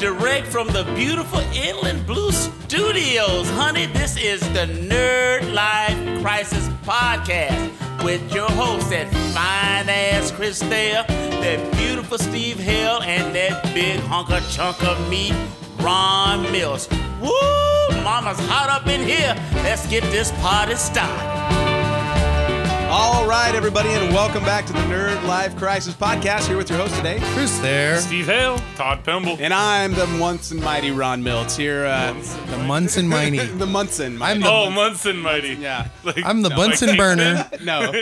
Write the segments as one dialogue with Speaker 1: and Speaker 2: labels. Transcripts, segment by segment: Speaker 1: direct from the beautiful Inland Blue Studios. Honey, this is the Nerd Life Crisis Podcast with your hosts, that fine ass Chris Thayer, that beautiful Steve Hill, and that big hunker chunk of meat, Ron Mills. Woo! Mama's hot up in here. Let's get this party started.
Speaker 2: All right, everybody, and welcome back to the Nerd Life Crisis Podcast. Here with your host today,
Speaker 3: Who's there?
Speaker 4: Steve Hale, Todd Pimble.
Speaker 2: and I'm the once and mighty Ron Mills. Here, uh,
Speaker 3: The Munson Miney.
Speaker 2: the Munson. mighty.
Speaker 3: I'm the-
Speaker 4: oh, Munson Mighty.
Speaker 2: yeah.
Speaker 4: Like,
Speaker 3: I'm the Bunsen
Speaker 4: like-
Speaker 3: burner.
Speaker 2: No,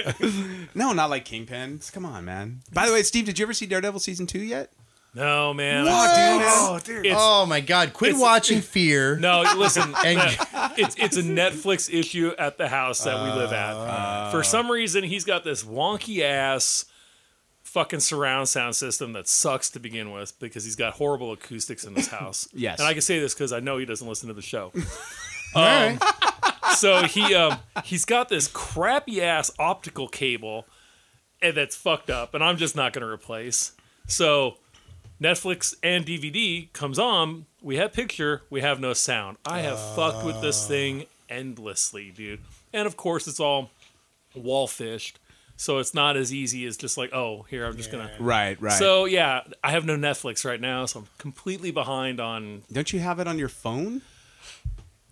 Speaker 2: no, not like Kingpin. Come on, man. By the way, Steve, did you ever see Daredevil season two yet?
Speaker 4: No, man.
Speaker 3: What?
Speaker 4: dude. It's,
Speaker 3: Oh my God! Quit
Speaker 4: It's-
Speaker 3: watching Fear.
Speaker 4: No, listen.
Speaker 3: And-
Speaker 4: that- it's it's a Netflix issue at the house that we live at.
Speaker 2: Uh.
Speaker 4: For some reason, he's got this wonky ass fucking surround sound system that sucks to begin with because he's got horrible acoustics in his house.
Speaker 2: Yes.
Speaker 4: and I can say this because I know he doesn't listen to the show.
Speaker 3: All right.
Speaker 4: so he um he's got this crappy ass optical cable and that's fucked up and I'm just not gonna replace. So Netflix and DVD comes on, we have picture, we have no sound. I have fucked with this thing endlessly, dude. And of course it's all wall fished. So it's not as easy as just like, oh, here I'm just gonna
Speaker 2: Right, right.
Speaker 4: So yeah, I have no Netflix right now, so I'm completely behind on
Speaker 2: don't you have it on your phone?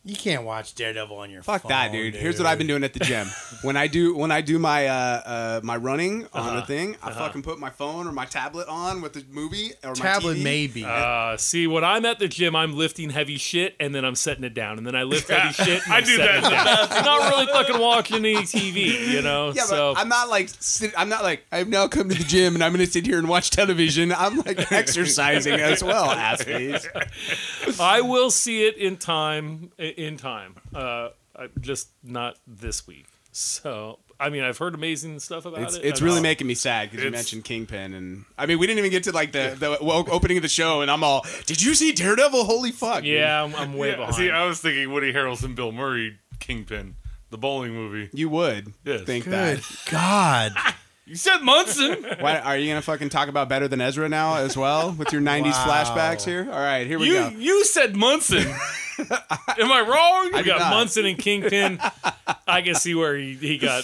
Speaker 3: You can't watch Daredevil on your
Speaker 2: Fuck
Speaker 3: phone,
Speaker 2: that, dude. Here's what I've been doing at the gym. when I do when I do my uh, uh, my running on the thing, I fucking put my phone or my tablet on with the movie or my
Speaker 3: Tablet
Speaker 2: TV.
Speaker 3: maybe.
Speaker 4: Uh, see, when I'm at the gym, I'm lifting heavy shit and then I'm setting it down, and then I lift heavy shit. And I I'm do setting that. It down. I'm not really fucking watching any TV, you know.
Speaker 2: Yeah, but
Speaker 4: so
Speaker 2: I'm not like sit, I'm not like I've now come to the gym and I'm going to sit here and watch television. I'm like exercising as well, ass face.
Speaker 4: I will see it in time. i- In time, uh, I, just not this week. So I mean, I've heard amazing stuff about
Speaker 2: It's,
Speaker 4: it.
Speaker 2: it's
Speaker 4: and,
Speaker 2: really
Speaker 4: uh,
Speaker 2: making me sad because you
Speaker 4: It's-
Speaker 2: mentioned Kingpin and I mean we didn't even get to like the the well, opening of the show and I'm all did you see Daredevil? Holy fuck!
Speaker 4: Yeah, I'm, I'm way
Speaker 5: Yeah,
Speaker 4: behind.
Speaker 5: See, I was thinking Woody Harrelson, Bill Murray, Kingpin, the bowling movie.
Speaker 2: you would
Speaker 5: Yes.
Speaker 2: think
Speaker 3: Good God.
Speaker 5: You said Munson.
Speaker 2: that. Why are you gonna fucking talk about better than Ezra now as well with your '90s
Speaker 3: Wow.
Speaker 2: flashbacks here? All right, here we
Speaker 5: uh, you
Speaker 2: go.
Speaker 5: you said Munson. Am I wrong?
Speaker 4: we got
Speaker 2: not.
Speaker 4: Munson and Kingpin. I can see where he, he got,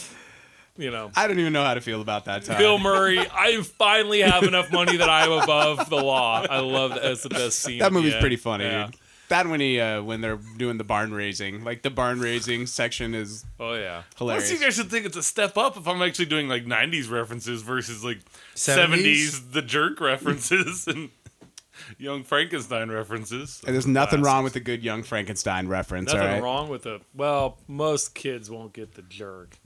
Speaker 4: you know.
Speaker 2: I don't even know how to feel about that time.
Speaker 4: Bill Murray, I finally have enough money that I am above the law. I love that. That's the best scene.
Speaker 2: That
Speaker 4: at the
Speaker 2: movie's
Speaker 4: end.
Speaker 2: pretty funny.
Speaker 4: Yeah.
Speaker 2: Dude. That when he uh, when they're doing the barn raising, like the barn raising section is
Speaker 4: Oh yeah.
Speaker 2: hilarious.
Speaker 5: Unless you guys should think it's a step up if I'm actually doing like '90s references versus like
Speaker 3: 70s?
Speaker 5: 70s, the jerk references and Young Frankenstein references.
Speaker 2: And there's nothing wrong with a good Young Frankenstein reference.
Speaker 4: Nothing
Speaker 2: all right,
Speaker 4: wrong with the. Well, most kids won't get the jerk.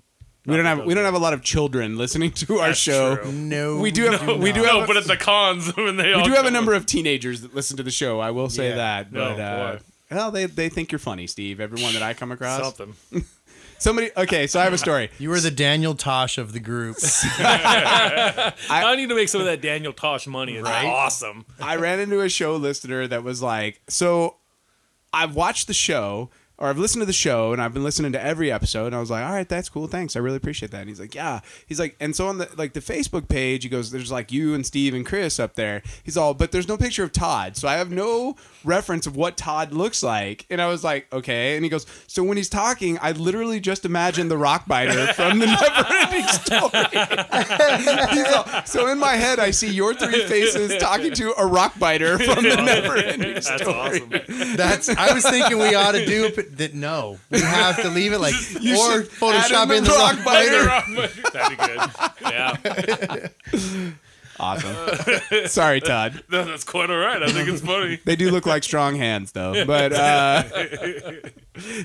Speaker 2: we don't have we don't have a lot of children listening to our
Speaker 5: That's
Speaker 2: show.
Speaker 5: true.
Speaker 3: No.
Speaker 2: We do have we do
Speaker 5: No,
Speaker 2: have
Speaker 5: but at the cons when they
Speaker 2: we
Speaker 5: all
Speaker 2: do have a
Speaker 5: come-
Speaker 2: number of teenagers that listen to the show. I will say
Speaker 3: Yeah.
Speaker 2: that.
Speaker 4: No,
Speaker 2: But uh,
Speaker 4: boy.
Speaker 2: well, they they think you're funny, Steve. Everyone that I come across,
Speaker 4: Something.
Speaker 2: somebody. Okay, so I have a story.
Speaker 3: You were the Daniel Tosh of the group.
Speaker 4: I, need to make some of that Daniel Tosh money. It's awesome.
Speaker 2: I ran into a show listener that was like, so I've watched the show or I've listened to the show and I've been listening to every episode and I was like, all right, that's cool, thanks, I really appreciate that. And he's like, yeah, he's like, and so on the like the Facebook page, he goes, there's like you and Steve and Chris up there. He's all, but there's no picture of Todd, so I have no reference of what Todd looks like. And I was like, okay. And he goes, so when he's talking, I literally just imagine the rock biter from the Neverending Story. He's all- so in my head, I see your three faces talking to a rock biter from the Neverending Story.
Speaker 4: That's awesome.
Speaker 3: That's. I was thinking we ought to do it, that. No, we have to leave it like or
Speaker 2: should add
Speaker 3: Photoshop
Speaker 2: in
Speaker 3: in the
Speaker 2: the rock
Speaker 3: rock
Speaker 2: biter.
Speaker 3: biter.
Speaker 4: That'd be good. Yeah.
Speaker 2: Awesome. Sorry, Todd.
Speaker 5: No, that's quite all right. I think it's funny.
Speaker 2: They do look like strong hands, though. But uh,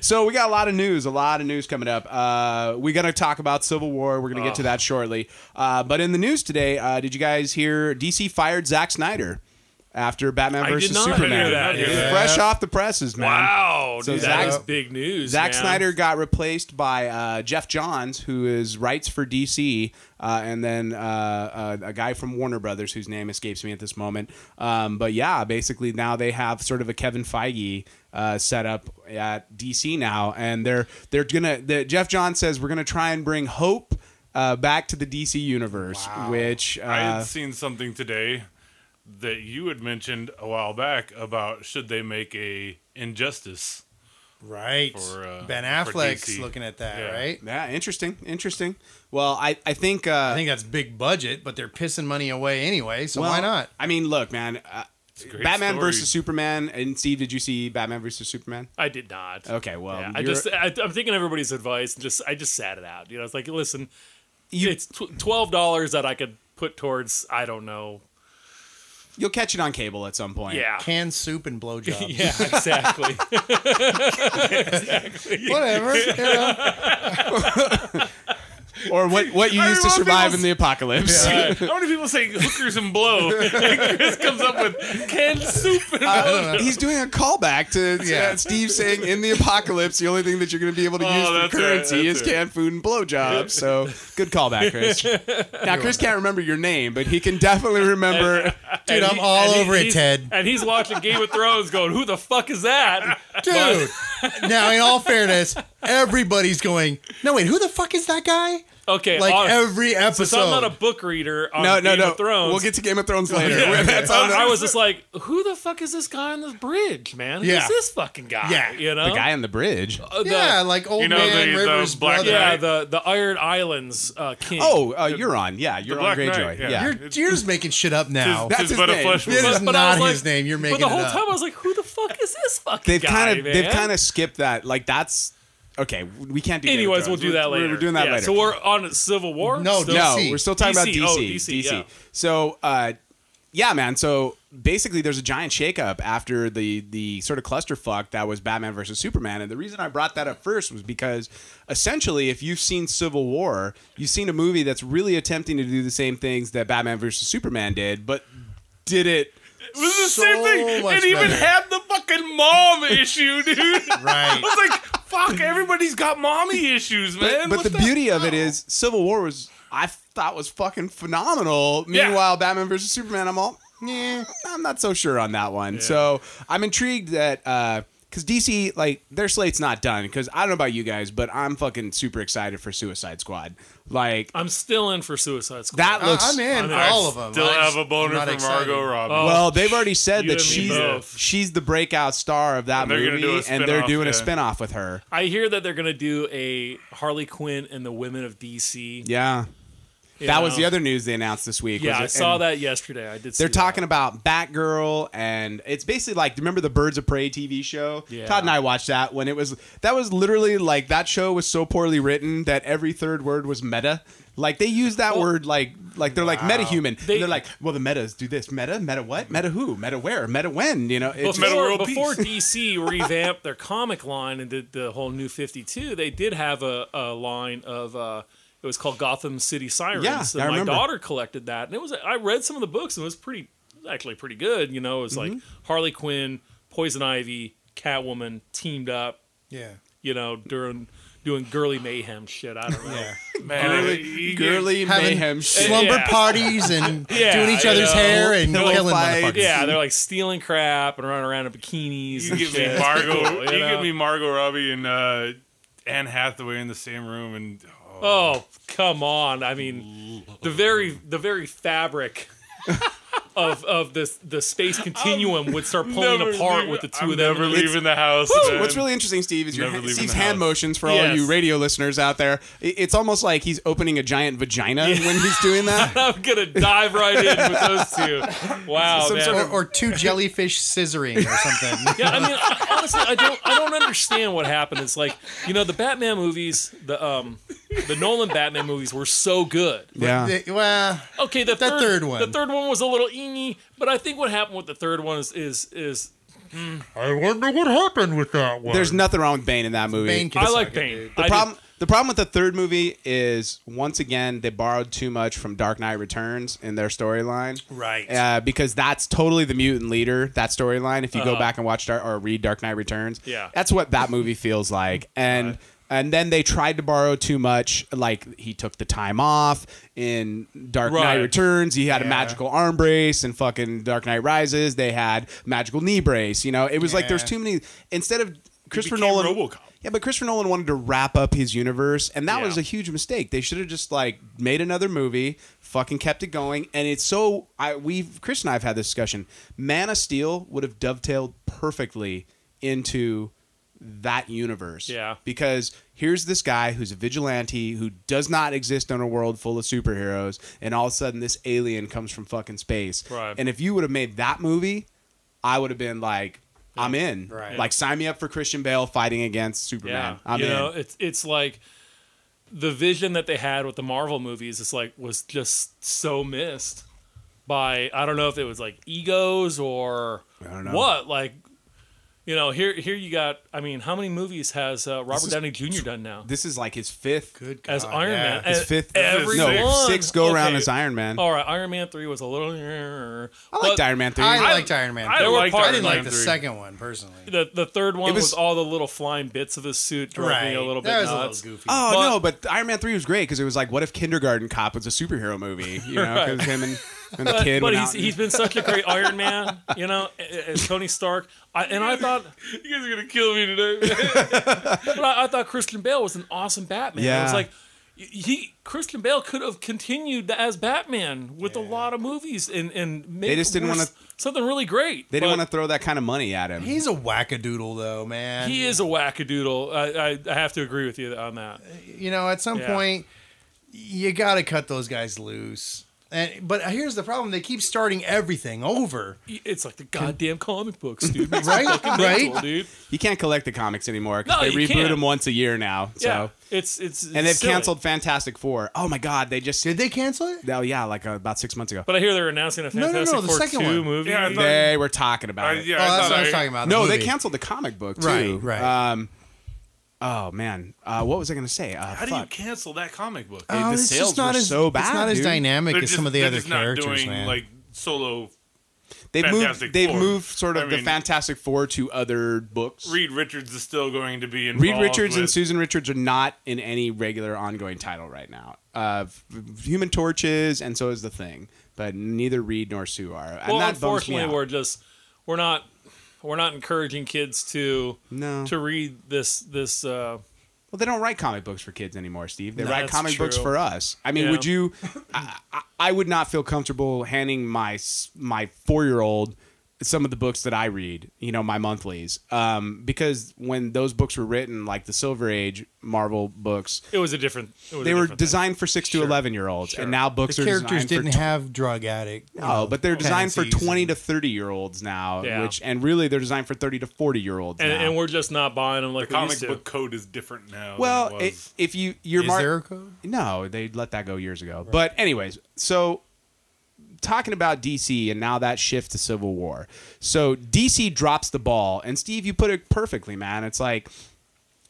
Speaker 2: so we got a lot of news, a lot of news coming up. Uh, we're gonna talk about Civil War. We're gonna get to that shortly. Uh, but in the news today, uh, did you guys hear DC fired Zack Snyder after Batman
Speaker 4: I
Speaker 2: versus
Speaker 4: did not hear
Speaker 2: Superman?
Speaker 4: that.
Speaker 2: It was
Speaker 3: Yeah.
Speaker 2: Fresh off the presses, man.
Speaker 4: Wow.
Speaker 2: So
Speaker 4: dude,
Speaker 2: Zack-
Speaker 4: that is big news.
Speaker 2: Zack
Speaker 4: man.
Speaker 2: Snyder got replaced by uh, Jeff Johns, who is writes for DC, uh, and then uh, uh, a guy from Warner Brothers whose name escapes me at this moment. Um, but yeah, basically now they have sort of a Kevin Feige uh, set up at DC now, and they're they're gonna. The, Jeff Johns says we're gonna try and bring hope. Uh, back to the DC universe, which uh,
Speaker 5: I had seen something today that you had mentioned a while back about should they make a injustice.
Speaker 3: Right.
Speaker 5: For, uh,
Speaker 3: ben
Speaker 5: for
Speaker 3: Affleck's
Speaker 5: DC.
Speaker 3: looking at that,
Speaker 5: Yeah.
Speaker 3: right?
Speaker 2: Yeah, interesting, interesting. Well, I I think uh,
Speaker 3: I think that's big budget, but they're pissing money away anyway, so
Speaker 2: well,
Speaker 3: why not?
Speaker 2: I mean, look, man, uh,
Speaker 5: a great
Speaker 2: Batman
Speaker 5: story.
Speaker 2: versus Superman. And Steve, did you see Batman versus Superman?
Speaker 4: I did not.
Speaker 2: Okay, well,
Speaker 4: Yeah, I
Speaker 2: you're-
Speaker 4: just I, I'm taking everybody's advice and just I just sat it out. You know, it's like listen,
Speaker 2: You-
Speaker 4: it's tw- twelve dollars that I could put towards I don't know.
Speaker 2: you'll catch it on cable at some point.
Speaker 4: Yeah,
Speaker 3: Canned soup and blowjobs.
Speaker 4: yeah, exactly.
Speaker 3: Whatever. you know.
Speaker 2: or what what you
Speaker 5: I
Speaker 2: used to
Speaker 5: love
Speaker 2: survive
Speaker 5: people's-
Speaker 2: in the apocalypse.
Speaker 5: How many people say hookers and blow? And Chris comes up with canned soup and blow.
Speaker 2: He's doing a callback to
Speaker 3: Yeah.
Speaker 2: uh, Steve saying, "In the apocalypse, the only thing that you're going to be able to
Speaker 5: Oh,
Speaker 2: use for
Speaker 5: that's right,
Speaker 2: currency
Speaker 5: that's
Speaker 2: is
Speaker 5: right.
Speaker 2: canned food and blowjobs." So good callback, Chris. now Chris can't remember your name, but he can definitely remember.
Speaker 3: Dude, I'm all over it, Ted.
Speaker 4: And he's watching Game of Thrones, going, "Who the fuck is that?"
Speaker 3: Dude. now, in all fairness, everybody's going, no, wait, who the fuck is that guy?
Speaker 4: Okay,
Speaker 3: Like
Speaker 4: all-
Speaker 3: every episode.
Speaker 4: since I'm not a book reader on
Speaker 2: No,
Speaker 4: Game
Speaker 2: no, no.
Speaker 4: of Thrones,
Speaker 2: We'll get to Game of Thrones later.
Speaker 4: Yeah.
Speaker 2: That's on the-
Speaker 4: I, I was just like, "Who the fuck is this guy on the bridge, man? Who's
Speaker 3: Yeah.
Speaker 4: this fucking guy?"
Speaker 3: Yeah.
Speaker 4: you know
Speaker 2: the guy on the bridge.
Speaker 4: Uh, the-
Speaker 3: yeah, like old
Speaker 5: You know,
Speaker 3: man
Speaker 5: the- the
Speaker 3: Rivers'
Speaker 5: black
Speaker 3: brother.
Speaker 4: yeah,
Speaker 5: Knight.
Speaker 4: the the Iron Islands uh, king.
Speaker 2: Oh, uh, you're on. Yeah, you're on
Speaker 5: Black
Speaker 2: Greyjoy.
Speaker 5: Knight, yeah.
Speaker 2: yeah.
Speaker 3: You're, you're just making shit up now.
Speaker 2: That's
Speaker 5: Tis
Speaker 2: his
Speaker 5: but
Speaker 2: name.
Speaker 5: a flesh
Speaker 3: It is
Speaker 5: wound.
Speaker 4: But I
Speaker 3: not
Speaker 4: was like-
Speaker 3: his name. You're making
Speaker 4: But the whole
Speaker 3: it up.
Speaker 4: time I was like, "Who the fuck is this fucking
Speaker 2: they've
Speaker 4: guy?"
Speaker 2: kind of they've
Speaker 4: man?
Speaker 2: kind of skipped that. Like that's okay. We can't do. Game of
Speaker 4: Anyways, we'll
Speaker 2: Thrones.
Speaker 4: do that
Speaker 2: We're-
Speaker 4: later.
Speaker 2: We're doing that
Speaker 4: Yeah,
Speaker 2: later.
Speaker 4: So we're on Civil War.
Speaker 3: No,
Speaker 4: Still-
Speaker 2: no,
Speaker 3: DC.
Speaker 2: we're still talking
Speaker 4: DC.
Speaker 2: about DC.
Speaker 4: Oh, DC, yeah.
Speaker 2: So, uh, yeah, man. So basically, there's a giant shakeup after the the sort of clusterfuck that was Batman versus Superman. And the reason I brought that up first was because essentially, if you've seen Civil War, you've seen a movie that's really attempting to do the same things that Batman versus Superman did, but did it.
Speaker 5: It was
Speaker 3: So
Speaker 5: the same thing.
Speaker 3: much
Speaker 5: It even
Speaker 3: better.
Speaker 5: had the fucking mom issue, dude.
Speaker 3: Right.
Speaker 5: I was like, fuck, everybody's got mommy issues,
Speaker 2: But,
Speaker 5: man.
Speaker 2: but
Speaker 5: What
Speaker 2: the beauty of it is, Civil War was I thought was fucking phenomenal.
Speaker 5: Yeah.
Speaker 2: Meanwhile, Batman versus Superman, I'm all, yeah, I'm not so sure on that one. So I'm intrigued that uh, because DC, like their slate's not done. Because I don't know about you guys, but I'm fucking super excited for Suicide Squad. Like
Speaker 4: I'm still in for Suicide Squad.
Speaker 2: that
Speaker 3: I-
Speaker 2: looks.
Speaker 3: I'm in
Speaker 4: I'm
Speaker 3: for
Speaker 4: in.
Speaker 3: all of them.
Speaker 5: Still
Speaker 3: I
Speaker 5: have
Speaker 3: just-
Speaker 5: a boner
Speaker 3: I'm
Speaker 5: for
Speaker 3: not
Speaker 5: Margot
Speaker 3: excited.
Speaker 5: Robbie.
Speaker 4: Oh,
Speaker 2: well, they've already said
Speaker 4: you
Speaker 2: that
Speaker 4: and me
Speaker 2: she's
Speaker 4: both.
Speaker 2: she's the breakout star of that
Speaker 5: They're gonna
Speaker 2: movie,
Speaker 5: do a
Speaker 2: and they're
Speaker 5: spin-off,
Speaker 2: doing a
Speaker 5: yeah.
Speaker 2: spinoff with her.
Speaker 4: I hear that they're gonna do a Harley Quinn and the Women of DC.
Speaker 2: Yeah,
Speaker 4: you
Speaker 2: that
Speaker 4: know?
Speaker 2: was the other news they announced this week.
Speaker 4: Yeah,
Speaker 2: was
Speaker 4: I
Speaker 2: it-
Speaker 4: saw
Speaker 2: and-
Speaker 4: that yesterday. I did.
Speaker 2: They're
Speaker 4: see
Speaker 2: talking
Speaker 4: That.
Speaker 2: about Batgirl, and it's basically like remember the Birds of Prey TV show?
Speaker 4: Yeah.
Speaker 2: Todd and I watched that when it was that was literally like that show was so poorly written that every third word was meta. Like they use that word like like they're like metahuman.
Speaker 4: They-
Speaker 2: and they're like, well, the metas do this. Meta, meta what? Meta who? Meta where? Meta when? You know, it's
Speaker 4: Before,
Speaker 5: Meta World Peace.
Speaker 4: before DC revamped their comic line and did the whole New Fifty Two, they did have a, a line of uh, it was called Gotham City Sirens.
Speaker 2: Yeah,
Speaker 4: and
Speaker 2: I
Speaker 4: my
Speaker 2: remember.
Speaker 4: daughter collected that, and it was I read some of the books and it was pretty actually pretty good. You know, it was like
Speaker 2: Mm-hmm.
Speaker 4: Harley Quinn, Poison Ivy, Catwoman teamed up.
Speaker 3: Yeah.
Speaker 4: You know, during doing girly mayhem shit. I don't know.
Speaker 3: Yeah.
Speaker 5: man,
Speaker 2: girly, girly
Speaker 3: Having
Speaker 2: mayhem shit.
Speaker 3: slumber
Speaker 4: Yeah.
Speaker 3: parties and
Speaker 4: Yeah,
Speaker 3: doing each
Speaker 4: you
Speaker 3: other's
Speaker 4: know,
Speaker 3: hair and
Speaker 2: pillow
Speaker 3: killing
Speaker 2: fights.
Speaker 3: motherfuckers.
Speaker 4: Yeah, they're like stealing crap and running around in bikinis.
Speaker 5: You
Speaker 4: and
Speaker 5: give
Speaker 4: shit.
Speaker 5: me Margot.
Speaker 4: cool, you
Speaker 5: you
Speaker 4: know?
Speaker 5: give me Margot Robbie and uh, Anne Hathaway in the same room, and oh,
Speaker 4: Oh, come on. I mean, the very the very fabric of of this the space continuum would start pulling
Speaker 5: never
Speaker 4: apart
Speaker 5: leave-
Speaker 4: with the 2
Speaker 5: I'm
Speaker 4: of them.
Speaker 5: Never leaving the house. man.
Speaker 2: What's really interesting, Steve, is your
Speaker 5: Never
Speaker 2: hand,
Speaker 5: leaving
Speaker 2: Steve's
Speaker 5: the
Speaker 2: hand
Speaker 5: house.
Speaker 2: motions for all
Speaker 4: Yes.
Speaker 2: you radio listeners out there. I- It's almost like he's opening a giant vagina when he's doing that.
Speaker 4: I'm gonna dive right in with those two. Wow,
Speaker 2: Some
Speaker 4: man.
Speaker 2: sort
Speaker 3: Or, or two jellyfish scissoring or something.
Speaker 4: yeah, I mean, I- honestly, I don't, I don't understand what happened. It's like, you know, the Batman movies, the um, the Nolan Batman movies were so good.
Speaker 2: yeah.
Speaker 3: They- well,
Speaker 4: Okay, the
Speaker 3: That
Speaker 4: third,
Speaker 3: third one.
Speaker 4: the third one was a little eeny, but I think what happened with the third one is is, is
Speaker 6: I wonder what happened with that one.
Speaker 2: There's nothing wrong with Bane in that movie.
Speaker 3: Bane can
Speaker 4: I
Speaker 3: suck
Speaker 4: like
Speaker 3: it,
Speaker 4: Bane.
Speaker 3: dude.
Speaker 2: the
Speaker 4: I
Speaker 2: problem the problem with the third movie is once again they borrowed too much from Dark Knight Returns in their storyline.
Speaker 3: Right.
Speaker 2: Uh, because that's totally the mutant leader that storyline. If you go back and watch Dar- or read Dark Knight Returns,
Speaker 4: Yeah.
Speaker 2: that's what that movie feels like. And and then they tried to borrow too much. Like he took the time off in Dark Knight
Speaker 4: Right.
Speaker 2: Returns. He had a
Speaker 3: Yeah.
Speaker 2: magical arm brace, and fucking Dark Knight Rises. They had magical knee brace. You know, it was like
Speaker 3: Yeah.
Speaker 2: there's too many. Instead of Christopher
Speaker 5: became
Speaker 2: Nolan.
Speaker 5: RoboCop.
Speaker 2: Yeah, but Christopher Nolan wanted to wrap up his universe, and that
Speaker 5: Yeah.
Speaker 2: was a huge mistake. They should have just like made another movie, fucking kept it going. And it's so I we've Chris and I have had this discussion. Man of Steel would have dovetailed perfectly into that universe.
Speaker 4: Yeah.
Speaker 2: Because here's this guy who's a vigilante who does not exist on a world full of superheroes, and all of a sudden this alien comes from fucking space.
Speaker 4: Right.
Speaker 2: And if you would have made that movie, I would have been like, I'm in.
Speaker 3: Right.
Speaker 2: Like sign me up for Christian Bale fighting against Superman. I'm
Speaker 4: you
Speaker 2: in.
Speaker 4: know, it's it's like the vision that they had with the Marvel movies is like was just so missed by I don't know if it was like egos or
Speaker 2: don't know.
Speaker 4: what. Like, you know, here here you got. I mean, how many movies has uh, Robert
Speaker 2: is-
Speaker 4: Downey Jr. done now
Speaker 2: This is like his fifth
Speaker 3: Good God,
Speaker 4: as Iron
Speaker 3: yeah.
Speaker 4: Man?
Speaker 2: his
Speaker 4: And
Speaker 2: fifth
Speaker 4: E-, every
Speaker 2: no
Speaker 4: one-
Speaker 2: sixth go around
Speaker 4: okay, Oh,
Speaker 2: as Iron Man.
Speaker 4: All right, Iron Man three was a little.
Speaker 2: I liked Iron Man three.
Speaker 3: I
Speaker 2: I,
Speaker 3: liked Iron Man.
Speaker 4: I
Speaker 3: three.
Speaker 4: liked
Speaker 3: I
Speaker 4: Iron
Speaker 3: didn't
Speaker 4: Man
Speaker 3: like the
Speaker 4: three.
Speaker 3: second one personally.
Speaker 4: The the third one
Speaker 2: It was-
Speaker 4: was, all the little flying bits of his suit driving me a little bit
Speaker 3: that was
Speaker 4: nuts.
Speaker 3: a little goofy.
Speaker 2: oh
Speaker 4: but-
Speaker 2: no, but Iron Man three was great because it was like, what if Kindergarten Cop was a superhero movie? You know, because him and, and the
Speaker 4: But,
Speaker 2: kid.
Speaker 4: but
Speaker 2: went
Speaker 4: he's,
Speaker 2: out and-
Speaker 4: he's been such a great Iron Man, you know, as Tony Stark. I, and I thought,
Speaker 5: You guys are gonna kill me today.
Speaker 4: but I, I thought Christian Bale was an awesome Batman. It
Speaker 2: Yeah.
Speaker 4: was like he Christian Bale could have continued as Batman with a lot of movies and and made
Speaker 2: They just didn't
Speaker 4: worse-
Speaker 2: wanna-
Speaker 4: something really great.
Speaker 2: they didn't
Speaker 4: but
Speaker 2: want to throw that kind of money at him.
Speaker 3: He's a wackadoodle though, man.
Speaker 4: He is a wackadoodle. I, I I have to agree with you on that.
Speaker 3: you know, at some
Speaker 4: Yeah.
Speaker 3: point, you got to cut those guys loose. And but here's the problem: they keep starting everything over,
Speaker 4: It's like the goddamn comic books, dude. It's
Speaker 3: right? right?
Speaker 4: mental, dude.
Speaker 2: you can't collect the comics anymore because
Speaker 4: No,
Speaker 2: they
Speaker 4: you
Speaker 2: reboot
Speaker 4: can't.
Speaker 2: them once a year now. So
Speaker 4: Yeah, it's it's
Speaker 2: and they've
Speaker 4: silly.
Speaker 2: canceled Fantastic Four. Oh my God, they just
Speaker 3: Did they cancel it?
Speaker 2: Oh yeah, like uh, about six months ago.
Speaker 4: But I hear they're announcing a
Speaker 3: No, no, no,
Speaker 4: Fantastic
Speaker 3: the
Speaker 4: Four
Speaker 3: second
Speaker 4: two
Speaker 3: one.
Speaker 4: movie.
Speaker 5: Yeah, I thought-
Speaker 2: they were talking
Speaker 5: I,
Speaker 2: about it.
Speaker 5: yeah,
Speaker 3: Oh,
Speaker 5: I
Speaker 3: that's
Speaker 5: thought
Speaker 3: what I
Speaker 5: I-
Speaker 3: was talking about. the
Speaker 2: No, they
Speaker 3: movie.
Speaker 2: canceled the comic book too.
Speaker 3: Right, right.
Speaker 2: Um, oh man, uh, what was I going to say? Uh,
Speaker 5: How do you
Speaker 2: fuck.
Speaker 5: cancel that comic book?
Speaker 3: Oh,
Speaker 2: the
Speaker 3: it's
Speaker 2: sales
Speaker 3: just not
Speaker 2: were
Speaker 3: as,
Speaker 2: so
Speaker 3: It's
Speaker 2: bad,
Speaker 3: not as
Speaker 2: dude.
Speaker 3: dynamic
Speaker 5: They're
Speaker 3: as
Speaker 5: just-
Speaker 3: some of the
Speaker 5: they're
Speaker 3: other
Speaker 5: just
Speaker 3: characters,
Speaker 5: not doing
Speaker 3: man.
Speaker 5: like solo.
Speaker 2: They've
Speaker 5: Fantastic
Speaker 2: moved. They've
Speaker 5: Four.
Speaker 2: moved sort of
Speaker 5: I
Speaker 2: the
Speaker 5: mean-
Speaker 2: Fantastic Four to other books.
Speaker 5: Reed Richards is still going to be involved.
Speaker 2: Reed Richards and
Speaker 5: with-
Speaker 2: Susan Richards are not in any regular ongoing title right now. Uh, f- Human Torches, and so is the Thing, but neither Reed nor Sue are. And
Speaker 4: well,
Speaker 2: that bums me
Speaker 4: unfortunately,
Speaker 2: out.
Speaker 4: we're just we're not we're not encouraging kids to
Speaker 2: No.
Speaker 4: to read this this. Uh,
Speaker 2: Well, they don't write comic books for kids anymore, Steve. They
Speaker 4: No,
Speaker 2: write
Speaker 4: that's
Speaker 2: comic books
Speaker 4: true.
Speaker 2: for us. I mean,
Speaker 4: Yeah.
Speaker 2: would you? I, I, I would not feel comfortable handing my s- my four year old some of the books that I read. You know, my monthlies, um, because when those books were written, like the Silver Age Marvel books,
Speaker 4: it was a different. It was
Speaker 2: they
Speaker 4: a
Speaker 2: were
Speaker 4: different thing.
Speaker 2: designed for six to eleven year olds, and now books
Speaker 3: the
Speaker 2: are
Speaker 3: characters
Speaker 2: designed
Speaker 3: didn't
Speaker 2: for.
Speaker 3: have drug addict. you
Speaker 2: Oh,
Speaker 3: know,
Speaker 2: but they're designed for
Speaker 3: tendencies
Speaker 2: twenty
Speaker 3: and-
Speaker 2: to thirty year olds now,
Speaker 4: Yeah.
Speaker 2: which and really they're designed for thirty to forty year olds.
Speaker 4: and,
Speaker 2: now.
Speaker 4: and we're just not buying them like
Speaker 5: the
Speaker 4: we used
Speaker 5: comic
Speaker 4: to.
Speaker 5: book code is different now.
Speaker 2: well,
Speaker 5: than it
Speaker 2: i-
Speaker 5: was.
Speaker 2: if you your
Speaker 3: Is
Speaker 2: mar-
Speaker 3: there a code?
Speaker 2: No, they let that go years ago. But anyways, so talking about DC and now that shift to Civil War. So DC drops the ball, and Steve, you put it perfectly, man. It's like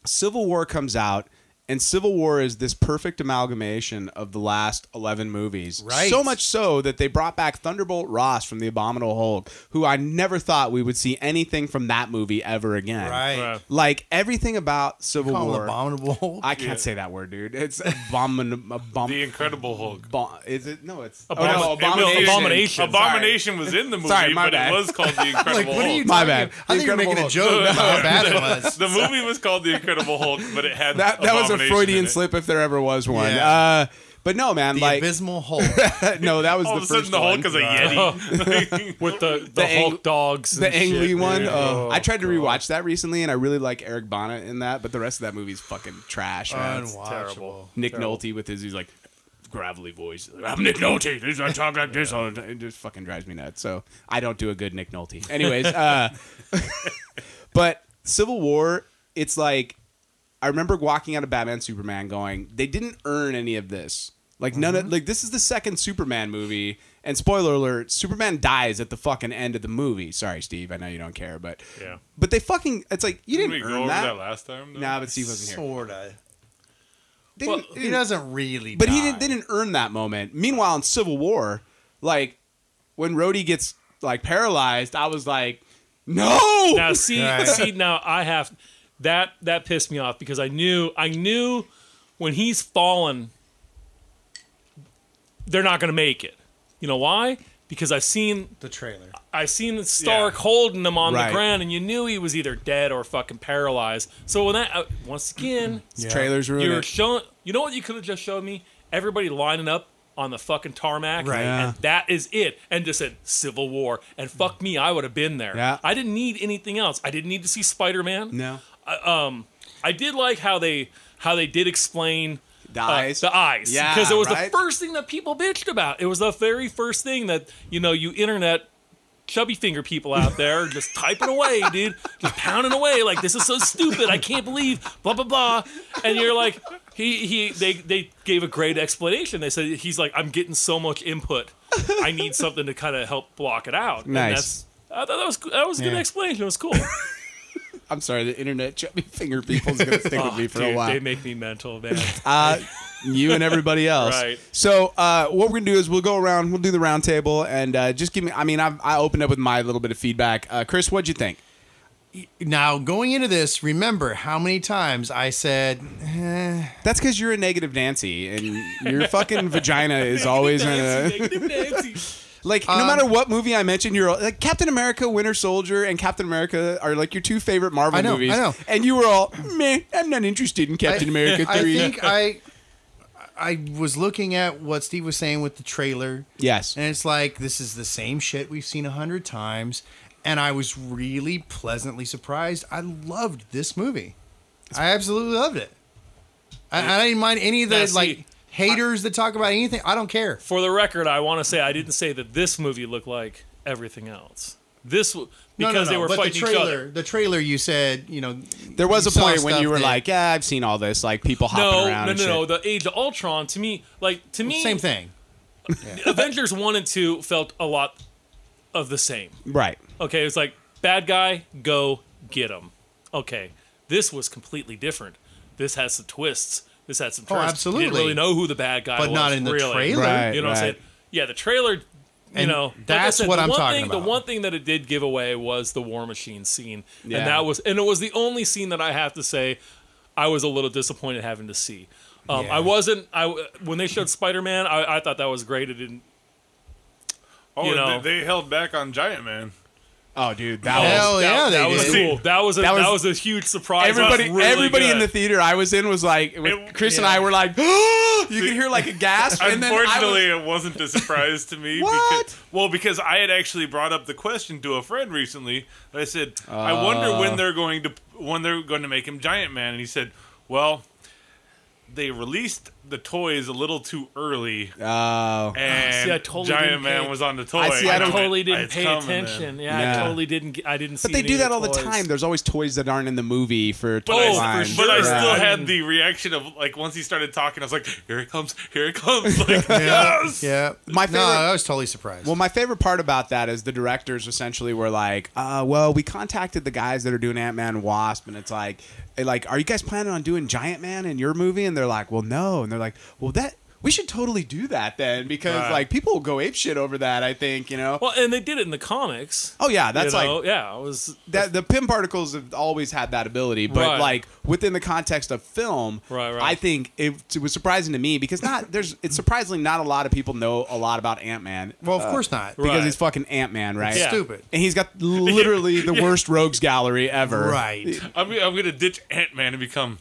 Speaker 2: Civil War comes out. And Civil War is this perfect amalgamation of the last 11 movies.
Speaker 3: Right.
Speaker 2: So much so that they brought back Thunderbolt Ross from The Abominable Hulk, who I never thought we would see anything from that movie ever again.
Speaker 3: Right.
Speaker 4: Right.
Speaker 2: Like everything about Civil
Speaker 3: Call him
Speaker 2: War.
Speaker 3: abominable.
Speaker 2: I can't say that word, dude. It's abomin- abom-
Speaker 5: the Incredible Hulk.
Speaker 2: Bon- is it? No, it's
Speaker 4: Abomin-
Speaker 2: oh, no,
Speaker 4: it was Abomination.
Speaker 5: Abomination was in the movie,
Speaker 2: Sorry, my
Speaker 5: but
Speaker 2: bad.
Speaker 5: it was called The
Speaker 3: like,
Speaker 5: Incredible
Speaker 3: what are you
Speaker 5: Hulk.
Speaker 2: My
Speaker 3: talking-
Speaker 2: bad.
Speaker 3: I think you're making a
Speaker 2: Incredible
Speaker 3: joke about how bad it was.
Speaker 5: the movie was called The Incredible Hulk, but it had
Speaker 2: That, that was a
Speaker 5: Abomination in
Speaker 2: Freudian
Speaker 5: it.
Speaker 2: slip if there ever was one.
Speaker 3: Yeah.
Speaker 2: Uh, but no, man,
Speaker 3: The
Speaker 2: like
Speaker 3: abysmal Hulk.
Speaker 2: no, that was
Speaker 5: All
Speaker 2: the
Speaker 5: of a
Speaker 2: first
Speaker 5: sudden, the Hulk
Speaker 2: one.
Speaker 5: is a yeti.
Speaker 4: with the the,
Speaker 2: the
Speaker 4: Hulk
Speaker 2: ang-
Speaker 4: dogs.
Speaker 2: the
Speaker 4: and
Speaker 2: Ang
Speaker 4: shit,
Speaker 2: Lee
Speaker 4: dude.
Speaker 2: one.
Speaker 4: Oh,
Speaker 2: uh, I tried to rewatch that recently, and I really like Eric Bana in that, but the rest of that movie's fucking trash.
Speaker 5: Uh,
Speaker 2: Man. It's
Speaker 3: Unwatchable.
Speaker 2: Nick Nolte with his he's like gravelly voice. I'm Nick Nolte. There's- I talk like this all the time. It just fucking drives me nuts. So I don't do a good Nick Nolte. Anyways, uh, but Civil War, it's like I remember walking out of Batman Superman going, they didn't earn any of this. Like none of like this is the second Superman movie, and spoiler alert, Superman dies at the fucking end of the movie. Sorry, Steve, I know you don't care, but
Speaker 4: Yeah.
Speaker 2: but they fucking it's like you
Speaker 5: Didn't
Speaker 2: didn't
Speaker 5: we go
Speaker 2: earn
Speaker 5: over
Speaker 2: that.
Speaker 5: that, last time? though?
Speaker 2: nah, but Steve wasn't here.
Speaker 3: Sorta.
Speaker 2: Didn't-
Speaker 3: He doesn't really.
Speaker 2: but
Speaker 3: die.
Speaker 2: he didn't they didn't earn that moment. Meanwhile, in Civil War, like when Rhodey gets like paralyzed, I was like, no.
Speaker 4: Now see,
Speaker 3: Right.
Speaker 4: see, now I have that that pissed me off because I knew I knew when he's fallen, they're not going to make it. You know why? because I've seen
Speaker 3: the trailer.
Speaker 4: I've seen Stark holding him on
Speaker 2: Right.
Speaker 4: the ground, and you knew he was either dead or fucking paralyzed. So when that uh, once again,
Speaker 2: Trailers ruin
Speaker 4: you're
Speaker 2: it.
Speaker 4: showing. You know what you could have just showed me? Everybody lining up on the fucking tarmac,
Speaker 3: Right.
Speaker 2: Yeah.
Speaker 4: And that is it. And just said Civil War, and fuck me, I would have been there.
Speaker 2: Yeah.
Speaker 4: I didn't need anything else. I didn't need to see Spider Man.
Speaker 2: no.
Speaker 4: I did like how they how they did explain
Speaker 2: The
Speaker 4: uh,
Speaker 2: eyes.
Speaker 4: the eyes.
Speaker 2: Yeah,
Speaker 4: Because it was
Speaker 2: right?
Speaker 4: the first thing that people bitched about. It was the very first thing that, you know, you internet chubby finger people out there just typing away, dude. Just pounding away like this is so stupid. I can't believe blah blah blah. And you're like he he they they gave a great explanation. They said he's like I'm getting so much input. I need something to kind of help block it out. And
Speaker 2: Nice.
Speaker 4: that's I thought that was that was a good
Speaker 2: Yeah.
Speaker 4: explanation. It was cool.
Speaker 2: I'm sorry, the internet chubby finger people's gonna stick with me for
Speaker 4: Oh, Dude,
Speaker 2: a while.
Speaker 4: They make me mental, man.
Speaker 2: uh, you and everybody else.
Speaker 4: Right.
Speaker 2: So uh, what we're gonna do is we'll go around, we'll do the round table, and uh, just give me. I mean, I, I opened up with my little bit of feedback. Uh, Chris, what'd you think?
Speaker 3: Now, going into this, remember how many times I said,
Speaker 2: That's because you're a negative Nancy, and your fucking vagina is always in a, like. no
Speaker 3: Um,
Speaker 2: matter what movie I mention, you're all- like Captain America, Winter Soldier, and Captain America are like your two favorite Marvel
Speaker 3: I know,
Speaker 2: movies.
Speaker 3: I know.
Speaker 2: And you were all, meh, I'm not interested in Captain America
Speaker 3: I
Speaker 2: three.
Speaker 3: think I I was looking at what Steve was saying with the trailer,
Speaker 2: yes.
Speaker 3: and it's like this is the same shit we've seen a hundred times, and I was really pleasantly surprised. I loved this movie. I absolutely loved it. I, I didn't mind any of the
Speaker 4: Now, see,
Speaker 3: like haters that talk about anything. I don't care.
Speaker 4: For the record, I want to say I didn't say that this movie looked like everything else. This w-
Speaker 3: No,
Speaker 4: because
Speaker 3: no, no,
Speaker 4: they were
Speaker 3: but
Speaker 4: fighting
Speaker 3: the trailer,
Speaker 4: each other.
Speaker 3: The trailer, you said, you know,
Speaker 2: There was
Speaker 3: you
Speaker 2: a
Speaker 3: saw
Speaker 2: point when
Speaker 3: stuff
Speaker 2: you were
Speaker 3: that-
Speaker 2: like, yeah, I've seen all this, like people hopping
Speaker 4: No,
Speaker 2: around.
Speaker 4: no,
Speaker 2: and
Speaker 4: no,
Speaker 2: shit.
Speaker 4: no. The Age of Ultron to me, like to me,
Speaker 3: same thing.
Speaker 4: Avengers one and two felt a lot of the same.
Speaker 2: Right.
Speaker 4: Okay, it was like bad guy, go get him. Okay, this was completely different. This has some twists. This had some
Speaker 3: Oh,
Speaker 4: turns. You didn't
Speaker 3: absolutely.
Speaker 4: really know who the bad guy
Speaker 3: But
Speaker 4: was,
Speaker 3: not in the
Speaker 4: really.
Speaker 3: trailer.
Speaker 2: Right,
Speaker 4: you know what I'm
Speaker 2: right.
Speaker 4: saying? Yeah, the trailer.
Speaker 3: And
Speaker 4: you know, like I
Speaker 3: that's
Speaker 4: said,
Speaker 3: what
Speaker 4: the
Speaker 3: I'm
Speaker 4: one
Speaker 3: talking
Speaker 4: thing,
Speaker 3: about.
Speaker 4: The one thing that it did give away was the War Machine scene,
Speaker 2: Yeah.
Speaker 4: and that was, and it was the only scene that I have to say I was a little disappointed having to see. Um,
Speaker 3: Yeah.
Speaker 4: I wasn't. I when they showed Spider Man, I, I thought that was great. It didn't.
Speaker 5: Oh,
Speaker 4: You
Speaker 5: and
Speaker 4: know.
Speaker 5: they, they held back on Giant Man.
Speaker 2: Oh, dude, that was.
Speaker 3: Hell
Speaker 4: that,
Speaker 3: yeah, they
Speaker 4: that was
Speaker 3: did.
Speaker 4: cool. That was a,
Speaker 2: That
Speaker 4: that
Speaker 2: was-
Speaker 4: was, a huge surprise. That was
Speaker 2: Everybody,
Speaker 4: really
Speaker 2: everybody in
Speaker 4: good.
Speaker 2: the theater I was in was like,
Speaker 5: It-
Speaker 2: Chris and I were like, you could hear like a gasp. And then I was-
Speaker 5: Unfortunately, it wasn't a surprise to me.
Speaker 2: What?
Speaker 5: Because, well, because I had actually brought up the question to a friend recently. I said, "I wonder when they're going to when they're going to make him Giant Man," and he said, "Well." They released the toys a little too early,
Speaker 2: oh,
Speaker 5: and
Speaker 4: See, I totally
Speaker 5: Giant
Speaker 4: didn't
Speaker 5: Man
Speaker 4: pay-
Speaker 5: was on the toy.
Speaker 2: I see, I
Speaker 4: I,
Speaker 2: don't-
Speaker 4: totally didn't
Speaker 5: It's
Speaker 4: pay
Speaker 5: coming, man.
Speaker 4: attention. Yeah,
Speaker 2: Yeah.
Speaker 4: I totally didn't. get- I didn't see.
Speaker 2: but they
Speaker 4: any
Speaker 2: do
Speaker 4: of
Speaker 2: that all the
Speaker 4: toys.
Speaker 2: time. There's always toys that aren't in the movie for
Speaker 5: But
Speaker 2: toy
Speaker 5: I-
Speaker 4: for
Speaker 2: line.
Speaker 4: sure.
Speaker 5: But I
Speaker 4: Yeah.
Speaker 5: still
Speaker 4: I
Speaker 5: had
Speaker 4: mean-
Speaker 5: the reaction of like once he started talking, I was like, "Here it comes! Here it comes!" Like, yes.
Speaker 3: Yeah,
Speaker 2: My
Speaker 3: No,
Speaker 2: favorite-
Speaker 3: I was totally surprised.
Speaker 2: Well, my favorite part about that is the directors essentially were like, uh, "Well, we contacted the guys that are doing Ant Man and Wasp, and it's like, they're like, are you guys planning on doing Giant Man in your movie?" And they're like, "Well, no," and they're like, "Well, that we should totally do that then because
Speaker 5: Right.
Speaker 2: like people will go ape shit over that. I think you know."
Speaker 4: Well, and they did it in the comics.
Speaker 2: oh yeah, that's
Speaker 4: you know?
Speaker 2: like
Speaker 4: yeah, it was
Speaker 2: that the pin particles have always had that ability, but
Speaker 4: Right.
Speaker 2: like within the context of film,
Speaker 4: Right, right.
Speaker 2: I think it, it was surprising to me because not there's it's surprisingly not a lot of people know a lot about Ant Man.
Speaker 3: well, of course not.
Speaker 2: Because
Speaker 4: Uh, Right.
Speaker 2: he's fucking Ant Man, right?
Speaker 4: Yeah.
Speaker 3: Stupid.
Speaker 2: And he's got literally the worst rogues gallery ever.
Speaker 3: Right.
Speaker 5: I'm, I'm gonna ditch Ant Man and become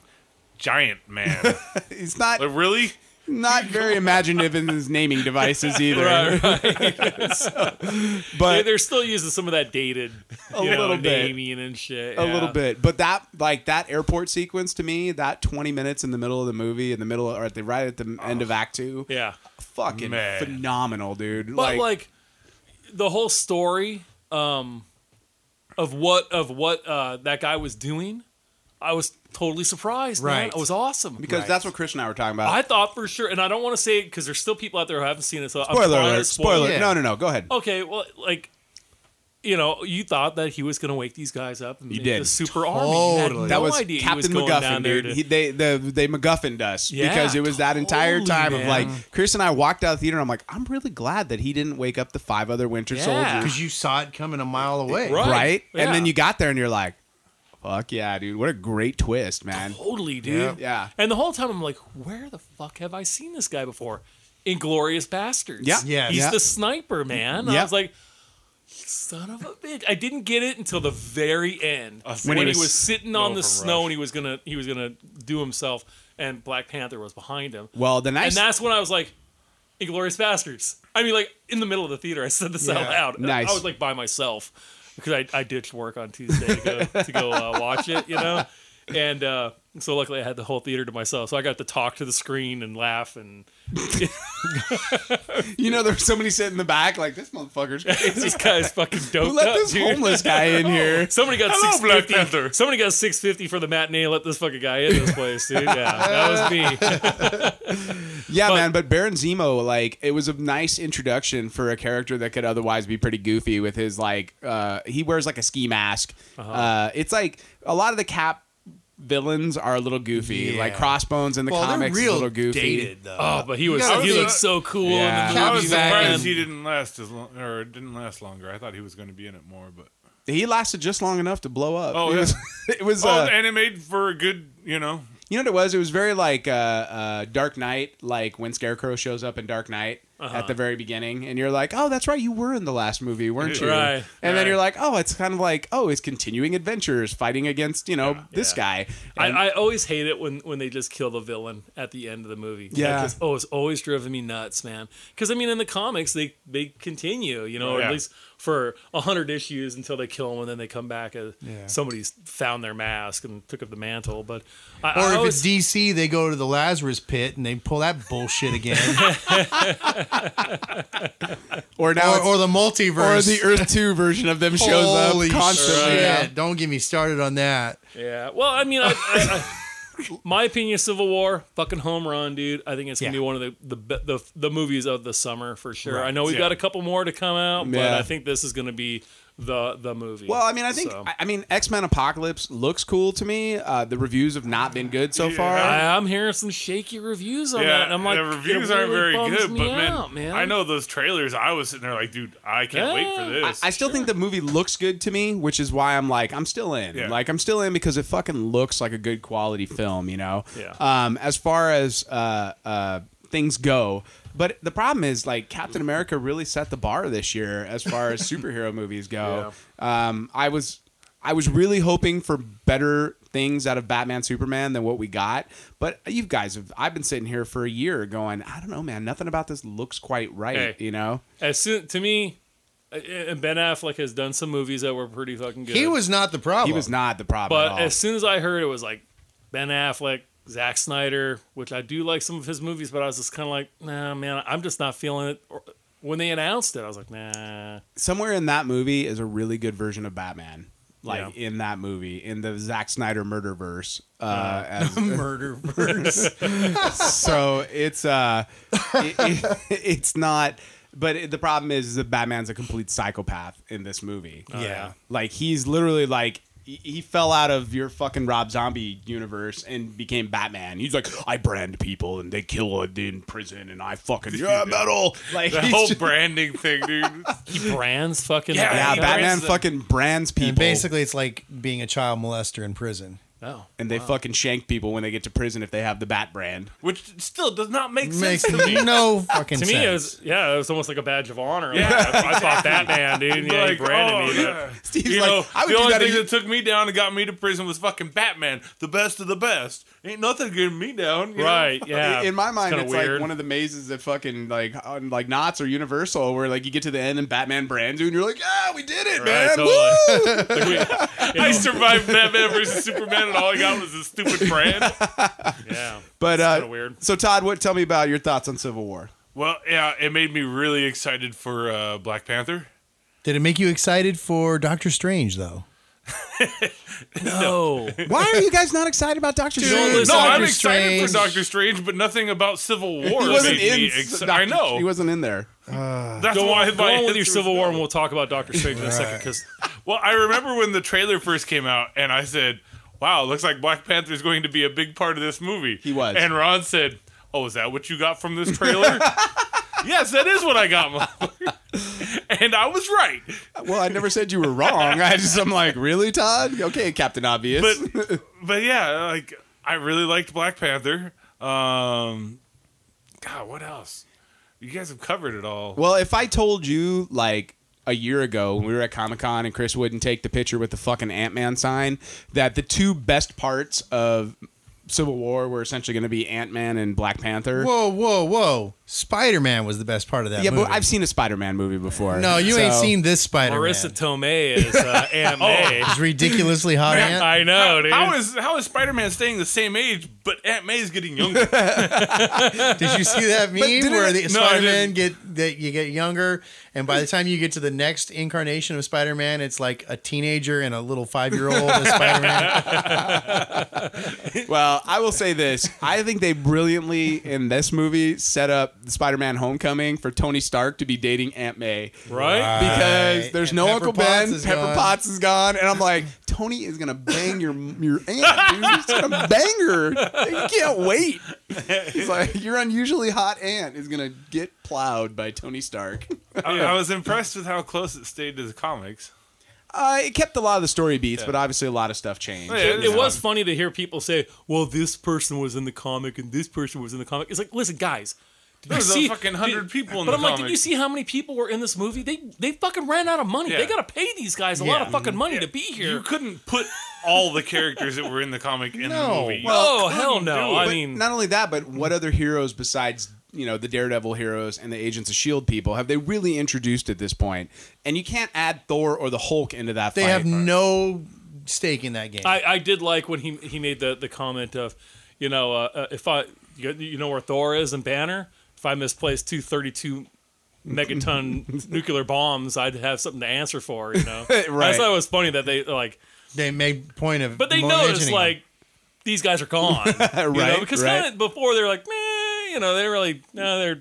Speaker 5: Giant Man. like,
Speaker 2: He's not
Speaker 5: Oh, really?
Speaker 2: not very imaginative in his naming devices either.
Speaker 4: right, right.
Speaker 2: But
Speaker 4: They- They're still using some of that dated,
Speaker 2: A
Speaker 4: you know,
Speaker 2: little bit.
Speaker 4: naming and shit.
Speaker 2: a
Speaker 4: yeah.
Speaker 2: little bit. But that like that airport sequence to me, that twenty minutes in the middle of the movie, in the middle or at the right at the end of Act Two,
Speaker 4: Yeah,
Speaker 2: fucking
Speaker 5: Man.
Speaker 2: phenomenal, dude.
Speaker 4: but like, the whole story um, of what of what uh, that guy was doing, I was totally surprised. man.
Speaker 3: Right.
Speaker 4: it was awesome
Speaker 2: because that's what Chris and I were talking about.
Speaker 4: I thought for sure, and I don't want to say it because there's still people out there who haven't seen it. So I'm
Speaker 2: spoiler
Speaker 4: trying to
Speaker 2: alert!
Speaker 4: spoil
Speaker 2: Spoiler!
Speaker 4: it.
Speaker 3: Yeah.
Speaker 2: No, no, no. Go ahead.
Speaker 4: Okay, well, like, you know, you thought that he was going to wake these guys up. And
Speaker 2: You
Speaker 4: make
Speaker 2: did.
Speaker 4: The super army. You had
Speaker 3: Totally.
Speaker 4: no
Speaker 2: that was
Speaker 4: idea he
Speaker 2: Captain
Speaker 4: was going
Speaker 2: MacGuffin,
Speaker 4: down there
Speaker 2: dude.
Speaker 4: to-
Speaker 2: He, they the, they MacGuffined us
Speaker 4: Yeah,
Speaker 2: because it was that entire
Speaker 4: totally,
Speaker 2: time of
Speaker 4: man.
Speaker 2: like Chris and I walked out of the theater. and I'm like, I'm really glad that he didn't wake up the five other Winter
Speaker 4: Yeah.
Speaker 2: Soldiers,
Speaker 3: Because you saw it coming a mile away.
Speaker 4: Right.
Speaker 2: right?
Speaker 4: Yeah.
Speaker 2: And then you got there and you're like, fuck yeah, dude! What a great twist, man!
Speaker 4: totally, dude.
Speaker 2: Yeah.
Speaker 4: And the whole time I'm like, where the fuck have I seen this guy before? Inglorious Bastards.
Speaker 2: Yeah.
Speaker 3: Yeah.
Speaker 4: He's
Speaker 2: Yeah.
Speaker 4: the sniper, man.
Speaker 2: Yeah.
Speaker 4: I was like, son of a bitch. I didn't get it until the very end.
Speaker 2: When
Speaker 4: when
Speaker 2: he
Speaker 4: he
Speaker 2: was-
Speaker 4: was, sitting on
Speaker 5: No,
Speaker 4: the
Speaker 5: for
Speaker 4: snow
Speaker 5: Rush.
Speaker 4: and he was gonna he was gonna do himself and Black Panther was behind him.
Speaker 2: Well, the
Speaker 4: and
Speaker 2: nice,
Speaker 4: that's when I was like, Inglorious Bastards. I mean, like in the middle of the theater, I said this
Speaker 3: Yeah.
Speaker 4: out loud. And
Speaker 2: Nice.
Speaker 4: I was like by myself because I, I ditched work on Tuesday to go, to go uh, watch it, you know? And uh, so luckily I had the whole theater to myself. So I got to talk to the screen and laugh. And
Speaker 2: you know, there was somebody sitting in the back like this motherfucker's.
Speaker 4: this guy's fucking dope.
Speaker 2: Who let
Speaker 4: up,
Speaker 2: this
Speaker 4: dude.
Speaker 2: homeless guy in here?
Speaker 4: Somebody got
Speaker 5: Hello,
Speaker 4: six
Speaker 5: Black
Speaker 4: fifty.
Speaker 5: Panther.
Speaker 4: Somebody got six fifty for the matinee. and Let this fucking guy in this place, dude. Yeah, that was me.
Speaker 2: Yeah, man. But Baron Zemo, like, it was a nice introduction for a character that could otherwise be pretty goofy. With his like, uh, he wears like a ski mask. uh
Speaker 5: Uh-huh.
Speaker 2: it's like a lot of the Cap villains are a little goofy.
Speaker 3: Yeah.
Speaker 2: Like Crossbones in the
Speaker 3: well, they're
Speaker 2: comics, is a
Speaker 3: real
Speaker 2: little goofy.
Speaker 3: dated though.
Speaker 4: Oh, but he was
Speaker 3: gotta
Speaker 4: he
Speaker 3: be-
Speaker 4: looked so cool.
Speaker 2: Yeah.
Speaker 4: In the
Speaker 5: I was
Speaker 4: movie, man.
Speaker 5: surprised he didn't last as long, or didn't last longer. I thought he was going to be in it more, but
Speaker 2: He lasted just long enough to blow up.
Speaker 5: Oh,
Speaker 2: it
Speaker 5: yeah.
Speaker 2: was. It was.
Speaker 5: oh,
Speaker 2: uh,
Speaker 5: and it made for a good, you know,
Speaker 2: You know what it was? It was very like uh, uh, Dark Knight, like when Scarecrow shows up in Dark Knight
Speaker 4: Uh-huh.
Speaker 2: at the very beginning, and you're like, "Oh, that's right, you were in the last movie, weren't you?"
Speaker 4: Right,
Speaker 2: And then
Speaker 4: right.
Speaker 2: you're like, "Oh, it's kind of like, oh, it's continuing adventures, fighting against you know this guy." And-
Speaker 4: I, I always hate it when, when they just kill the villain at the end of the movie. That
Speaker 2: Yeah.
Speaker 4: just- oh, it's always driven me nuts, man. Because I mean, in the comics, they they continue, you know, or
Speaker 5: Yeah.
Speaker 4: at least for hundred issues until they kill him, and then they come back. As somebody's found their mask and took up the mantle. But I, I
Speaker 3: or if it's
Speaker 4: always-
Speaker 3: DC, they go to the Lazarus Pit and they pull that bullshit again,
Speaker 2: or now,
Speaker 3: or,
Speaker 2: it's- or,
Speaker 3: or the multiverse.
Speaker 2: the Earth Two version of them shows
Speaker 3: Holy
Speaker 2: up constantly.
Speaker 3: shit.
Speaker 2: Yeah.
Speaker 3: Don't get me started on that.
Speaker 4: yeah. Well, I mean, I, I, I, my opinion, Civil War, fucking home run, dude. I think it's gonna
Speaker 3: Yeah.
Speaker 4: be one of the the, be- the the movies of the summer for sure. I
Speaker 5: Right,
Speaker 4: know we've
Speaker 5: yeah.
Speaker 4: got a couple more to come out, but
Speaker 2: Yeah.
Speaker 4: I think this is gonna be. The, the movie.
Speaker 2: Well, I mean, I think
Speaker 4: So.
Speaker 2: I, I mean X Men Apocalypse looks cool to me. Uh, the reviews have not been good so
Speaker 5: Yeah.
Speaker 2: far.
Speaker 4: I, I'm hearing some shaky reviews on
Speaker 5: yeah.
Speaker 4: that. And I'm like,
Speaker 5: the
Speaker 4: it
Speaker 5: reviews
Speaker 4: really
Speaker 5: aren't very
Speaker 4: bums
Speaker 5: good,
Speaker 4: me
Speaker 5: but man,
Speaker 4: out, man,
Speaker 5: I know those trailers. I was sitting there like, dude, I can't wait for
Speaker 4: Yeah.
Speaker 5: this.
Speaker 2: I still think the movie looks good to me, which is why I'm like, I'm still in.
Speaker 5: Yeah.
Speaker 2: Like, I'm still in because it fucking looks like a good quality film, you know?
Speaker 4: Yeah.
Speaker 2: Um, as far as uh, uh, things go. But the problem is, like, Captain America really set the bar this year as far as superhero movies go. Um, I was. I was really hoping for better things out of Batman Superman than what we got. But you guys have I've been sitting here for a year going, I don't know, man, nothing about this looks quite right,
Speaker 4: Hey.
Speaker 2: you know?
Speaker 4: As soon to me, uh, and Ben Affleck has done some movies that were pretty fucking good.
Speaker 3: He was not the problem.
Speaker 2: He was not the problem. at
Speaker 4: but
Speaker 2: all.
Speaker 4: as soon as I heard it was like Ben Affleck, Zack Snyder, which I do like some of his movies, but I was just kind of like, nah, man, I'm just not feeling it. Or, when they announced it, I was like, nah.
Speaker 2: somewhere in that movie is a really good version of Batman. Like in that movie, in the Zack Snyder murder verse. Uh, as-
Speaker 3: murder verse.
Speaker 2: so it's uh, it, it- it's not. But it, the problem is that Batman's a complete psychopath in this movie.
Speaker 3: yeah.
Speaker 2: Like he's literally like he- he fell out of your fucking Rob Zombie universe and became Batman. He's like, I brand people and they kill it in prison and I fucking yeah metal. Like
Speaker 5: the
Speaker 2: he's
Speaker 5: whole
Speaker 2: just-
Speaker 5: branding thing, dude.
Speaker 4: He brands fucking.
Speaker 5: Yeah,
Speaker 2: yeah,
Speaker 5: he
Speaker 2: Batman
Speaker 5: brands them.
Speaker 2: fucking brands people.
Speaker 3: And basically, it's like being a child molester in prison.
Speaker 4: No.
Speaker 2: and they fucking shank people when they get to prison if they have the bat brand.
Speaker 5: Which still does not make
Speaker 3: Makes
Speaker 5: sense to me.
Speaker 3: no fucking
Speaker 4: To
Speaker 3: sense.
Speaker 4: me, it was yeah, it was almost like a badge of honor. Like,
Speaker 5: Yeah,
Speaker 4: I fought Batman, dude. Yeah, he
Speaker 5: like,
Speaker 4: branded
Speaker 5: oh,
Speaker 4: me. but-
Speaker 5: yeah.
Speaker 2: Steve's
Speaker 5: you
Speaker 2: like,
Speaker 5: know,
Speaker 2: I would
Speaker 5: the
Speaker 2: do
Speaker 5: only
Speaker 2: that
Speaker 5: thing
Speaker 2: if you-
Speaker 5: that took me down and got me to prison was fucking Batman, the best of the best. Ain't nothing getting me down, you know?
Speaker 4: Right. Yeah.
Speaker 2: In my mind,
Speaker 4: kinda
Speaker 2: it's like
Speaker 4: weird.
Speaker 2: one of the mazes that fucking like on, like knots or Universal, where like you get to the end and Batman brands you, and you're like, ah, we did it, man.
Speaker 4: Right,
Speaker 2: Woo!
Speaker 4: totally. Like we-
Speaker 5: I survived Batman versus Superman, and all I got was this stupid brand.
Speaker 4: yeah.
Speaker 2: But uh,
Speaker 4: kinda weird.
Speaker 2: so Todd, what? Tell me about your thoughts on Civil War.
Speaker 5: Well, yeah, it made me really excited for uh, Black Panther.
Speaker 3: Did it make you excited for Doctor Strange though?
Speaker 4: No.
Speaker 2: Why are you guys not excited about Doctor
Speaker 4: Strange?
Speaker 2: Strange?
Speaker 4: listen,
Speaker 5: no, I'm
Speaker 3: Doctor
Speaker 5: excited for
Speaker 3: Strange.
Speaker 5: Doctor Strange, but nothing about Civil War
Speaker 2: he wasn't
Speaker 5: made me
Speaker 2: in.
Speaker 5: excited.
Speaker 2: Doctor-
Speaker 5: I know.
Speaker 2: he wasn't in there.
Speaker 5: That's
Speaker 4: Go
Speaker 5: why
Speaker 4: on, go
Speaker 5: my
Speaker 4: on with
Speaker 5: answer
Speaker 4: your
Speaker 5: was
Speaker 4: Civil War,
Speaker 5: no.
Speaker 4: and we'll talk about Doctor Strange in a second. Because
Speaker 5: Well, I remember when the trailer first came out, and I said, "Wow, looks like Black Panther is going to be a big part of this movie."
Speaker 2: He was.
Speaker 5: and Ron said, "Oh, is that what you got from this trailer?" yes, that is what I got, motherfucker. and I was right.
Speaker 2: Well, I never said you were wrong. I just I'm like, really, Todd? Okay, Captain Obvious.
Speaker 5: But but yeah, like I really liked Black Panther. Um, God, what else? You guys have covered it all.
Speaker 2: Well, if I told you like a year ago when we were at Comic Con and Chris wouldn't take the picture with the fucking Ant Man sign, that the two best parts of Civil War were essentially going to be Ant Man and Black Panther.
Speaker 3: Whoa, whoa, whoa! Spider Man was the best part of that.
Speaker 2: yeah,
Speaker 3: movie.
Speaker 2: but I've seen a Spider Man movie before.
Speaker 3: No, you ain't
Speaker 2: so-
Speaker 3: seen this Spider Man.
Speaker 4: Marissa Tomei is uh, Aunt May.
Speaker 3: It's ridiculously hot ant.
Speaker 4: I know, dude.
Speaker 5: How is how is Spider Man staying the same age, but Aunt May's getting younger?
Speaker 3: Did you see that meme
Speaker 2: didn't
Speaker 3: where
Speaker 2: it-
Speaker 3: the
Speaker 5: No, I
Speaker 3: Spider-Man get that you get younger, and by the time you get to the next incarnation of Spider-Man, it's like a teenager and a little five-year-old as Spider-Man.
Speaker 2: Well, I will say this. I think they brilliantly in this movie set up Spider-Man: Homecoming for Tony Stark to be dating Aunt May.
Speaker 4: right?
Speaker 2: Because
Speaker 3: Right.
Speaker 2: there's
Speaker 3: And
Speaker 2: no
Speaker 3: Pepper
Speaker 2: Uncle
Speaker 3: Potts
Speaker 2: Ben,
Speaker 3: is
Speaker 2: Pepper
Speaker 3: gone.
Speaker 2: Potts is gone, and I'm like, Tony is gonna bang your your aunt, dude. He's gonna bang her. You can't wait. He's like, your unusually hot aunt is gonna get plowed by Tony Stark.
Speaker 5: I, I was impressed with how close it stayed to the comics.
Speaker 2: Uh, it kept a lot of the story beats, but obviously a lot of stuff changed.
Speaker 5: Oh, yeah,
Speaker 4: It,
Speaker 5: is
Speaker 4: it was
Speaker 5: fun.
Speaker 4: funny to hear people say, "Well, this person was in the comic and this person was in the comic." It's like, listen, guys, did
Speaker 5: There's
Speaker 4: you
Speaker 5: a
Speaker 4: see
Speaker 5: fucking
Speaker 4: did-
Speaker 5: hundred people in
Speaker 4: But
Speaker 5: the
Speaker 4: I'm like,
Speaker 5: comic.
Speaker 4: did you see how many people were in this movie? They they fucking ran out of money.
Speaker 5: Yeah.
Speaker 4: They got to pay these guys a lot
Speaker 3: Yeah.
Speaker 4: of fucking money to be here.
Speaker 5: You couldn't put all the characters that were in the comic in the
Speaker 3: No.
Speaker 5: movie.
Speaker 4: oh hell no!
Speaker 5: do it.
Speaker 4: I
Speaker 2: But
Speaker 4: mean,
Speaker 2: not only that, but what other heroes besides you know the Daredevil heroes and the Agents of Shield E people have they really introduced at this point? And you can't add Thor or the Hulk into that.
Speaker 3: They
Speaker 2: fight.
Speaker 3: have no stake in that game.
Speaker 4: I, I did like when he he made the, the comment of, you know, uh, uh, if I you, you know where Thor is and Banner, if I misplaced two thirty two megaton nuclear bombs, I'd have something to answer for. You know, I
Speaker 2: Right.
Speaker 4: just thought it was funny that they like,
Speaker 3: they made point of,
Speaker 4: but they noticed like these guys are gone, right?
Speaker 2: Right,
Speaker 4: Because
Speaker 2: right.
Speaker 4: kind of before they're like, meh, you know, they really no, they're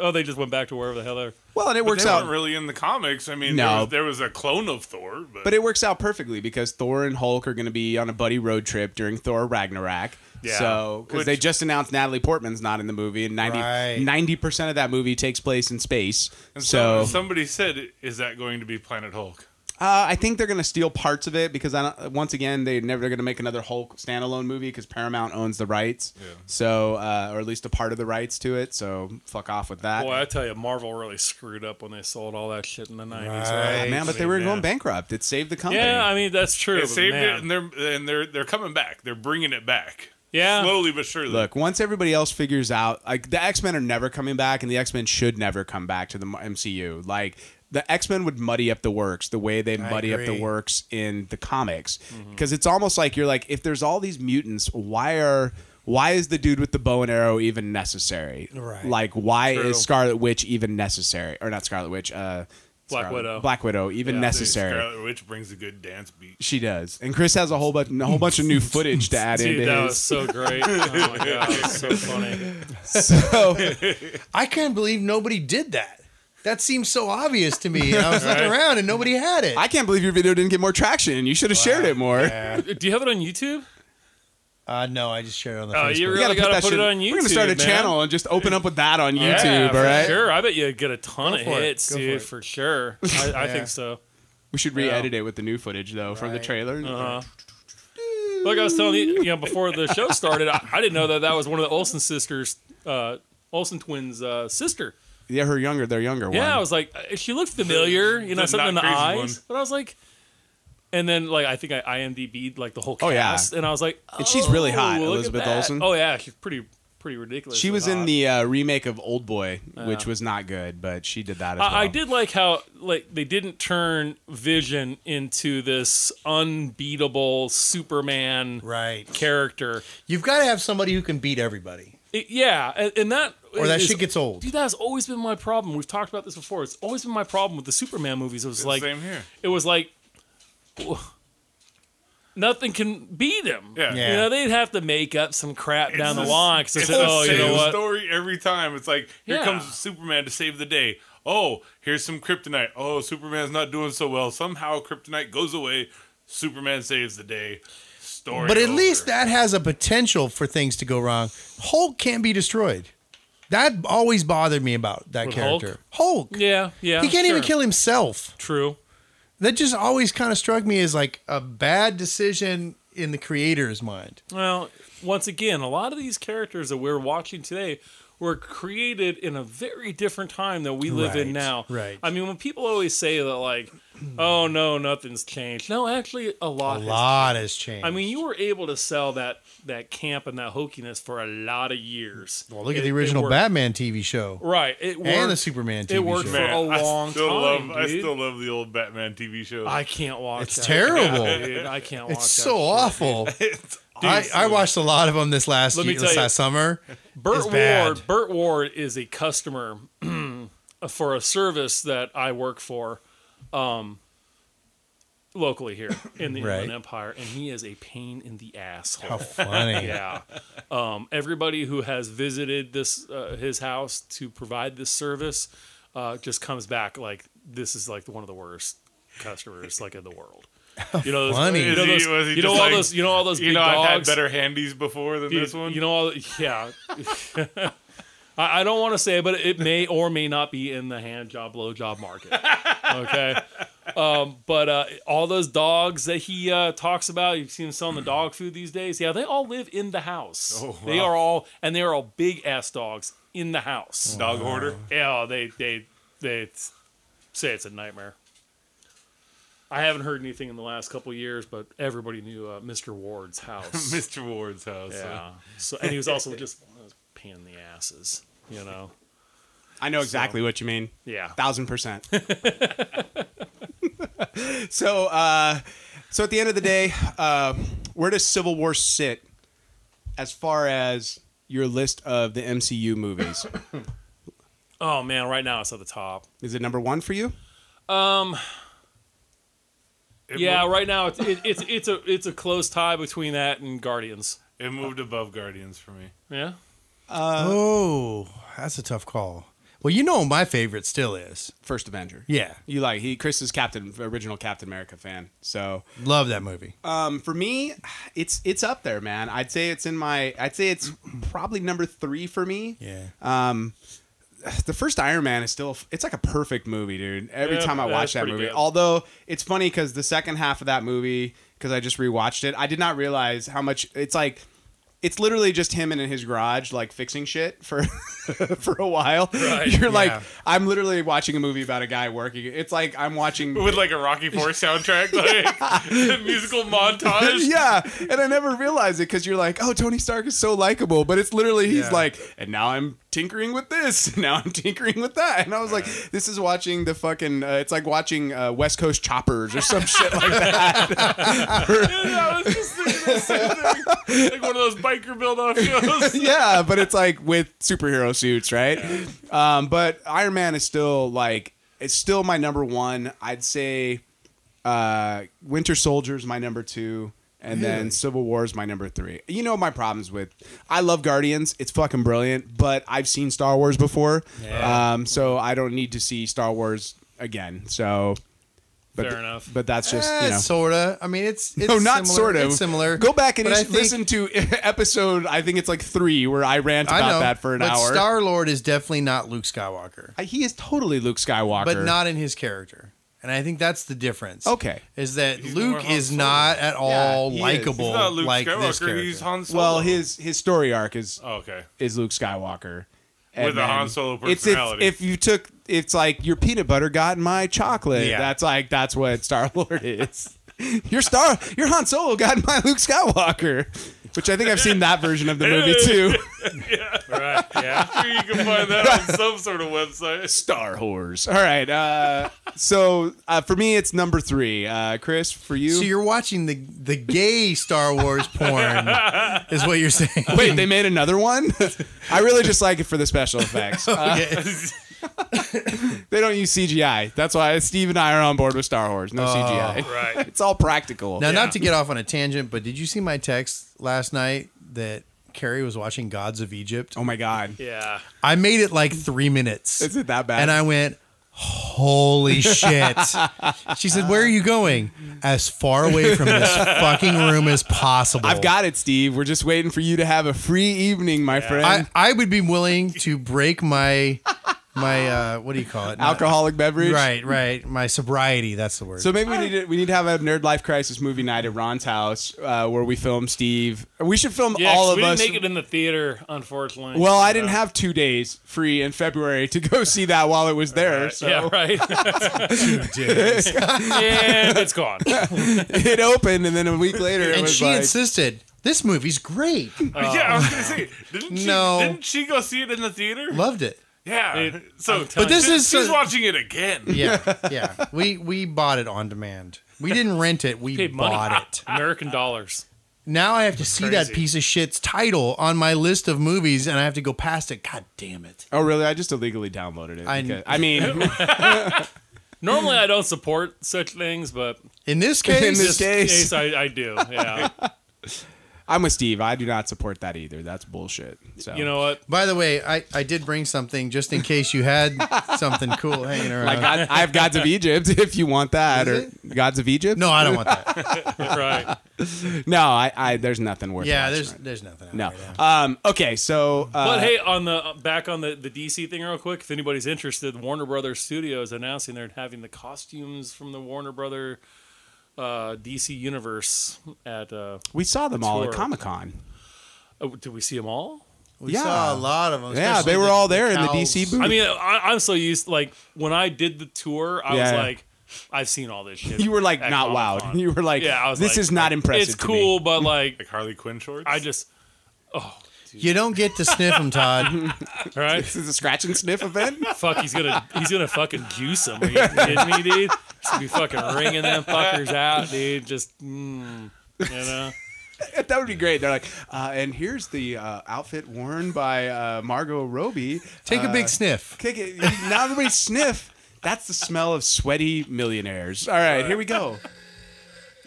Speaker 4: oh they just went back to wherever the hell they're.
Speaker 2: Well, and it works
Speaker 5: they
Speaker 2: out.
Speaker 5: weren't really in the comics. I mean,
Speaker 2: No.
Speaker 5: there, was, there was a clone of Thor, but,
Speaker 2: but it works out perfectly because Thor and Hulk are going to be on a buddy road trip during Thor Ragnarok.
Speaker 5: Yeah.
Speaker 2: So, because
Speaker 5: Which-
Speaker 2: they just announced Natalie Portman's not in the movie, and 90
Speaker 3: Right.
Speaker 2: percent of that movie takes place in space.
Speaker 5: so
Speaker 2: So,
Speaker 5: somebody said, "Is that going to be Planet Hulk?"
Speaker 2: Uh, I think they're going to steal parts of it because I don't, once again they never they're going to make another Hulk standalone movie because Paramount owns the rights, so uh, or at least a part of the rights to it. So fuck off with that,
Speaker 4: Boy, I tell you, Marvel really screwed up when they sold all that shit in the nineties.
Speaker 2: Ah, man. But they were going bankrupt. It saved the company.
Speaker 4: Yeah, I mean that's true.
Speaker 5: They
Speaker 4: but
Speaker 5: saved
Speaker 4: man.
Speaker 5: it, and they're and they're they're coming back. They're bringing it back.
Speaker 4: Yeah.
Speaker 5: slowly but surely.
Speaker 2: Look, once everybody else figures out, like the X Men are never coming back, and the X Men should never come back to the MCU. Like the X Men would muddy up the works the way they muddy up the
Speaker 3: agree.
Speaker 2: works in the comics, because it's almost like you're like, if there's all these mutants, why are why is the dude with the bow and arrow even necessary?
Speaker 3: Right.
Speaker 2: Like, why is Scarlet Witch even necessary, or not Scarlet Witch? Uh,
Speaker 4: Black
Speaker 2: Scarlet-
Speaker 4: Widow.
Speaker 2: Black Widow even
Speaker 5: Dude,
Speaker 2: necessary.
Speaker 5: Scarlet Witch brings a good dance beat.
Speaker 2: She does, and Chris has a whole bunch, a whole bunch of new footage to add
Speaker 4: Dude,
Speaker 2: into
Speaker 4: that
Speaker 2: his.
Speaker 4: was so great. Oh my god, it was so funny.
Speaker 2: so,
Speaker 3: I couldn't believe nobody did that. That seems so obvious to me. And I was looking around and nobody had it.
Speaker 2: I can't believe your video didn't get more traction. You should have shared it more.
Speaker 4: Uh, Do you have it on YouTube?
Speaker 3: uh, no, I just shared it on the
Speaker 4: Oh,
Speaker 3: Facebook.
Speaker 4: you
Speaker 2: We
Speaker 4: really gotta
Speaker 2: that
Speaker 4: put it
Speaker 2: shit-
Speaker 4: on
Speaker 2: We're gonna start a
Speaker 4: YouTube, man.
Speaker 2: channel and just open up with that on YouTube.
Speaker 4: yeah,
Speaker 2: all
Speaker 4: for
Speaker 2: right.
Speaker 4: sure. I bet you get a ton of
Speaker 3: for it.
Speaker 4: hits,
Speaker 3: Go for
Speaker 4: dude,
Speaker 3: it.
Speaker 4: for, sure. I, I think so.
Speaker 2: We should re-edit it with the new footage though from the
Speaker 3: Right.
Speaker 2: trailer.
Speaker 4: Uh-huh. Like I was telling you, you know, before the show started, I, I didn't know that that was one of the Olsen sisters, uh, Olsen twins' uh, sister.
Speaker 2: Yeah, her younger, their younger one.
Speaker 4: Yeah, I was like, uh, she looked familiar, you know,
Speaker 5: The
Speaker 4: something in the
Speaker 5: not crazy
Speaker 4: eyes.
Speaker 5: one.
Speaker 4: But I was like, and then like I think I IMDb'd like the whole
Speaker 2: Oh, yeah.
Speaker 4: cast, and I was like, oh,
Speaker 2: And she's really hot,
Speaker 4: look at
Speaker 2: Elizabeth
Speaker 4: that.
Speaker 2: Olsen.
Speaker 4: Oh yeah, she's pretty pretty ridiculous.
Speaker 2: she was in the uh, remake of Old Boy, which
Speaker 4: Yeah.
Speaker 2: was not good, but she did that as well.
Speaker 4: I, I did like how like they didn't turn Vision into this unbeatable Superman
Speaker 3: Right.
Speaker 4: character.
Speaker 3: You've got to have somebody who can beat everybody.
Speaker 4: It- yeah, and, and that
Speaker 3: Or that
Speaker 4: is-
Speaker 3: shit gets old.
Speaker 4: Dude, that has always been my problem. We've talked about this before. It's always been my problem with the Superman movies. It was like
Speaker 5: Same here.
Speaker 4: it was like w- nothing can beat him.
Speaker 5: Yeah.
Speaker 3: Yeah.
Speaker 4: You know, they'd have to make up some crap down the
Speaker 5: the-
Speaker 4: line because they
Speaker 5: It's
Speaker 4: said,
Speaker 5: the
Speaker 4: oh, you
Speaker 5: same
Speaker 4: know what?
Speaker 5: story every time. It's like here
Speaker 4: Yeah.
Speaker 5: comes Superman to save the day. Oh, here's some kryptonite. Oh, Superman's not doing so well. Somehow kryptonite goes away. Superman saves the day. Story.
Speaker 3: But at
Speaker 5: over.
Speaker 3: least that has a potential for things to go wrong. Hulk can't be destroyed. That always bothered me about that
Speaker 4: With Hulk?
Speaker 3: character. Hulk.
Speaker 4: Yeah, yeah.
Speaker 3: he can't even
Speaker 4: sure.
Speaker 3: kill himself.
Speaker 4: True.
Speaker 3: That just always kind of struck me as like a bad decision in the creator's mind.
Speaker 4: Well, once again, a lot of these characters that we're watching today were created in a very different time than we live in
Speaker 3: Right,
Speaker 4: now.
Speaker 3: right.
Speaker 4: I mean, when people always say that, like, oh no, nothing's changed. No, actually, a lot.
Speaker 3: A
Speaker 4: has
Speaker 3: lot has changed.
Speaker 4: I mean, you were able to sell that that camp and that hokiness for a lot of years.
Speaker 3: well, look
Speaker 4: It-
Speaker 3: at the
Speaker 4: it
Speaker 3: original
Speaker 4: worked.
Speaker 3: Batman TV show
Speaker 4: right? It worked.
Speaker 3: and the Superman TV
Speaker 4: it worked
Speaker 3: show.
Speaker 4: for a long
Speaker 5: I still
Speaker 4: time,
Speaker 5: Love, I
Speaker 4: dude.
Speaker 5: still love the old Batman TV show.
Speaker 4: I can't watch.
Speaker 3: It's
Speaker 4: that.
Speaker 3: terrible.
Speaker 4: Yeah, dude. I can't watch.
Speaker 3: it's
Speaker 4: that
Speaker 3: so
Speaker 4: shit.
Speaker 3: awful. I, I watched a lot of them this last
Speaker 4: Let me
Speaker 3: year,
Speaker 4: tell
Speaker 3: this
Speaker 4: you.
Speaker 3: last summer.
Speaker 4: Burt
Speaker 3: It's
Speaker 4: Ward.
Speaker 3: bad.
Speaker 4: Burt Ward is a customer for a service that I work for, um, locally here in the
Speaker 3: Right.
Speaker 4: Inland Empire, and he is a pain in the asshole.
Speaker 3: How funny!
Speaker 4: yeah. Um, everybody who has visited this uh, his house to provide this service uh, just comes back like this is like one of the worst customers like in the world. You know, those,
Speaker 3: Funny.
Speaker 4: you know,
Speaker 5: Is
Speaker 4: those-
Speaker 5: he- was he
Speaker 4: you know
Speaker 5: just
Speaker 4: all
Speaker 5: like,
Speaker 4: those, you know all those
Speaker 5: you
Speaker 4: big
Speaker 5: know, I've had
Speaker 4: dogs.
Speaker 5: better handies before than
Speaker 4: you,
Speaker 5: this one.
Speaker 4: you know, all, yeah. I, I don't want to say, it, but it may or may not be in the hand job, blow job market. Okay. Um, but uh, all those dogs that he uh, talks about, you've seen him selling the dog food these days. Yeah, they all live in the
Speaker 5: Oh,
Speaker 4: house. They are all, and they are all big ass dogs in the house.
Speaker 5: dog hoarder.
Speaker 4: Yeah, they they they say it's a nightmare. I haven't heard anything in the last couple years, but everybody knew uh, Mr. Ward's house.
Speaker 5: Mr. Ward's house.
Speaker 4: Yeah. So and he was also just one of those pain in the asses, you know.
Speaker 2: I know exactly what you mean.
Speaker 4: Yeah.
Speaker 2: Thousand percent. so, uh, so at the end of the day, uh, where does Civil War sit as far as your list of the MCU movies?
Speaker 4: Oh man, right now it's at the top.
Speaker 2: Is it number one for you?
Speaker 5: It
Speaker 4: yeah,
Speaker 5: moved,
Speaker 4: right now it's it, it's it's a it's a close tie between that and Guardians.
Speaker 5: it moved above Guardians for me.
Speaker 4: Yeah. Uh,
Speaker 3: oh, that's a tough call. Well, you know my favorite still is.
Speaker 2: First Avenger.
Speaker 3: Yeah,
Speaker 2: You like he Chris is Captain original Captain America fan. So
Speaker 3: love that movie.
Speaker 2: um, for me, it's it's up there, man. I'd say it's in my I'd say it's probably number three for me.
Speaker 3: yeah,
Speaker 2: uh, the first Iron Man is still it's like a perfect movie, dude. Every
Speaker 4: Yeah,
Speaker 2: time I
Speaker 4: yeah,
Speaker 2: watch
Speaker 4: it's
Speaker 2: that
Speaker 4: pretty
Speaker 2: movie.
Speaker 4: good.
Speaker 2: Although it's funny because the second half of that movie, because I just rewatched it, I did not realize how much it's like. It's literally just him in his garage, like fixing shit for for a while. You're like,
Speaker 3: yeah.
Speaker 2: I'm literally watching a movie about a guy working. It's like I'm watching
Speaker 5: With like a Rocky Four soundtrack, like musical montage.
Speaker 2: yeah, and I never realized it because you're like, oh, Tony Stark is so likable, but it's literally he's
Speaker 3: Yeah.
Speaker 2: like, and now I'm tinkering with this, and now I'm tinkering with that, and I was like, this is watching the fucking, uh, it's like watching uh, West Coast Choppers or some shit like that.
Speaker 5: I was just thinking the same thing. Like one of those biker build-off shows.
Speaker 2: yeah, but it's like with superhero suits, right? Um, but Iron Man is still like, it's still my number one. I'd say uh, Winter Soldier is my number two. And then Civil War is my number three. You know my problems with. I love Guardians; it's fucking brilliant. But I've seen Star Wars before,
Speaker 3: Yeah.
Speaker 2: um, so I don't need to see Star Wars again. So, but
Speaker 4: Fair enough.
Speaker 2: But that's just you know.
Speaker 3: Eh, sorta. I mean, it's, it's
Speaker 2: no, not
Speaker 3: similar.
Speaker 2: sort of.
Speaker 3: It's similar.
Speaker 2: Go back and
Speaker 3: But I
Speaker 2: is-
Speaker 3: think-
Speaker 2: listen to episode. I think it's like three where I rant
Speaker 3: I
Speaker 2: about
Speaker 3: know,
Speaker 2: that for an
Speaker 3: but
Speaker 2: hour.
Speaker 3: Star Lord is definitely not Luke Skywalker,
Speaker 2: I- he is totally Luke Skywalker,
Speaker 3: but not in his character. And I think that's the difference.
Speaker 2: okay.
Speaker 3: Is that
Speaker 5: He's more
Speaker 3: Luke
Speaker 5: Han
Speaker 3: is
Speaker 5: Solo.
Speaker 3: not at all
Speaker 2: he is.
Speaker 3: likable
Speaker 5: He's not Luke
Speaker 3: like this
Speaker 5: Skywalker.
Speaker 3: character.
Speaker 5: He's Han Solo.
Speaker 2: Well, his his story arc is
Speaker 5: Oh, okay.
Speaker 2: is Luke Skywalker
Speaker 5: With a
Speaker 2: then
Speaker 5: Han Solo
Speaker 2: it's
Speaker 5: personality.
Speaker 2: If, if you took, it's like your peanut butter got in my chocolate.
Speaker 3: Yeah.
Speaker 2: That's like that's what Star Lord is. Your star, your Han Solo got in my Luke Skywalker, which I think I've seen that version of the movie too.
Speaker 4: Right. Yeah.
Speaker 5: Sure you can find that on some sort of website.
Speaker 2: Star whores. All right. Uh, so uh, for me, it's number three. Uh, Chris, for you.
Speaker 3: So you're watching the the gay Star Wars porn, is what you're saying.
Speaker 2: Wait, they made another one? I really just like it for the special effects. Uh, they don't use CGI. That's why Steve and I are on board with Star Wars. No CGI.
Speaker 4: Right.
Speaker 2: It's all practical.
Speaker 3: Oh, Now, not to get off on a tangent, but did you see my text last night that Carrie was watching Gods of Egypt?
Speaker 2: oh my God.
Speaker 4: Yeah.
Speaker 3: I made it like three minutes.
Speaker 2: Is it that bad?
Speaker 3: And I went, holy shit. she said, where are you going? As far away from this fucking room as possible.
Speaker 2: I've got it, Steve. We're just waiting for you to have a free evening, my friend.
Speaker 3: I, I would be willing to break my my uh, what do you call it? Not-
Speaker 2: Alcoholic beverage.
Speaker 3: Right, right. My sobriety. That's the word.
Speaker 2: So maybe we need to, we need to have a nerd life crisis movie night at Ron's house uh, where we film Steve. We should film
Speaker 4: Yeah, 'cause
Speaker 2: all of
Speaker 4: we didn't
Speaker 2: us.
Speaker 4: make it in the theater, unfortunately.
Speaker 2: well, I didn't have two days free in February to go see that while it was there, so
Speaker 4: Yeah, right. and it's gone.
Speaker 2: it opened, and then a week later it
Speaker 3: and
Speaker 2: was
Speaker 3: she
Speaker 2: like,
Speaker 3: insisted this movie's great.
Speaker 5: yeah, I was gonna say, didn't she?
Speaker 3: No.
Speaker 5: Didn't she go see it in the theater?
Speaker 3: Loved it.
Speaker 5: yeah.
Speaker 4: It-
Speaker 5: so,
Speaker 4: I'm telling
Speaker 3: But this
Speaker 5: she-
Speaker 3: is
Speaker 5: she's
Speaker 3: so-
Speaker 5: watching it again.
Speaker 3: Yeah, yeah. We we bought it on demand. We didn't rent it. We
Speaker 4: Paid money.
Speaker 3: bought it.
Speaker 4: American dollars.
Speaker 3: Now I have to see that
Speaker 5: Crazy.
Speaker 3: piece of shit's title on my list of movies, and I have to go past it. God damn it!
Speaker 2: "Oh, really? I just illegally downloaded it."
Speaker 3: I-
Speaker 2: because- I, mean,
Speaker 4: Normally, I don't support such things, but
Speaker 3: In this case,
Speaker 2: In this
Speaker 4: this
Speaker 2: case.
Speaker 4: case, I, I do. Yeah.
Speaker 2: I'm with Steve. I do not support that either. That's bullshit. So
Speaker 4: You know what?
Speaker 3: by the way, I I did bring something just in case you had something cool hanging around.
Speaker 2: like I, I have Gods of Egypt if you want that,
Speaker 3: Is
Speaker 2: or Gods of Egypt.
Speaker 3: no, I don't want that.
Speaker 4: Right.
Speaker 2: no, I, I there's nothing worth.
Speaker 3: Yeah,
Speaker 2: watching
Speaker 3: there's
Speaker 2: right
Speaker 3: there's nothing. out
Speaker 2: now.
Speaker 3: right
Speaker 2: no.
Speaker 3: now.
Speaker 2: Um, okay, so uh,
Speaker 4: But hey, on the back on the, the DC thing, real quick, if anybody's interested, Warner Brothers Studios announcing they're having the costumes from the Warner Brother uh, DC universe at. Uh,
Speaker 2: we saw them all at
Speaker 4: Tour.
Speaker 2: Comic Con.
Speaker 4: oh, did we see them all?
Speaker 3: We
Speaker 2: yeah.
Speaker 3: saw a lot of them.
Speaker 2: Yeah,
Speaker 3: especially
Speaker 2: they were
Speaker 3: the-
Speaker 2: all there in the
Speaker 3: cows.
Speaker 2: DC booth.
Speaker 4: I mean, I, I'm so used. Like when I did the tour, I was
Speaker 2: Yeah.
Speaker 4: like, I've seen all this shit.
Speaker 2: you were like
Speaker 4: at
Speaker 2: not
Speaker 4: Comic-Con.
Speaker 2: wowed. You were like,
Speaker 4: yeah, I was
Speaker 2: this
Speaker 4: like,
Speaker 2: is not impressive.
Speaker 4: It's
Speaker 2: to me.
Speaker 4: cool, but like,
Speaker 5: Like Harley Quinn shorts.
Speaker 4: I just
Speaker 3: You don't get to sniff them, Todd.
Speaker 4: all right.
Speaker 2: This is a scratch and sniff event.
Speaker 4: Fuck, he's gonna he's gonna fucking juice them. Are you kidding me, dude? Just be fucking wringing them fuckers out, dude. Just mm, you know.
Speaker 2: that would be great. They're like, uh, and here's the uh, outfit worn by uh, Margot Robbie.
Speaker 3: Take a
Speaker 2: Uh,
Speaker 3: big sniff.
Speaker 2: Kick it. Now everybody sniff. That's the smell of sweaty millionaires. All right, here we go.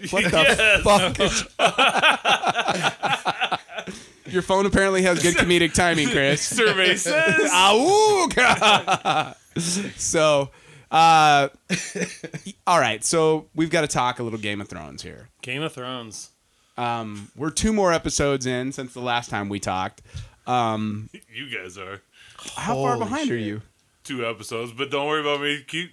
Speaker 2: What the fuck? Is- Your phone apparently has good comedic timing, Chris.
Speaker 5: survey says.
Speaker 2: Auga. so, uh, all right. So we've got to talk a little Game of Thrones here.
Speaker 4: Game of Thrones.
Speaker 2: We're two more episodes in since the last time we talked.
Speaker 5: You guys are
Speaker 2: How far
Speaker 3: Holy
Speaker 2: behind are
Speaker 3: shit.
Speaker 2: you?
Speaker 5: two episodes, but don't worry about me. Keep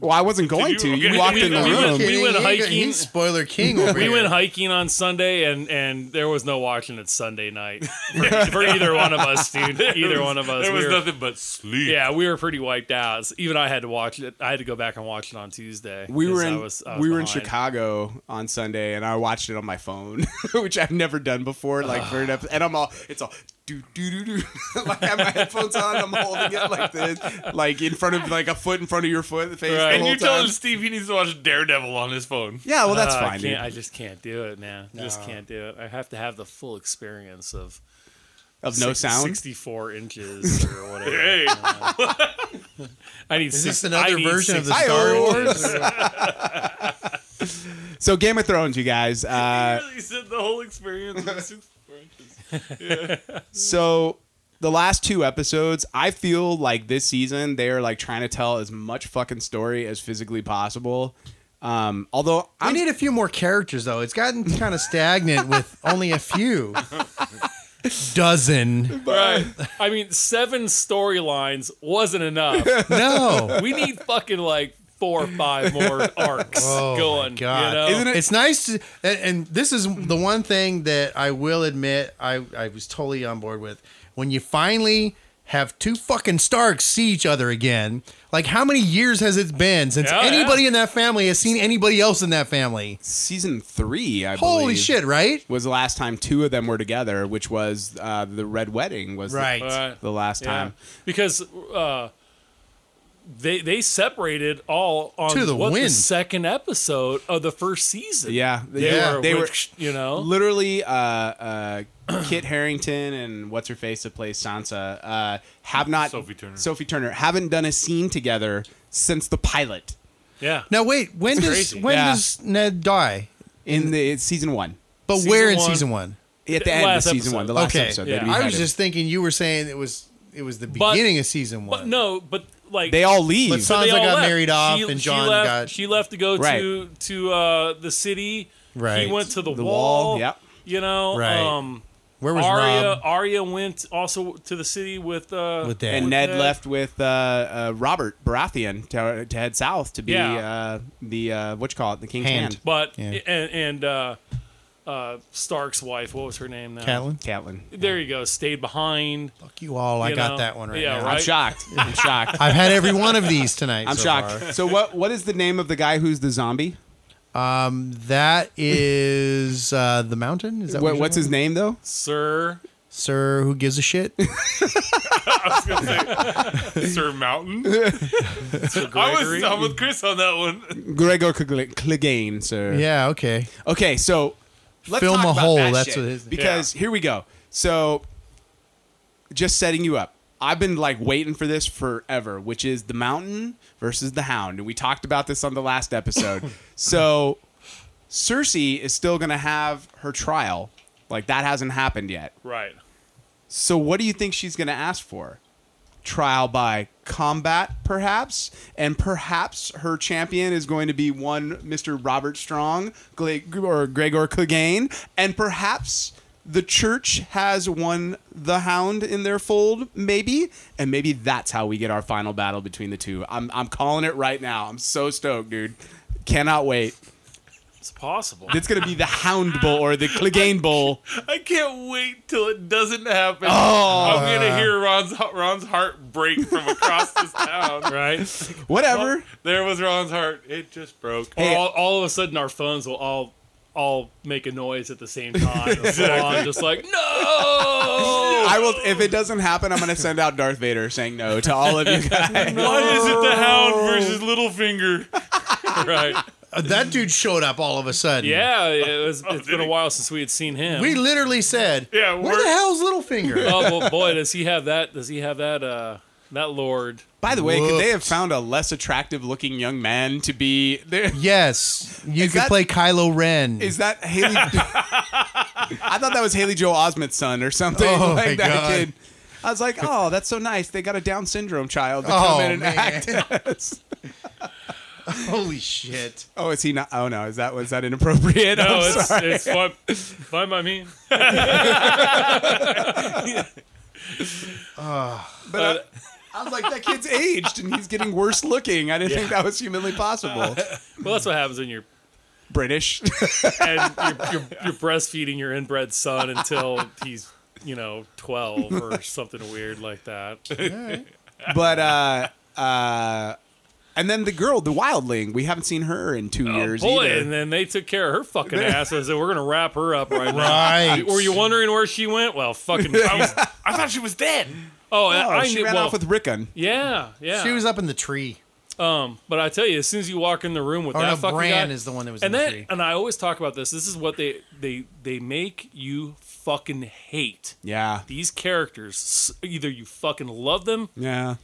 Speaker 2: Well, I wasn't going
Speaker 5: Did you-
Speaker 2: to. You
Speaker 5: okay.
Speaker 2: walked in the
Speaker 4: We went-
Speaker 2: room.
Speaker 4: we went
Speaker 3: Kidding, he-
Speaker 4: hiking.
Speaker 3: He's spoiler king over
Speaker 4: We
Speaker 3: here.
Speaker 4: went hiking on Sunday, and and there was no watching it Sunday night for, for either one of us, dude. Either one of us.
Speaker 5: There
Speaker 4: We
Speaker 5: was
Speaker 4: were-
Speaker 5: nothing but sleep.
Speaker 4: Yeah, we were pretty wiped out. So even I had to watch it. I had to go back and watch it on Tuesday.
Speaker 2: We were
Speaker 4: 'cause I
Speaker 2: in
Speaker 4: was- I was
Speaker 2: we were in
Speaker 4: behind.
Speaker 2: Chicago on Sunday, and I watched it on my phone, which I've never done before. Like for an episode, and I'm all it's all do do do do. like I have my headphones on, I'm holding it like this, like in front of like a foot in front of your foot, the face.
Speaker 4: Right.
Speaker 2: The
Speaker 5: And
Speaker 2: whole
Speaker 5: you're
Speaker 2: time.
Speaker 5: telling Steve he needs to watch Daredevil on his phone.
Speaker 2: yeah, well that's
Speaker 4: Uh, I
Speaker 2: fine.
Speaker 4: can't.
Speaker 2: Dude.
Speaker 4: I just can't do it, man. Just can't do it. I have to have the full experience of
Speaker 2: of no
Speaker 4: six-
Speaker 2: sound.
Speaker 4: 64 inches or whatever.
Speaker 5: Hey.
Speaker 4: Uh, I need
Speaker 3: Is
Speaker 4: six,
Speaker 3: this another
Speaker 4: I need
Speaker 3: version of
Speaker 4: six-
Speaker 3: the Star
Speaker 2: Hi-oh.
Speaker 3: Wars?
Speaker 2: So Game of Thrones, you guys. Uh,
Speaker 5: He really said the whole experience was six branches.
Speaker 2: So the last two episodes, I feel like this season they are like trying to tell as much fucking story as physically possible. Um, although
Speaker 3: I
Speaker 2: I'm
Speaker 3: need a few more characters though. It's gotten kind of stagnant with only a few dozen.
Speaker 4: Right. I mean, seven storylines wasn't enough.
Speaker 3: No.
Speaker 4: We need fucking like four or five more arcs
Speaker 3: Oh, my
Speaker 4: going.
Speaker 3: God.
Speaker 4: You know?
Speaker 2: Isn't it-
Speaker 3: It's nice to, and, and this is the one thing that I will admit I, I was totally on board with. When you finally have two fucking Starks see each other again, like how many years has it been since
Speaker 4: Yeah,
Speaker 3: anybody
Speaker 4: yeah.
Speaker 3: in that family has seen anybody else in that family?
Speaker 2: season three. I
Speaker 3: Holy
Speaker 2: believe,
Speaker 3: shit, right?
Speaker 2: Was the last time two of them were together, which was uh, the Red Wedding. Was the-
Speaker 3: Right.
Speaker 2: the, last
Speaker 4: Yeah.
Speaker 2: time.
Speaker 4: Because uh, they they separated all on
Speaker 3: To the
Speaker 4: what,
Speaker 3: wind.
Speaker 4: second episode of the first season.
Speaker 2: Yeah,
Speaker 4: They
Speaker 3: Yeah.
Speaker 4: were,
Speaker 2: They were-
Speaker 4: which, you know,
Speaker 2: literally uh, uh, Kit Harrington and what's her face that plays Sansa uh, have not
Speaker 5: Sophie Turner.
Speaker 2: Sophie Turner haven't done a scene together since the pilot
Speaker 4: yeah.
Speaker 3: Now wait, when does
Speaker 4: crazy.
Speaker 3: when
Speaker 2: Yeah.
Speaker 3: does Ned die?
Speaker 2: in the it's season one.
Speaker 3: But
Speaker 4: Season
Speaker 3: where in
Speaker 4: one.
Speaker 3: season one?
Speaker 2: at the
Speaker 4: The
Speaker 2: end of
Speaker 4: last
Speaker 2: season
Speaker 4: episode.
Speaker 2: one, the last
Speaker 3: okay,
Speaker 2: episode.
Speaker 4: Yeah.
Speaker 2: that we
Speaker 3: I
Speaker 2: had
Speaker 3: was
Speaker 2: it.
Speaker 3: just thinking you were saying it was it was the
Speaker 4: But-
Speaker 3: beginning of season one.
Speaker 4: But no, but like
Speaker 2: they all leave.
Speaker 3: But Sansa
Speaker 4: they all
Speaker 3: got
Speaker 4: left.
Speaker 3: married off,
Speaker 4: She-
Speaker 3: and
Speaker 4: she
Speaker 3: John
Speaker 4: left-
Speaker 3: got.
Speaker 4: She left to go to
Speaker 2: Right.
Speaker 4: to uh, the city.
Speaker 3: Right.
Speaker 4: He went to the,
Speaker 2: The wall,
Speaker 4: wall.
Speaker 2: yep.
Speaker 4: You know.
Speaker 3: Right.
Speaker 4: Um,
Speaker 3: Where was
Speaker 4: Arya
Speaker 3: Rob?
Speaker 4: Arya went also to the city with uh
Speaker 3: With Dan.
Speaker 2: and Ned
Speaker 4: Ned.
Speaker 2: left with uh, uh, Robert Baratheon to, to head south to be
Speaker 4: Yeah.
Speaker 2: uh, the uh, what you call it, the King's
Speaker 3: Hand.
Speaker 2: Hand.
Speaker 4: but
Speaker 3: Yeah.
Speaker 4: and, and uh uh Stark's wife, what was her name now?
Speaker 3: Catelyn?
Speaker 2: Catelyn.
Speaker 4: There you go, stayed behind.
Speaker 3: Fuck you all. I
Speaker 4: You
Speaker 3: got
Speaker 4: know,
Speaker 3: that one right
Speaker 4: yeah,
Speaker 3: now.
Speaker 2: I'm
Speaker 4: right?
Speaker 2: shocked. I'm shocked.
Speaker 3: I've had every one of these tonight.
Speaker 2: I'm
Speaker 3: so
Speaker 2: shocked.
Speaker 3: far.
Speaker 2: So what? What is the name of the guy who's the zombie?
Speaker 3: Um, that is uh, the mountain. Is that
Speaker 2: What,
Speaker 3: you're
Speaker 2: what's
Speaker 3: talking
Speaker 2: his name though?
Speaker 4: Sir
Speaker 3: about? Sir, who gives a shit?
Speaker 5: Sir Mountain. I was I'm with Chris on that one.
Speaker 2: Gregor Clegane, Clegane, sir.
Speaker 3: yeah. Okay.
Speaker 2: Okay, so let's
Speaker 3: Fill
Speaker 2: talk
Speaker 3: my
Speaker 2: about
Speaker 3: hole,
Speaker 2: that
Speaker 3: that's
Speaker 2: shit,
Speaker 3: what it is.
Speaker 2: Because here we go. So just setting you up. I've been like waiting for this forever, which is the mountain versus the hound. And we talked about this on the last episode. so Cersei is still going to have her trial. Like that hasn't happened yet.
Speaker 4: Right.
Speaker 2: So what do you think she's going to ask for? Trial by combat, perhaps, and perhaps her champion is going to be one Mr. Robert Strong Gle- or Gregor Clegane, and perhaps the church has won the Hound in their fold, maybe, and maybe that's how we get our final battle between the two. I'm I'm calling it right now. I'm so stoked, dude. Cannot wait.
Speaker 4: It's possible.
Speaker 2: It's gonna be the Hound Bowl or the Clegane Bowl.
Speaker 5: I can't wait till it doesn't happen.
Speaker 2: Oh.
Speaker 5: I'm gonna hear Ron's Ron's heart break from across this town.
Speaker 4: right?
Speaker 2: Whatever.
Speaker 5: There was Ron's heart. It just broke.
Speaker 2: Hey.
Speaker 4: Or all, all of a sudden our phones will all all make a noise at the same time. So I'm just like, no.
Speaker 2: I will. If it doesn't happen, I'm going to send out Darth Vader saying no to all of you guys.
Speaker 5: Why is it the Hound
Speaker 2: oh.
Speaker 5: versus Littlefinger?
Speaker 4: right.
Speaker 3: Uh, that dude showed up all of a sudden.
Speaker 4: Yeah, it was, it's
Speaker 5: did
Speaker 4: been a
Speaker 5: he?
Speaker 4: while since we had seen him.
Speaker 3: We literally said,
Speaker 5: Yeah,
Speaker 3: where
Speaker 5: we're-
Speaker 3: the hell's Littlefinger?
Speaker 4: oh well, boy, does he have that? Does he have that? Uh, that lord.
Speaker 2: By the way, could they have
Speaker 3: Whooped.
Speaker 2: found a less attractive looking young man to be there?
Speaker 3: yes, you
Speaker 2: Is
Speaker 3: can
Speaker 2: that-
Speaker 3: play Kylo Ren.
Speaker 2: Is that Haley? I thought that was Haley Joel Osment's son or something.
Speaker 3: Oh,
Speaker 2: like
Speaker 3: my
Speaker 2: that
Speaker 3: God.
Speaker 2: kid. I was like, oh, that's so nice. They got a Down syndrome child to
Speaker 3: oh
Speaker 2: come in and
Speaker 3: man!
Speaker 2: act.
Speaker 3: Holy shit!
Speaker 2: Oh, is he not? Oh no, is that was that inappropriate?
Speaker 4: No,
Speaker 2: I'm
Speaker 4: it's
Speaker 2: sorry.
Speaker 4: it's fine, fine by me.
Speaker 2: but uh, I, I was like, that kid's aged and he's getting worse looking. I didn't think that was humanly possible.
Speaker 4: Well, that's what happens when you're
Speaker 2: British.
Speaker 4: and you're, you're, you're breastfeeding your inbred son until he's you know twelve or something weird like that.
Speaker 2: but uh uh and then the girl the wildling we haven't seen her in two years
Speaker 4: Oh, Boy,
Speaker 2: either.
Speaker 4: and then they took care of her fucking ass. I said, we're gonna wrap her up right now.
Speaker 3: Right?
Speaker 4: Were you wondering where she went? Well, fucking. I was-
Speaker 5: I thought she was dead.
Speaker 4: oh, I,
Speaker 2: oh,
Speaker 4: I
Speaker 2: she
Speaker 4: knew.
Speaker 2: ran
Speaker 4: well,
Speaker 2: off with Rickon.
Speaker 4: yeah, yeah.
Speaker 3: She was up in the tree.
Speaker 4: Um, but I tell you, as soon as you walk in the room with
Speaker 3: Or
Speaker 4: that
Speaker 3: no,
Speaker 4: fucking
Speaker 3: Bran
Speaker 4: guy,
Speaker 3: is the one that was
Speaker 4: and
Speaker 3: in
Speaker 4: that,
Speaker 3: the tree.
Speaker 4: and I always talk about this. This is what they they they make you fucking hate
Speaker 2: Yeah.
Speaker 4: these characters. S- Either you fucking love them
Speaker 2: Yeah.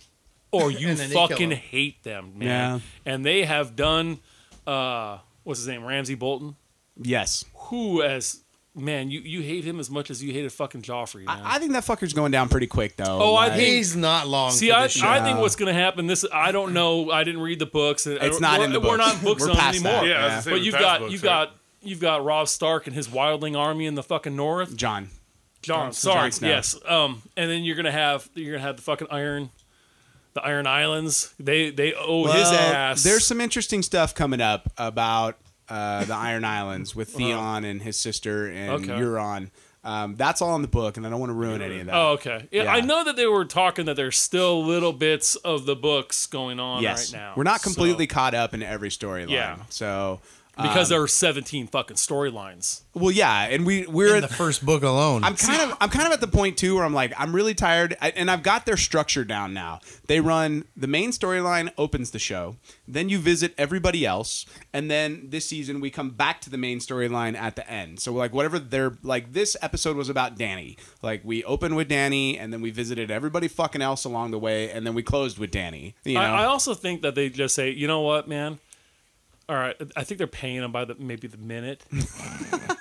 Speaker 4: or you
Speaker 3: And then they kill
Speaker 4: fucking
Speaker 3: them.
Speaker 4: hate them, man. And they have done. uh What's his name? Ramsey Bolton.
Speaker 2: Yes.
Speaker 4: Who as man, you you hate him as much as you hated fucking Joffrey. Man.
Speaker 2: I, I think that fucker's going down pretty quick though.
Speaker 4: Oh, I think-
Speaker 3: He's not long.
Speaker 4: See,
Speaker 3: for
Speaker 4: I, I
Speaker 3: this show.
Speaker 4: think what's going to happen. This I don't know. I didn't read the books. and I
Speaker 2: It's
Speaker 4: don't-
Speaker 2: not
Speaker 4: we're,
Speaker 2: in the
Speaker 4: We're
Speaker 2: books.
Speaker 4: not books
Speaker 2: We're
Speaker 4: on
Speaker 2: past that.
Speaker 4: anymore.
Speaker 5: Yeah, I was gonna say,
Speaker 4: but
Speaker 5: the
Speaker 4: you've
Speaker 5: past
Speaker 4: got
Speaker 5: books,
Speaker 4: you've
Speaker 5: right?
Speaker 4: got you've got Rob Stark and his wildling army in the fucking north.
Speaker 2: John.
Speaker 4: John,
Speaker 2: Jon
Speaker 4: sorry,
Speaker 2: Snow.
Speaker 4: yes. Um, and then you're gonna have you're gonna have the fucking Iron, the Iron Islands. They they owe his ass.
Speaker 2: uh, There's some interesting stuff coming up about uh, the Iron Islands with Theon and his sister and
Speaker 4: Uh-huh. Okay.
Speaker 2: Euron. Um, that's all in the book, and I don't want to ruin any of that.
Speaker 4: Oh, okay. Yeah,
Speaker 2: Yeah.
Speaker 4: I know that they were talking that there's still little bits of the books going on
Speaker 2: yes,
Speaker 4: right now.
Speaker 2: we're not
Speaker 4: so-
Speaker 2: completely caught up in every storyline.
Speaker 4: Yeah.
Speaker 2: So, uh,
Speaker 4: because there are 17 fucking storylines.
Speaker 2: well, yeah, and we we're
Speaker 3: in the first book alone.
Speaker 2: I'm kind of I'm kind of at the point too where I'm like I'm really tired I, and I've got their structure down now. They run the main storyline opens the show, then you visit everybody else, and then this season we come back to the main storyline at the end. So like whatever they're like this episode was about Danny. Like we opened with Danny and then we visited everybody fucking else along the way and then we closed with Danny. You know.
Speaker 4: I, I also think that they just say, you know what, man? All right, I think they're paying him by the maybe the minute.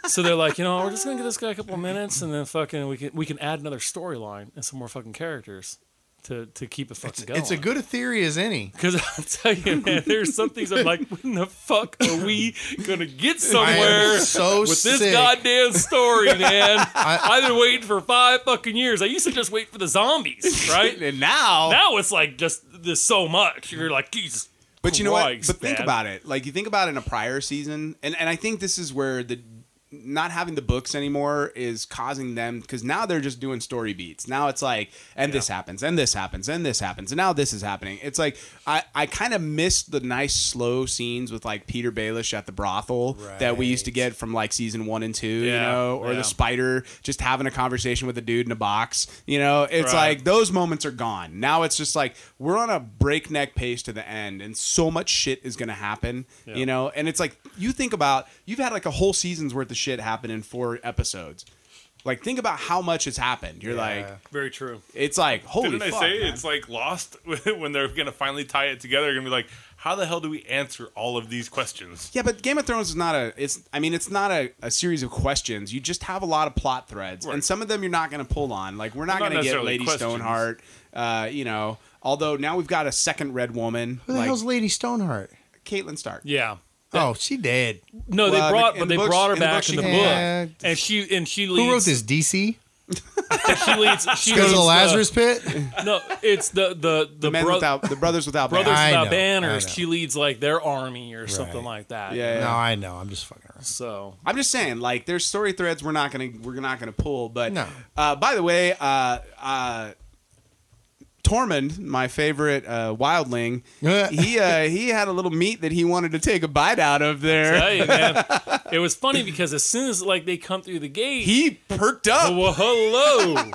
Speaker 4: so they're like, you know, we're just gonna give this guy a couple minutes, and then fucking we can we can add another storyline and some more fucking characters. to to keep it fucking going.
Speaker 3: It's a good a theory as any.
Speaker 4: Because I'll tell you, man, there's some things I'm like, when the fuck are we gonna get somewhere
Speaker 3: so
Speaker 4: with this
Speaker 3: sick.
Speaker 4: goddamn story, man? I, have been waiting for five fucking years. I used to just wait for the zombies, right?
Speaker 2: And now,
Speaker 4: now it's like just there's so much. You're like, Jesus.
Speaker 2: But you know
Speaker 4: Christ,
Speaker 2: what? But think
Speaker 4: man.
Speaker 2: about it. Like you think about it in a prior season, and and I think this is where the not having the books anymore is causing them because now they're just doing story beats. Now it's like, and this happens, and this happens, and this happens, and now this is happening. It's like I I kind of missed the nice slow scenes with like Peter Baelish at the brothel that we used to get from like season one and two, you
Speaker 4: Yeah,
Speaker 2: know, or
Speaker 4: yeah.
Speaker 2: the spider just having a conversation with a dude in a box. You know, it's
Speaker 4: Right.
Speaker 2: like those moments are gone. Now it's just like we're on a breakneck pace to the end, and so much shit is going to happen. You know, and it's like you think about you've had like a whole season's worth of shit happen in four episodes. Like think about how much has happened. You're like,
Speaker 4: Very true.
Speaker 2: it's like holy
Speaker 5: Didn't I
Speaker 2: fuck.
Speaker 5: say
Speaker 2: man.
Speaker 5: it's like lost when they're gonna finally tie it together? They're gonna be like, how the hell do we answer all of these questions?
Speaker 2: Yeah, but Game of Thrones is not a. It's. I mean, it's not a, a series of questions. You just have a lot of plot threads, and
Speaker 5: Right.
Speaker 2: some of them you're not going to pull on. Like we're not, going
Speaker 5: Not
Speaker 2: to get
Speaker 5: necessarily
Speaker 2: Lady
Speaker 5: questions.
Speaker 2: Stoneheart. Uh, you know, although now we've got a second Red Woman,
Speaker 3: Who the
Speaker 2: like
Speaker 3: hell's Lady Stoneheart?
Speaker 2: Caitlyn Stark.
Speaker 4: Yeah.
Speaker 3: Oh, she dead.
Speaker 2: Well,
Speaker 4: No, they brought,
Speaker 2: in the
Speaker 4: but they
Speaker 2: books-
Speaker 4: brought her
Speaker 2: in the
Speaker 4: back
Speaker 2: books she
Speaker 4: in the book,
Speaker 2: came
Speaker 3: back.
Speaker 4: and she and she leads.
Speaker 3: Who wrote this? DC.
Speaker 4: She leads. She
Speaker 3: Go
Speaker 4: leads,
Speaker 3: to the
Speaker 4: uh,
Speaker 3: Lazarus Pit.
Speaker 4: no, it's the the the,
Speaker 2: The men
Speaker 4: bro-
Speaker 2: without the brothers without
Speaker 4: brothers
Speaker 2: Banners.
Speaker 3: I
Speaker 4: without
Speaker 3: know,
Speaker 4: banners.
Speaker 3: I know.
Speaker 4: She leads like their army or something
Speaker 3: Right.
Speaker 4: like that.
Speaker 2: Yeah, yeah.
Speaker 3: No, I know. I'm just fucking around.
Speaker 4: So
Speaker 2: I'm just saying, like, there's story threads we're not gonna we're not gonna pull. But
Speaker 3: No.
Speaker 2: uh, by the way, uh, uh, Tormund, my favorite uh, wildling, he uh, he had a little meat that he wanted to take a bite out of there.
Speaker 4: tell you, man, it was funny because as soon as like they come through the gate,
Speaker 2: He perked up.
Speaker 4: well, hello, right?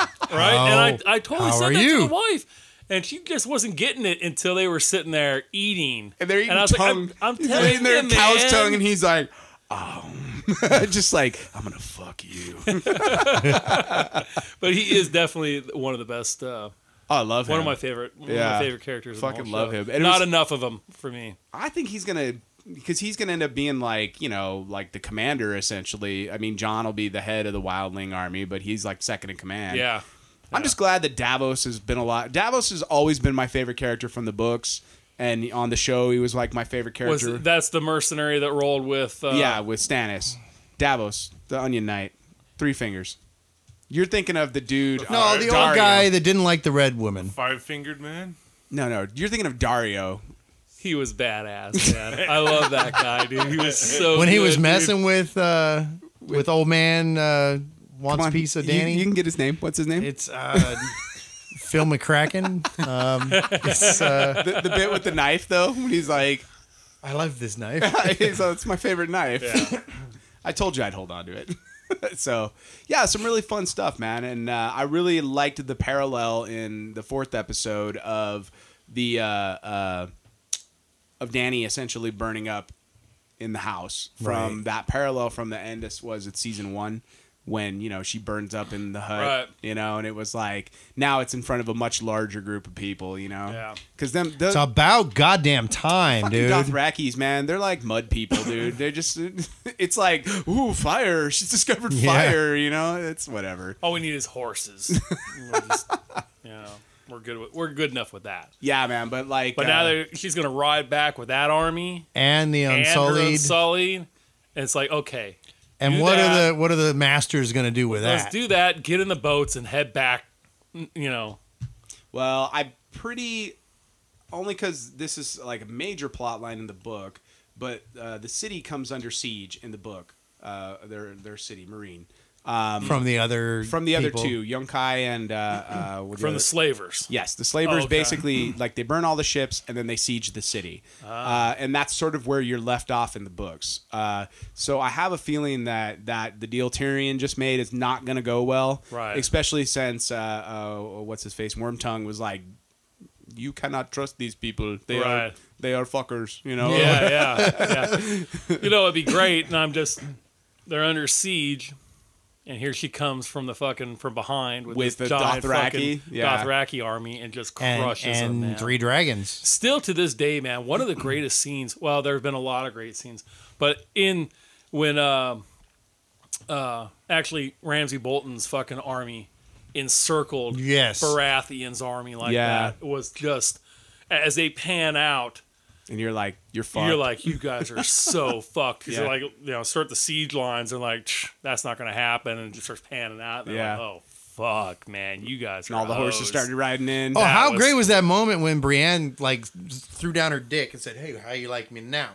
Speaker 4: and I, I totally
Speaker 3: how
Speaker 4: said
Speaker 3: are
Speaker 4: that
Speaker 3: you?
Speaker 4: to the wife, and she just wasn't getting it until they were sitting there eating,
Speaker 2: and they're eating
Speaker 4: I was
Speaker 2: tongue.
Speaker 4: like, I'm, I'm
Speaker 2: He's
Speaker 4: telling
Speaker 2: eating their
Speaker 4: you,
Speaker 2: cow's
Speaker 4: man.
Speaker 2: tongue, and he's like, oh, just like I'm gonna fuck you. oh,
Speaker 4: but he is definitely one of the best. Uh,
Speaker 2: I love him.
Speaker 4: One of my favorite, one
Speaker 2: Yeah.
Speaker 4: of my favorite characters. in the
Speaker 2: Fucking
Speaker 4: whole
Speaker 2: love
Speaker 4: show.
Speaker 2: him. And it
Speaker 4: Not
Speaker 2: was-
Speaker 4: enough of him for me.
Speaker 2: I think he's gonna because he's gonna end up being like you know like the commander essentially. I mean, John will be the head of the Wildling army, but he's like second in command.
Speaker 4: Yeah,
Speaker 2: I'm just glad that Davos has been a lot. Davos has always been my favorite character from the books, and on the show he was like my favorite
Speaker 4: was
Speaker 2: character.
Speaker 4: that's the mercenary that rolled with? Uh,
Speaker 2: yeah, with Stannis, Davos, the Onion Knight, Three Fingers. You're thinking of the dude. uh,
Speaker 3: no, the old
Speaker 2: Dario.
Speaker 3: guy that didn't like the red woman.
Speaker 5: Five fingered man.
Speaker 2: No, no, you're thinking of Dario.
Speaker 4: he was badass. Man, I love that guy, dude. He was so
Speaker 3: When he
Speaker 4: good,
Speaker 3: was
Speaker 4: dude.
Speaker 3: messing with uh, with old man uh, wants
Speaker 2: Come
Speaker 3: a
Speaker 2: on,
Speaker 3: piece of
Speaker 2: you-
Speaker 3: Danny.
Speaker 2: You, can get his name. What's his name?
Speaker 3: It's uh, Phil McCracken. Um, it's, uh,
Speaker 2: the, the bit with the knife though, when he's like,
Speaker 3: I love this knife.
Speaker 2: so it's my favorite knife. I told you I'd hold on to it. so, yeah, some really fun stuff, man. And uh, I really liked the parallel in the fourth episode of the uh, uh, of Danny essentially burning up in the house from
Speaker 3: Right.
Speaker 2: that parallel from the end as was it season one when you know she burns up in the hut
Speaker 4: Right.
Speaker 2: you know and it was like now it's in front of a much larger group of people you know
Speaker 4: Yeah.
Speaker 2: because them the,
Speaker 3: It's about goddamn time,
Speaker 2: Fucking
Speaker 3: dude.
Speaker 2: Dothrakis, man, they're like mud people, dude. They're just, it's like, ooh, fire. She's discovered
Speaker 3: Yeah.
Speaker 2: fire, you know? It's whatever.
Speaker 4: All we need is horses. we're just, you know, we're good. With, we're good enough with that.
Speaker 2: Yeah, man, but like.
Speaker 4: But
Speaker 2: uh,
Speaker 4: now they're- she's gonna ride back with that army
Speaker 3: And the
Speaker 4: and her
Speaker 3: Unsullied.
Speaker 4: Unsullied. And it's like, okay,
Speaker 3: And
Speaker 4: do
Speaker 3: what
Speaker 4: that.
Speaker 3: are the what are the masters going to do with
Speaker 4: let's
Speaker 3: that?
Speaker 4: do that. Get in the boats and head back. n- You know,
Speaker 2: Well, I'm pretty. Only because this is like a major plot line in the book, but uh, the city comes under siege in the book. Uh, their their city, Marine,
Speaker 3: from the other
Speaker 2: from the other
Speaker 3: people.
Speaker 2: two, Yunkai and uh, uh, what
Speaker 4: from
Speaker 2: other-
Speaker 4: the slavers.
Speaker 2: Yes, the slavers
Speaker 4: Oh, okay.
Speaker 2: basically like they burn all the ships and then they siege the city,
Speaker 4: Ah.
Speaker 2: uh, and that's sort of where you're left off in the books. Uh, so I have a feeling that that the deal Tyrion just made is not going to go well,
Speaker 4: Right.
Speaker 2: Especially since uh, uh, what's his face Wormtongue was like, "You cannot trust these people. They are
Speaker 4: Right.
Speaker 2: they are fuckers," you know.
Speaker 4: Yeah, yeah, yeah. You know, it'd be great. And I'm just, they're under siege. And here she comes from the fucking, from behind with,
Speaker 2: With the
Speaker 4: this giant
Speaker 2: Dothraki,
Speaker 4: fucking
Speaker 2: yeah.
Speaker 4: Dothraki army and just
Speaker 3: and,
Speaker 4: crushes them.
Speaker 3: and
Speaker 4: man.
Speaker 3: three dragons.
Speaker 4: Still to this day, man, one of the greatest scenes. Well, there have been a lot of great scenes, but in uh, when um uh, actually Ramsey Bolton's fucking army encircled
Speaker 3: Yes.
Speaker 4: Baratheon's army like
Speaker 2: Yeah.
Speaker 4: that was just as they pan out.
Speaker 2: and you're like you're fucked.
Speaker 4: You're like, you guys are so fucked because
Speaker 2: Yeah.
Speaker 4: they're like, you know, start the siege lines and like, "Tch, that's not going to happen, and it just starts panning out. And yeah.
Speaker 2: Yeah.
Speaker 4: oh fuck, man, you guys are
Speaker 2: and all the horses
Speaker 4: hosed."
Speaker 2: started riding in.
Speaker 3: Oh, how
Speaker 4: was-
Speaker 3: great was that moment when Brienne like threw down her dick and said, "Hey, how you like me now?"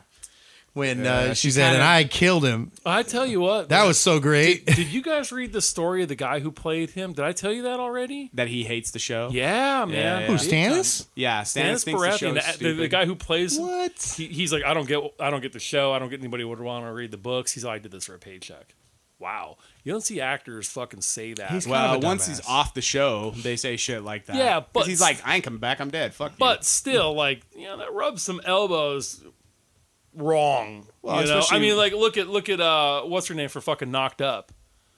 Speaker 3: When uh, she,
Speaker 2: she
Speaker 3: said, "And
Speaker 2: kinda-
Speaker 3: I killed him."
Speaker 4: I tell you what,
Speaker 3: That was so great.
Speaker 4: Did you guys read the story of the guy who played him? Did I tell you that already?
Speaker 2: that he hates the show.
Speaker 4: Yeah, man.
Speaker 2: yeah.
Speaker 3: Who Stannis?
Speaker 2: yeah. Stannis, thinks
Speaker 4: Stannis
Speaker 2: the show
Speaker 4: Baratheon,
Speaker 2: is
Speaker 4: the, the, the
Speaker 2: stupid.
Speaker 4: guy who plays
Speaker 3: What?
Speaker 4: he, he's like, I don't get, I don't get the show. I don't get anybody would want to read the books. He's like, I did this for a paycheck. Wow, you don't see actors fucking say that.
Speaker 3: He's- kind
Speaker 2: Well,
Speaker 3: of a
Speaker 2: once he's
Speaker 3: dumbass.
Speaker 2: off the show, they say shit like that.
Speaker 4: Yeah,
Speaker 2: 'Cause
Speaker 4: but-
Speaker 2: he's like, I ain't coming back. I'm dead. Fuck you."
Speaker 4: but still, like, you know, that rubs some elbows wrong.
Speaker 2: Well,
Speaker 4: you know, I
Speaker 2: especially-
Speaker 4: mean, like, look at look at uh, what's her name for fucking knocked up.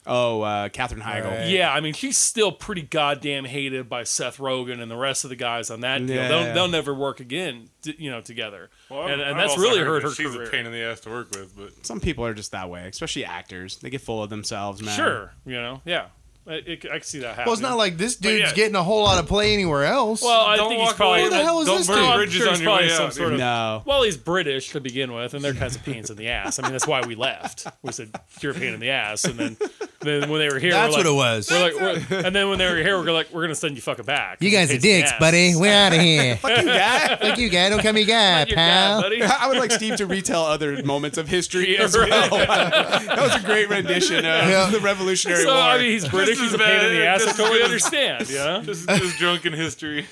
Speaker 2: oh, uh, Catherine Heigl.
Speaker 3: Right.
Speaker 4: Yeah, I mean, she's still pretty goddamn hated by Seth Rogen and the rest of the guys on that deal.
Speaker 2: Yeah.
Speaker 4: They'll, they'll never work again, t- you know, together.
Speaker 5: Well, I've-
Speaker 4: and and
Speaker 5: I've
Speaker 4: that's
Speaker 5: also
Speaker 4: really hurt
Speaker 5: heard that
Speaker 4: her
Speaker 5: She's
Speaker 4: career.
Speaker 5: a pain in the ass to work with, but
Speaker 2: Some people are just that way, especially actors. They get full of themselves, man.
Speaker 4: Sure, you know, yeah, I, it, I can see that happening.
Speaker 3: Well, it's not like this dude's
Speaker 5: yeah.
Speaker 3: getting a whole lot of play anywhere else.
Speaker 4: Well, I
Speaker 5: Don't
Speaker 4: think
Speaker 5: walk
Speaker 4: he's probably.
Speaker 5: away.
Speaker 3: Who the hell is
Speaker 4: don't
Speaker 3: this
Speaker 4: burn
Speaker 3: dude?
Speaker 4: bridges
Speaker 5: Sure,
Speaker 4: on
Speaker 5: he's
Speaker 4: your way
Speaker 5: probably
Speaker 4: out,
Speaker 5: some sort
Speaker 4: dude.
Speaker 2: No.
Speaker 5: of-
Speaker 4: Well, he's British to begin with, and they're kinds of pains in the ass. I mean, that's why we left. We said you're a pain in the ass, and then, then when they were here,
Speaker 3: That's
Speaker 4: we're
Speaker 3: what it
Speaker 4: like,
Speaker 3: was.
Speaker 4: We're like, we're, and then when they were here, we're like, we're gonna send you fucking back.
Speaker 3: you guys
Speaker 4: Pains
Speaker 3: are
Speaker 4: in the
Speaker 3: dicks,
Speaker 4: ass.
Speaker 3: buddy. We're out of here.
Speaker 2: Fuck you, guy.
Speaker 3: Fuck you, guy. Don't come here, guy,
Speaker 4: You're bad,
Speaker 3: pal.
Speaker 4: buddy.
Speaker 2: I would like Steve to retell other moments of history
Speaker 4: Yeah,
Speaker 2: as well. that was a great rendition of
Speaker 3: Yeah.
Speaker 2: the Revolutionary
Speaker 4: So
Speaker 2: War.
Speaker 4: I mean, he's British.
Speaker 5: This
Speaker 4: He's
Speaker 5: is
Speaker 4: a pain in
Speaker 5: bad.
Speaker 4: the ass. I
Speaker 5: This is
Speaker 4: totally
Speaker 5: good.
Speaker 4: understand. Yeah.
Speaker 5: this is just drunken history.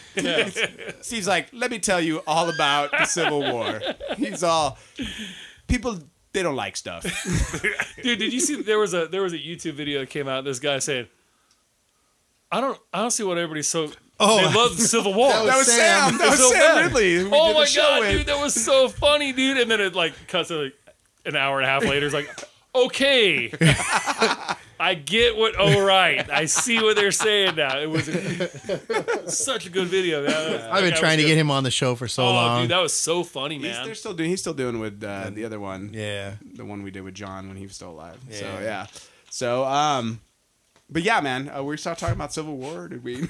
Speaker 2: Steve's like, let me tell you all about the Civil War. He's all people. They don't like stuff.
Speaker 4: dude did you see there was a there was a youtube video that came out this guy saying i don't i don't see what everybody's so
Speaker 3: Oh.
Speaker 4: they love the civil war
Speaker 3: That
Speaker 2: That was Sam.
Speaker 3: Sam.
Speaker 2: That was
Speaker 4: So-
Speaker 2: Sam Ridley. who we
Speaker 4: oh
Speaker 2: did the
Speaker 4: my
Speaker 2: show
Speaker 4: god
Speaker 2: with.
Speaker 4: dude that was so funny dude and then it like cuts to like an hour and a half later it's like okay i get what oh right i see what they're saying now it was such a good video man.
Speaker 3: I've been
Speaker 4: That
Speaker 3: trying to
Speaker 4: was
Speaker 3: get
Speaker 4: good.
Speaker 3: him on the show for so
Speaker 4: oh
Speaker 3: long.
Speaker 4: dude that was so funny
Speaker 2: He's,
Speaker 4: man
Speaker 2: they're still doing. He's still doing with uh, the other one.
Speaker 3: yeah.
Speaker 2: the one we did with John when he was still alive. So
Speaker 3: Yeah.
Speaker 2: yeah. So um, but yeah, man, uh, we started talking about Civil War. Did we? you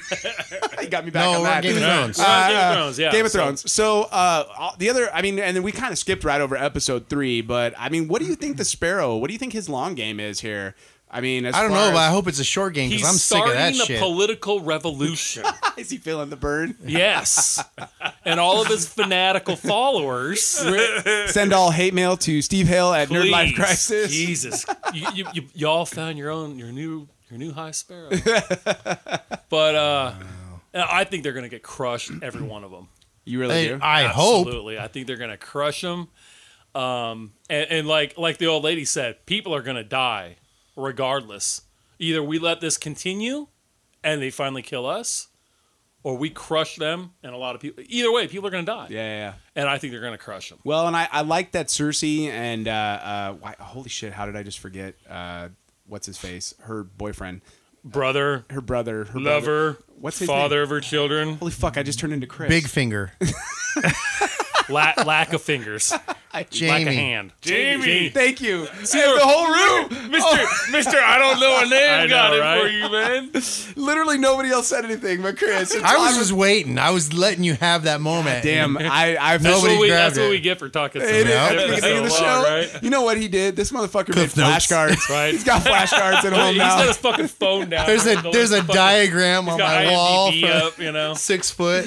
Speaker 2: got me back on
Speaker 3: No, we're on
Speaker 2: that.
Speaker 3: Game of Thrones.
Speaker 4: We're on Game of
Speaker 2: Uh,
Speaker 4: Thrones, yeah,
Speaker 2: Game of
Speaker 4: so-
Speaker 2: Thrones. So uh, all- the other, I mean, and then we kind of skipped right over episode three. But I mean, what do you think the Sparrow? What do you think his long game is here? I mean, as
Speaker 3: I don't
Speaker 2: far
Speaker 3: know, but I
Speaker 2: as-
Speaker 3: hope it's a short game
Speaker 4: he's
Speaker 3: because I'm sick
Speaker 4: starting
Speaker 3: of that
Speaker 4: the
Speaker 3: shit.
Speaker 4: political revolution
Speaker 2: is he feeling the burn?
Speaker 4: Yes. and all of his fanatical followers.
Speaker 2: Send all hate mail to Steve Hale at Nerd Life
Speaker 4: Please,
Speaker 2: Crisis.
Speaker 4: Jesus. You, you, you, y'all found your own, your new, your new high sparrow. but uh, I think they're going to get crushed, every one of them.
Speaker 2: You really
Speaker 3: Hey,
Speaker 2: do.
Speaker 3: I hope.
Speaker 4: Absolutely. I think they're going to crush them. Um, and, and like, like the old lady said, people are going to die regardless. Either we let this continue and they finally kill us, or we crush them and a lot of people. Either way, people are going to die.
Speaker 2: yeah, yeah, yeah.
Speaker 4: And I think they're going to crush them.
Speaker 2: Well, and I, I like that Cersei and uh, uh, why, holy shit, how did I just forget? Uh, what's his face? Her boyfriend,
Speaker 4: brother,
Speaker 2: her brother, her brother.
Speaker 4: lover,
Speaker 2: What's his
Speaker 4: father of her children,
Speaker 2: Holy fuck! I just turned into Chris.
Speaker 3: Big finger.
Speaker 4: la- lack of fingers, lack of
Speaker 3: Jamie.
Speaker 4: hand.
Speaker 5: Jamie.
Speaker 2: Thank you.
Speaker 4: See, the
Speaker 2: Whole room.
Speaker 5: Mister, Mister, I don't know a name.
Speaker 4: I know,
Speaker 5: got it
Speaker 4: right?
Speaker 5: for you, man.
Speaker 2: Literally, nobody else said anything but Chris. It's
Speaker 3: I was
Speaker 2: awesome.
Speaker 3: just waiting. I was letting you have that moment.
Speaker 2: damn. I I
Speaker 4: That's,
Speaker 3: Nobody
Speaker 4: what we,
Speaker 3: grabbed
Speaker 4: that's what
Speaker 3: it.
Speaker 4: we get for talking. so
Speaker 2: It is
Speaker 4: much.
Speaker 2: at the
Speaker 4: That's
Speaker 2: beginning of the
Speaker 4: so
Speaker 2: show.
Speaker 4: long, right?
Speaker 2: You know what he did? This motherfucker
Speaker 3: Cliff
Speaker 2: made
Speaker 3: notes.
Speaker 2: flashcards.
Speaker 4: Right.
Speaker 2: He's got flashcards at home
Speaker 4: He's got
Speaker 2: now.
Speaker 4: his fucking phone now.
Speaker 3: There's a
Speaker 4: He's got
Speaker 3: there's a
Speaker 4: fucking-
Speaker 3: diagram on
Speaker 4: he's got
Speaker 3: my wall.
Speaker 4: IMDb
Speaker 3: for
Speaker 4: up, you know.
Speaker 3: Six foot.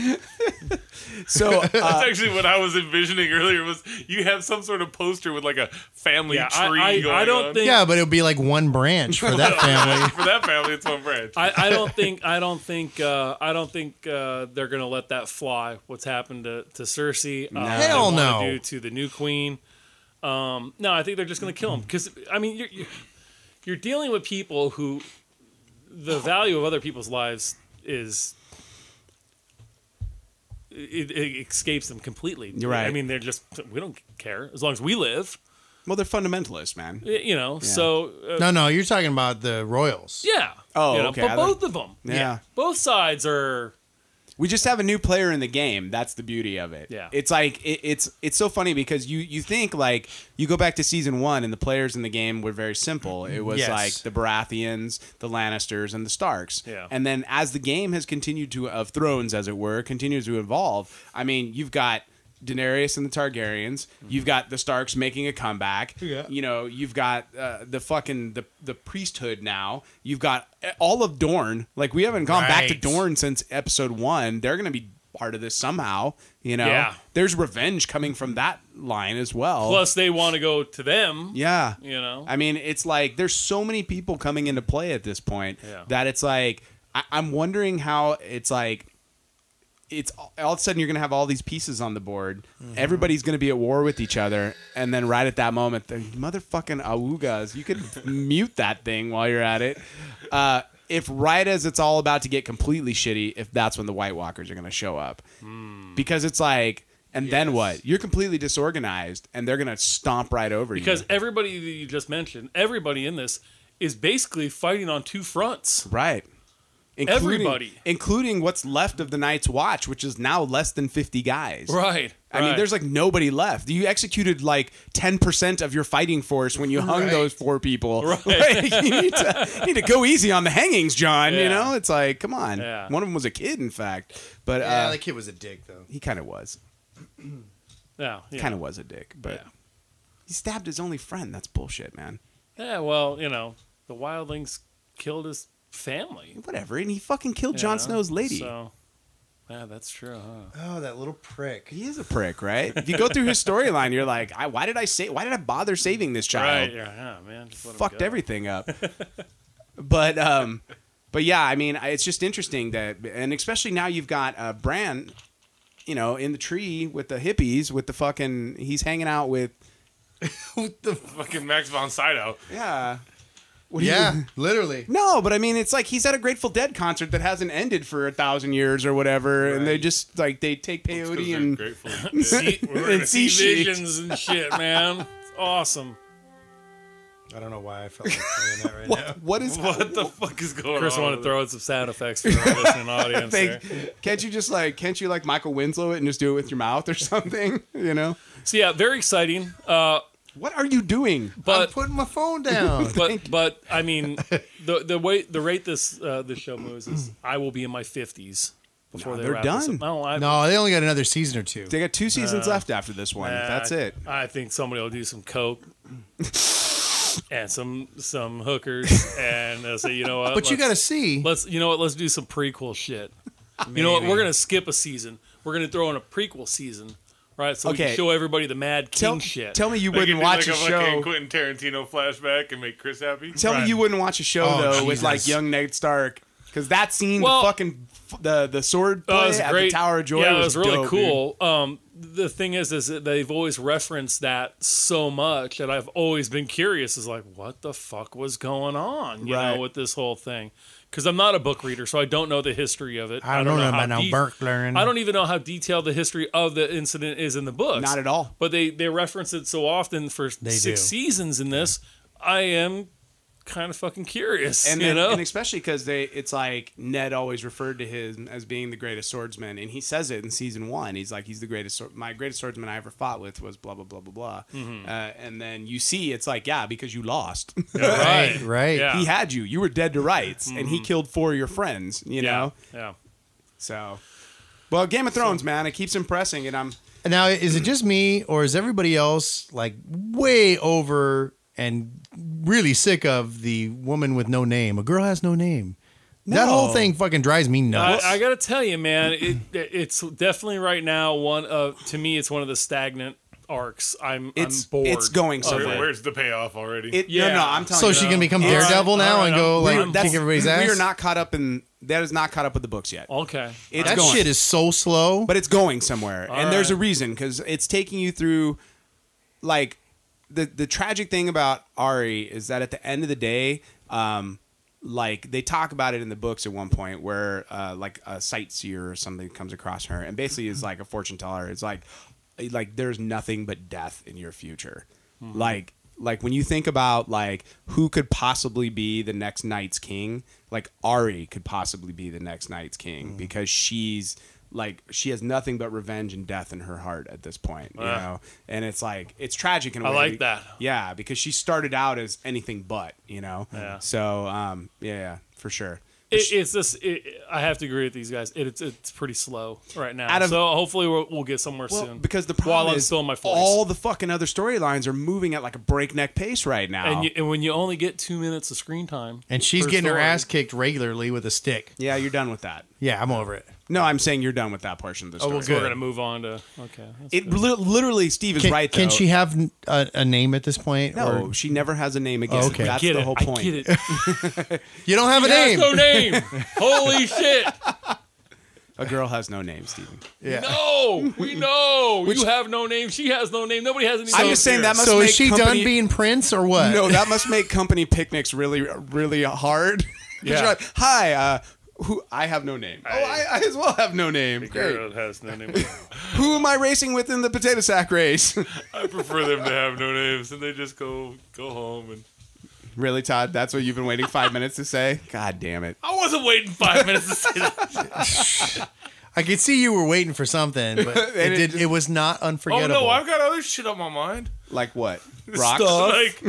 Speaker 2: So uh,
Speaker 5: That's actually what I was envisioning earlier. Was you have some sort of poster with like a family
Speaker 4: Yeah, I,
Speaker 5: tree
Speaker 4: I-
Speaker 5: going
Speaker 4: I don't
Speaker 5: on.
Speaker 4: think.
Speaker 3: Yeah, but it would be like one branch for that family.
Speaker 5: for that family, it's one branch.
Speaker 4: I, I don't think I don't think uh, I don't think uh, they're gonna let that fly. What's happened to to Cersei? Uh, what they
Speaker 3: Hell
Speaker 4: wanna
Speaker 3: no.
Speaker 4: do to the new queen. Um, no, I think they're just gonna kill him because I mean you're, you're you're dealing with people who the value of other people's lives is. It, it escapes them completely.
Speaker 2: You're right.
Speaker 4: I mean, they're just we don't care as long as we live.
Speaker 2: well, they're fundamentalists, man.
Speaker 4: y- You know. So uh,
Speaker 3: No, no, you're talking about the royals.
Speaker 4: yeah.
Speaker 2: Oh,
Speaker 4: you know,
Speaker 2: okay, I
Speaker 4: But
Speaker 2: thought-
Speaker 4: both of them.
Speaker 2: Yeah.
Speaker 4: Both sides are
Speaker 2: we just have a new player in the game. That's the beauty of it.
Speaker 4: Yeah.
Speaker 2: it's like it, it's it's so funny because you you think like you go back to season one and the players in the game were very simple. It was
Speaker 3: Yes.
Speaker 2: like the Baratheons, the Lannisters, and the Starks.
Speaker 4: Yeah.
Speaker 2: and then as the game has continued to of Thrones, as it were, continues to evolve. I mean, you've got. Daenerys and the Targaryens.
Speaker 4: Mm-hmm.
Speaker 2: You've got the Starks making a comeback.
Speaker 3: Yeah.
Speaker 2: You know, you've got uh, the fucking the the priesthood now. You've got eh, all of Dorne. Like we haven't gone back to
Speaker 3: Right.
Speaker 2: Dorne since episode one. They're going to be part of this somehow. You know,
Speaker 4: Yeah.
Speaker 2: there's revenge coming from that line as well.
Speaker 4: Plus, they want to go to them.
Speaker 2: Oh. yeah,
Speaker 4: You know?
Speaker 2: I mean, it's like there's so many people coming into play at this point
Speaker 4: Yeah.
Speaker 2: that it's like I- I'm wondering how it's like. It's all of a sudden you're going to have all these pieces on the board.
Speaker 4: Mm-hmm.
Speaker 2: Everybody's going to be at war with each other, and then right at that moment, the motherfucking awugas. You could mute that thing while you're at it. Uh, if right as it's all about to get completely shitty, if that's when the White Walkers are going to show up,
Speaker 4: Hmm.
Speaker 2: because it's like, and then what? You're completely disorganized, and they're going to stomp right over you.
Speaker 4: Because everybody that you just mentioned, everybody in this is basically fighting on two fronts.
Speaker 2: Right.
Speaker 4: Everybody.
Speaker 2: Including what's left of the Night's Watch, which is now less than 50 guys.
Speaker 4: Right.
Speaker 2: I mean, there's like nobody left. You executed like 10% of your fighting force when you hung
Speaker 3: Right.
Speaker 2: those four people. Like, you, need to, you need to go easy on the hangings, John. You
Speaker 4: Yeah.
Speaker 2: know, it's like, come on.
Speaker 4: Yeah.
Speaker 2: One of them was a kid, in fact. But
Speaker 3: Yeah,
Speaker 2: uh,
Speaker 3: that kid was a dick though.
Speaker 2: he kind of was.
Speaker 4: yeah, yeah.
Speaker 2: Kind of was a dick. But
Speaker 4: Yeah.
Speaker 2: he stabbed his only friend. That's bullshit, man.
Speaker 4: Yeah, well, you know, the wildlings killed his family.
Speaker 2: Whatever. And he fucking killed
Speaker 4: you
Speaker 2: Jon
Speaker 4: know?
Speaker 2: Snow's lady.
Speaker 4: So, yeah, that's true, huh?
Speaker 3: Oh, that little prick.
Speaker 2: He is a prick, right? If you go through his storyline, you're like, I, why did I say? Why did I bother saving this child?
Speaker 4: Right, yeah, yeah, man.
Speaker 5: Oh,
Speaker 4: Just let 'em
Speaker 2: Fucked
Speaker 4: go.
Speaker 2: everything up. but um, but yeah, I mean, I- it's just interesting that, and especially now you've got uh, Bran, you know, in the tree with the hippies, with the fucking, he's hanging out with,
Speaker 3: What the
Speaker 5: Fucking Max von Sydow.
Speaker 2: yeah. What do you-
Speaker 3: yeah, literally.
Speaker 2: No, but I mean, it's like he's at a Grateful Dead concert that hasn't ended for a thousand years or whatever, and they just like they take
Speaker 5: It's 'cause
Speaker 2: peyote
Speaker 5: they're
Speaker 2: and
Speaker 5: grateful.
Speaker 4: See, we're gonna
Speaker 2: And sea
Speaker 4: see
Speaker 2: shit.
Speaker 4: visions and shit, man. It's awesome.
Speaker 3: I don't know why I felt like playing that right now.
Speaker 2: what, what is
Speaker 5: what the fuck is going
Speaker 4: Chris
Speaker 5: on?
Speaker 4: wanted to throw in some sound effects for our listening audience.
Speaker 2: Thank-
Speaker 4: there.
Speaker 2: can't you just like can't you like Michael Winslow it and just do it with your mouth or something? You know,
Speaker 4: So yeah, very exciting. Uh,
Speaker 2: what are you doing?
Speaker 3: I'm
Speaker 4: but
Speaker 3: putting my phone down.
Speaker 4: but but I mean, the the way the rate this uh, this show moves is I will be in my fifties before
Speaker 2: No,
Speaker 4: they
Speaker 2: they're
Speaker 4: wrap this
Speaker 2: done.
Speaker 4: up. No, I,
Speaker 3: no, they only got another season or two.
Speaker 2: They got two seasons left after this one.
Speaker 4: Uh, nah,
Speaker 2: That's it.
Speaker 4: I think somebody will do some coke. And some some hookers, and they'll say, you know what?
Speaker 3: But you got
Speaker 4: let's-
Speaker 3: to see.
Speaker 4: Let's you know what? Let's do some prequel shit. You know what? We're gonna skip a season. We're gonna throw in a prequel season, right? So we
Speaker 2: Okay.
Speaker 4: can show everybody the Mad King
Speaker 2: Tell,
Speaker 4: shit.
Speaker 2: tell me you
Speaker 5: They could
Speaker 2: wouldn't
Speaker 5: do
Speaker 2: watch a,
Speaker 5: like fucking
Speaker 2: show.
Speaker 5: Quentin Tarantino flashback and make Chris happy.
Speaker 2: Tell me you wouldn't watch a show
Speaker 3: Oh,
Speaker 2: though with
Speaker 3: Jesus.
Speaker 2: like young Ned Stark because that scene,
Speaker 4: Well-
Speaker 2: the fucking f- the the sword
Speaker 4: Oh,
Speaker 2: play
Speaker 4: it was
Speaker 2: at the
Speaker 4: great.
Speaker 2: Tower of Joy.
Speaker 4: Yeah, it
Speaker 2: was
Speaker 4: was really
Speaker 2: dope, dude.
Speaker 4: cool. Um, the thing is, is that they've always referenced that so much that I've always been curious. Is like, what the fuck was going on? You
Speaker 2: Right.
Speaker 4: know, with this whole thing. Because I'm not a book reader, so I don't know the history of it.
Speaker 3: I don't, know
Speaker 4: how
Speaker 3: about no
Speaker 4: deep-
Speaker 3: burglaring.
Speaker 4: I don't even know how detailed the history of the incident is in the books.
Speaker 2: Not at all.
Speaker 4: But they they reference it so often for six
Speaker 3: do.
Speaker 4: seasons in this. I am kind of fucking curious.
Speaker 2: And,
Speaker 4: you
Speaker 2: then-
Speaker 4: know,
Speaker 2: and especially because they, it's like Ned always referred to him as being the greatest swordsman, and he says it in season one. He's like, he's the greatest. sword- My greatest swordsman I ever fought with was blah blah blah blah blah.
Speaker 4: Mm-hmm.
Speaker 2: Uh, and then you see, it's like, yeah, because you lost.
Speaker 4: right,
Speaker 3: Right.
Speaker 4: Yeah. Mm-hmm.
Speaker 2: he had you. You were dead to rights, and he killed four of your friends. You know,
Speaker 4: yeah.
Speaker 2: so. Well, Game of Thrones, man, it keeps impressing, and I'm
Speaker 3: Now, is it just me or is everybody else like way over and really sick of the woman with no name? A girl has no name. That whole thing fucking drives me nuts.
Speaker 4: I, I got to tell you, man, it, it's definitely right now one of to me it's one of the stagnant arcs. I'm
Speaker 2: It's-
Speaker 4: I'm bored.
Speaker 2: it's going
Speaker 4: of
Speaker 5: Where-
Speaker 2: somewhere.
Speaker 4: it.
Speaker 5: where's the payoff already?
Speaker 2: it.
Speaker 4: Yeah.
Speaker 2: No, no, I'm telling
Speaker 3: so
Speaker 2: you,
Speaker 3: she
Speaker 2: no.
Speaker 3: can become
Speaker 4: All right,
Speaker 3: Daredevil now
Speaker 4: all right,
Speaker 3: and go
Speaker 4: I'm-
Speaker 3: like
Speaker 4: I'm-
Speaker 3: kick everybody's ass.
Speaker 2: We are not caught up in that is not caught up with the books yet.
Speaker 4: Okay.
Speaker 2: It's
Speaker 3: that
Speaker 2: going.
Speaker 3: shit is so slow.
Speaker 2: but it's going somewhere, and there's a
Speaker 4: right.
Speaker 2: reason because it's taking you through. Like the the tragic thing about Ari is that at the end of the day, um, like they talk about it in the books at one point where uh, like a sightseer or something comes across her and basically is like a fortune teller. It's like like there's nothing but death in your future. Like Like when you think about like who could possibly be the next Night's King, like Ari could possibly be the next Night's
Speaker 4: Mm.
Speaker 2: King because she's like she has nothing but revenge and death in her heart at this point, you
Speaker 5: Yeah.
Speaker 2: know. And it's like it's tragic in a
Speaker 4: I
Speaker 2: way.
Speaker 4: like
Speaker 2: be-
Speaker 4: that.
Speaker 2: Yeah, because she started out as anything but, you know. Yeah. So um, yeah, yeah, for sure.
Speaker 4: It, it's this. It, I have to agree with these guys. It, it's it's pretty slow right now.
Speaker 2: Out of-
Speaker 4: so hopefully we'll, we'll get somewhere
Speaker 2: Well,
Speaker 4: soon.
Speaker 2: because the
Speaker 4: while
Speaker 2: problem
Speaker 4: I'm
Speaker 2: is
Speaker 4: still in my 40s.
Speaker 2: all the fucking other storylines are moving at like a breakneck pace right now.
Speaker 4: and, you, and when you only get two minutes of screen time,
Speaker 3: And she's
Speaker 4: per
Speaker 3: getting her
Speaker 4: story-
Speaker 3: ass kicked regularly with a stick.
Speaker 2: yeah, you're done with that.
Speaker 3: Yeah, I'm over it.
Speaker 2: No, I'm saying you're done with that portion of the story.
Speaker 3: well,
Speaker 4: so we're
Speaker 3: good.
Speaker 4: gonna move on to okay. that's
Speaker 2: It
Speaker 4: good.
Speaker 2: li- literally, Steve is
Speaker 3: Can,
Speaker 2: right. Though.
Speaker 3: can she have n- a, a name at this point?
Speaker 2: No,
Speaker 3: Or,
Speaker 2: she never has a name again.
Speaker 3: Oh, okay.
Speaker 2: that's
Speaker 4: get
Speaker 2: the
Speaker 4: it.
Speaker 2: whole point.
Speaker 4: I get it.
Speaker 3: you don't have a name.
Speaker 4: There's no name. Holy shit!
Speaker 2: A girl has no name, Steven.
Speaker 3: yeah.
Speaker 4: No, we know you have no name. She has no name. Nobody has any.
Speaker 2: I'm
Speaker 4: name.
Speaker 2: just saying that must
Speaker 3: So
Speaker 2: make
Speaker 3: is she
Speaker 2: company-
Speaker 3: done being Prince or what?
Speaker 2: No, that must make company picnics really, really hard. Just
Speaker 4: Yeah.
Speaker 2: right, Hi, uh, who? I have no name. oh, I, I as well have no name. Great.
Speaker 5: Gerald has no name.
Speaker 2: Who am I racing with in the potato sack race?
Speaker 5: I prefer them to have no names, and they just go go home. And
Speaker 2: really, Todd? That's what you've been waiting five minutes to say? God damn it!
Speaker 5: I wasn't waiting five minutes to say that.
Speaker 3: I could see you were waiting for something, but it,
Speaker 2: it
Speaker 3: did,
Speaker 2: just-
Speaker 3: it was not
Speaker 5: Oh
Speaker 3: unforgettable.
Speaker 5: no, I've got other shit on my mind.
Speaker 2: Like what? Rocks?
Speaker 5: Like,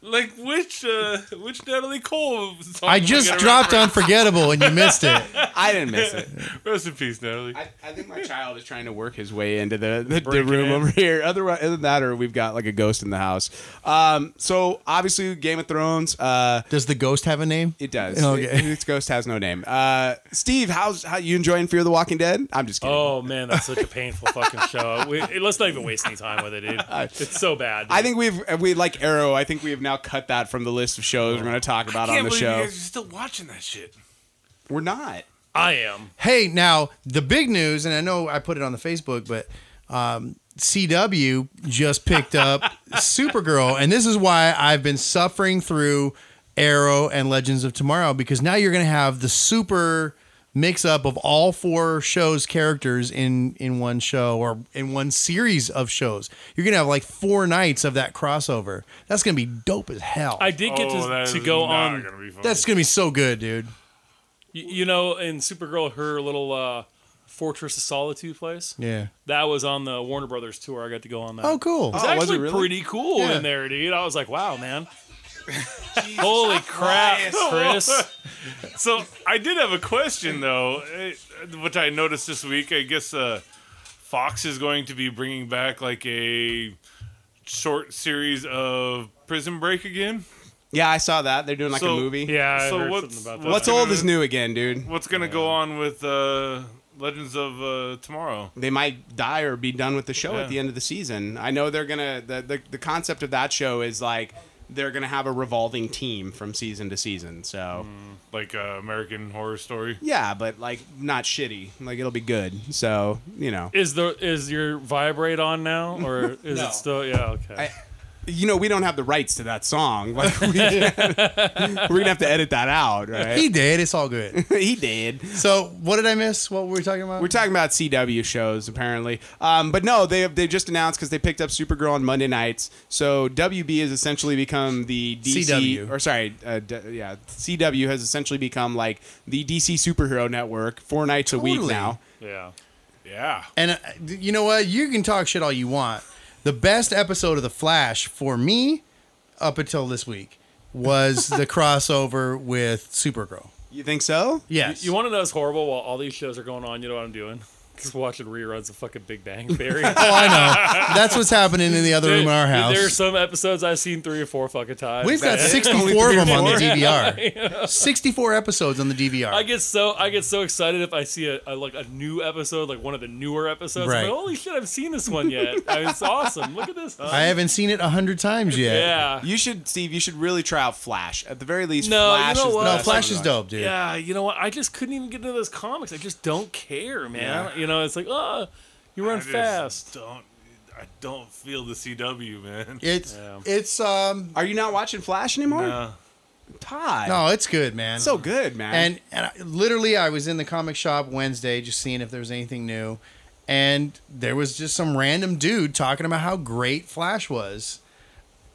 Speaker 5: like which uh, which Natalie Cole? Song
Speaker 3: I
Speaker 5: am
Speaker 3: just
Speaker 5: gonna
Speaker 3: dropped unforgettable and you missed it.
Speaker 2: I didn't miss it.
Speaker 5: remember? Rest in peace, Natalie.
Speaker 2: I, I think my child is trying to work his way into the, the, the
Speaker 5: Breaking
Speaker 2: room
Speaker 5: in.
Speaker 2: over here. Otherwise, other than that, or we've got like a ghost in the house. Um, so obviously, Game of Thrones. Uh,
Speaker 3: Does the ghost have a name?
Speaker 2: it does.
Speaker 3: Okay.
Speaker 2: It- its ghost has no name. Uh, Steve, how's how you enjoying Fear the Walking Dead? I'm just kidding.
Speaker 4: Oh man, that's such a painful fucking show. We, let's not even waste any time with it, dude. It's so bad.
Speaker 2: I think we've uh, we like Arrow. I think we have now cut that from the list of shows we're going to talk about on
Speaker 5: Can't
Speaker 2: the
Speaker 5: believe
Speaker 2: show.
Speaker 5: you guys are still watching that shit.
Speaker 2: We're not.
Speaker 4: I am.
Speaker 3: Hey, now the big news, and I know I put it on the Facebook, but um, CW just picked up Supergirl, and this is why I've been suffering through Arrow and Legends of Tomorrow because now you're going to have the super mix up of all four shows characters in in one show or in one series of shows. You're going to have like four nights of that crossover. That's going to be dope as hell.
Speaker 4: I did get
Speaker 5: Oh, that
Speaker 4: to, to
Speaker 5: is
Speaker 4: go
Speaker 5: not
Speaker 4: on.
Speaker 5: gonna be fun.
Speaker 3: That's going to be so good, dude.
Speaker 4: You, you know, in Supergirl, her little uh, Fortress of Solitude place.
Speaker 3: Yeah.
Speaker 4: That was on the Warner Brothers tour. I got to go on that.
Speaker 3: Oh, cool.
Speaker 4: It's
Speaker 2: Oh, was
Speaker 4: actually
Speaker 2: it really?
Speaker 4: pretty cool
Speaker 3: Yeah.
Speaker 4: in there, dude. I was like, wow, man. Holy crap, Chris.
Speaker 5: So I did have a question though, eh, which I noticed this week. I guess uh, Fox is going to be bringing back like a short series of Prison Break again.
Speaker 2: Yeah, I saw that. They're doing like
Speaker 5: So-
Speaker 2: a movie.
Speaker 4: Yeah, I
Speaker 5: So
Speaker 4: heard
Speaker 5: what's-
Speaker 4: something about that.
Speaker 2: What's
Speaker 5: Uh,
Speaker 2: old is new again, dude.
Speaker 5: What's gonna go on with uh, Legends of uh, Tomorrow?
Speaker 2: they might die or be done with the show
Speaker 5: Yeah.
Speaker 2: at the end of the season. I know they're gonna the, the the concept of that show is like they're gonna have a revolving team from season to season. So
Speaker 5: Like uh, American Horror Story.
Speaker 2: yeah, but like not shitty. Like it'll be good. So you know,
Speaker 4: Is the is your vibrate on now or is
Speaker 2: No.
Speaker 4: it still yeah okay
Speaker 2: you know we don't have the rights to that song. Like we can't- we're gonna have to edit that out,
Speaker 3: He
Speaker 2: right?
Speaker 3: did. It's all good.
Speaker 2: he did.
Speaker 3: So, what did I miss? What were we talking about?
Speaker 2: We're talking about CW shows, apparently. Um, but no, they they just announced because they picked up Supergirl on Monday nights. So WB has essentially become the DC,
Speaker 3: CW.
Speaker 2: or sorry, uh, d- yeah, CW has essentially become like the DC superhero network four nights a week
Speaker 3: Totally.
Speaker 2: now.
Speaker 4: yeah
Speaker 5: Yeah.
Speaker 3: And uh, you know what? You can talk shit all you want. The best episode of The Flash for me up until this week was the crossover with Supergirl.
Speaker 2: You think so?
Speaker 3: Yes.
Speaker 4: You want to know what's horrible? While all these shows are going on, you know what I'm doing? Just watching reruns of fucking Big Bang Theory.
Speaker 3: oh, I know. That's what's happening in the other room in our house.
Speaker 4: There are some episodes I've seen three or four fucking times.
Speaker 3: We've got 64 of them on the DVR. 64 episodes on the DVR.
Speaker 4: I get so I get so excited if I see a, a like a new episode, like one of the newer episodes. I'm
Speaker 3: Right.
Speaker 4: like, holy shit, I've seen this one yet. I mean, it's awesome. Look at this. huh?
Speaker 3: I haven't seen it a hundred times yet.
Speaker 4: yeah.
Speaker 2: You should, Steve. You should really try out Flash. At the very least,
Speaker 4: No, you
Speaker 2: Flash
Speaker 4: know
Speaker 2: is the
Speaker 4: what?
Speaker 3: No,
Speaker 2: best
Speaker 3: Flash
Speaker 2: one.
Speaker 3: is dope, dude.
Speaker 4: Yeah, you know what? I just couldn't even get into those comics. I just don't care, man. You know, it's like, oh, you run
Speaker 5: I just
Speaker 4: fast.
Speaker 5: Don't. I don't feel the CW, man.
Speaker 3: It's
Speaker 4: Yeah.
Speaker 3: it's um
Speaker 2: Are you not watching Flash anymore?
Speaker 5: Uh,
Speaker 2: Todd,
Speaker 3: no, it's good, man.
Speaker 2: so good,
Speaker 4: Uh-huh.
Speaker 2: man.
Speaker 3: and, and I, literally i was in the comic shop wednesday just seeing if there was anything new and there was just some random dude talking about how great flash was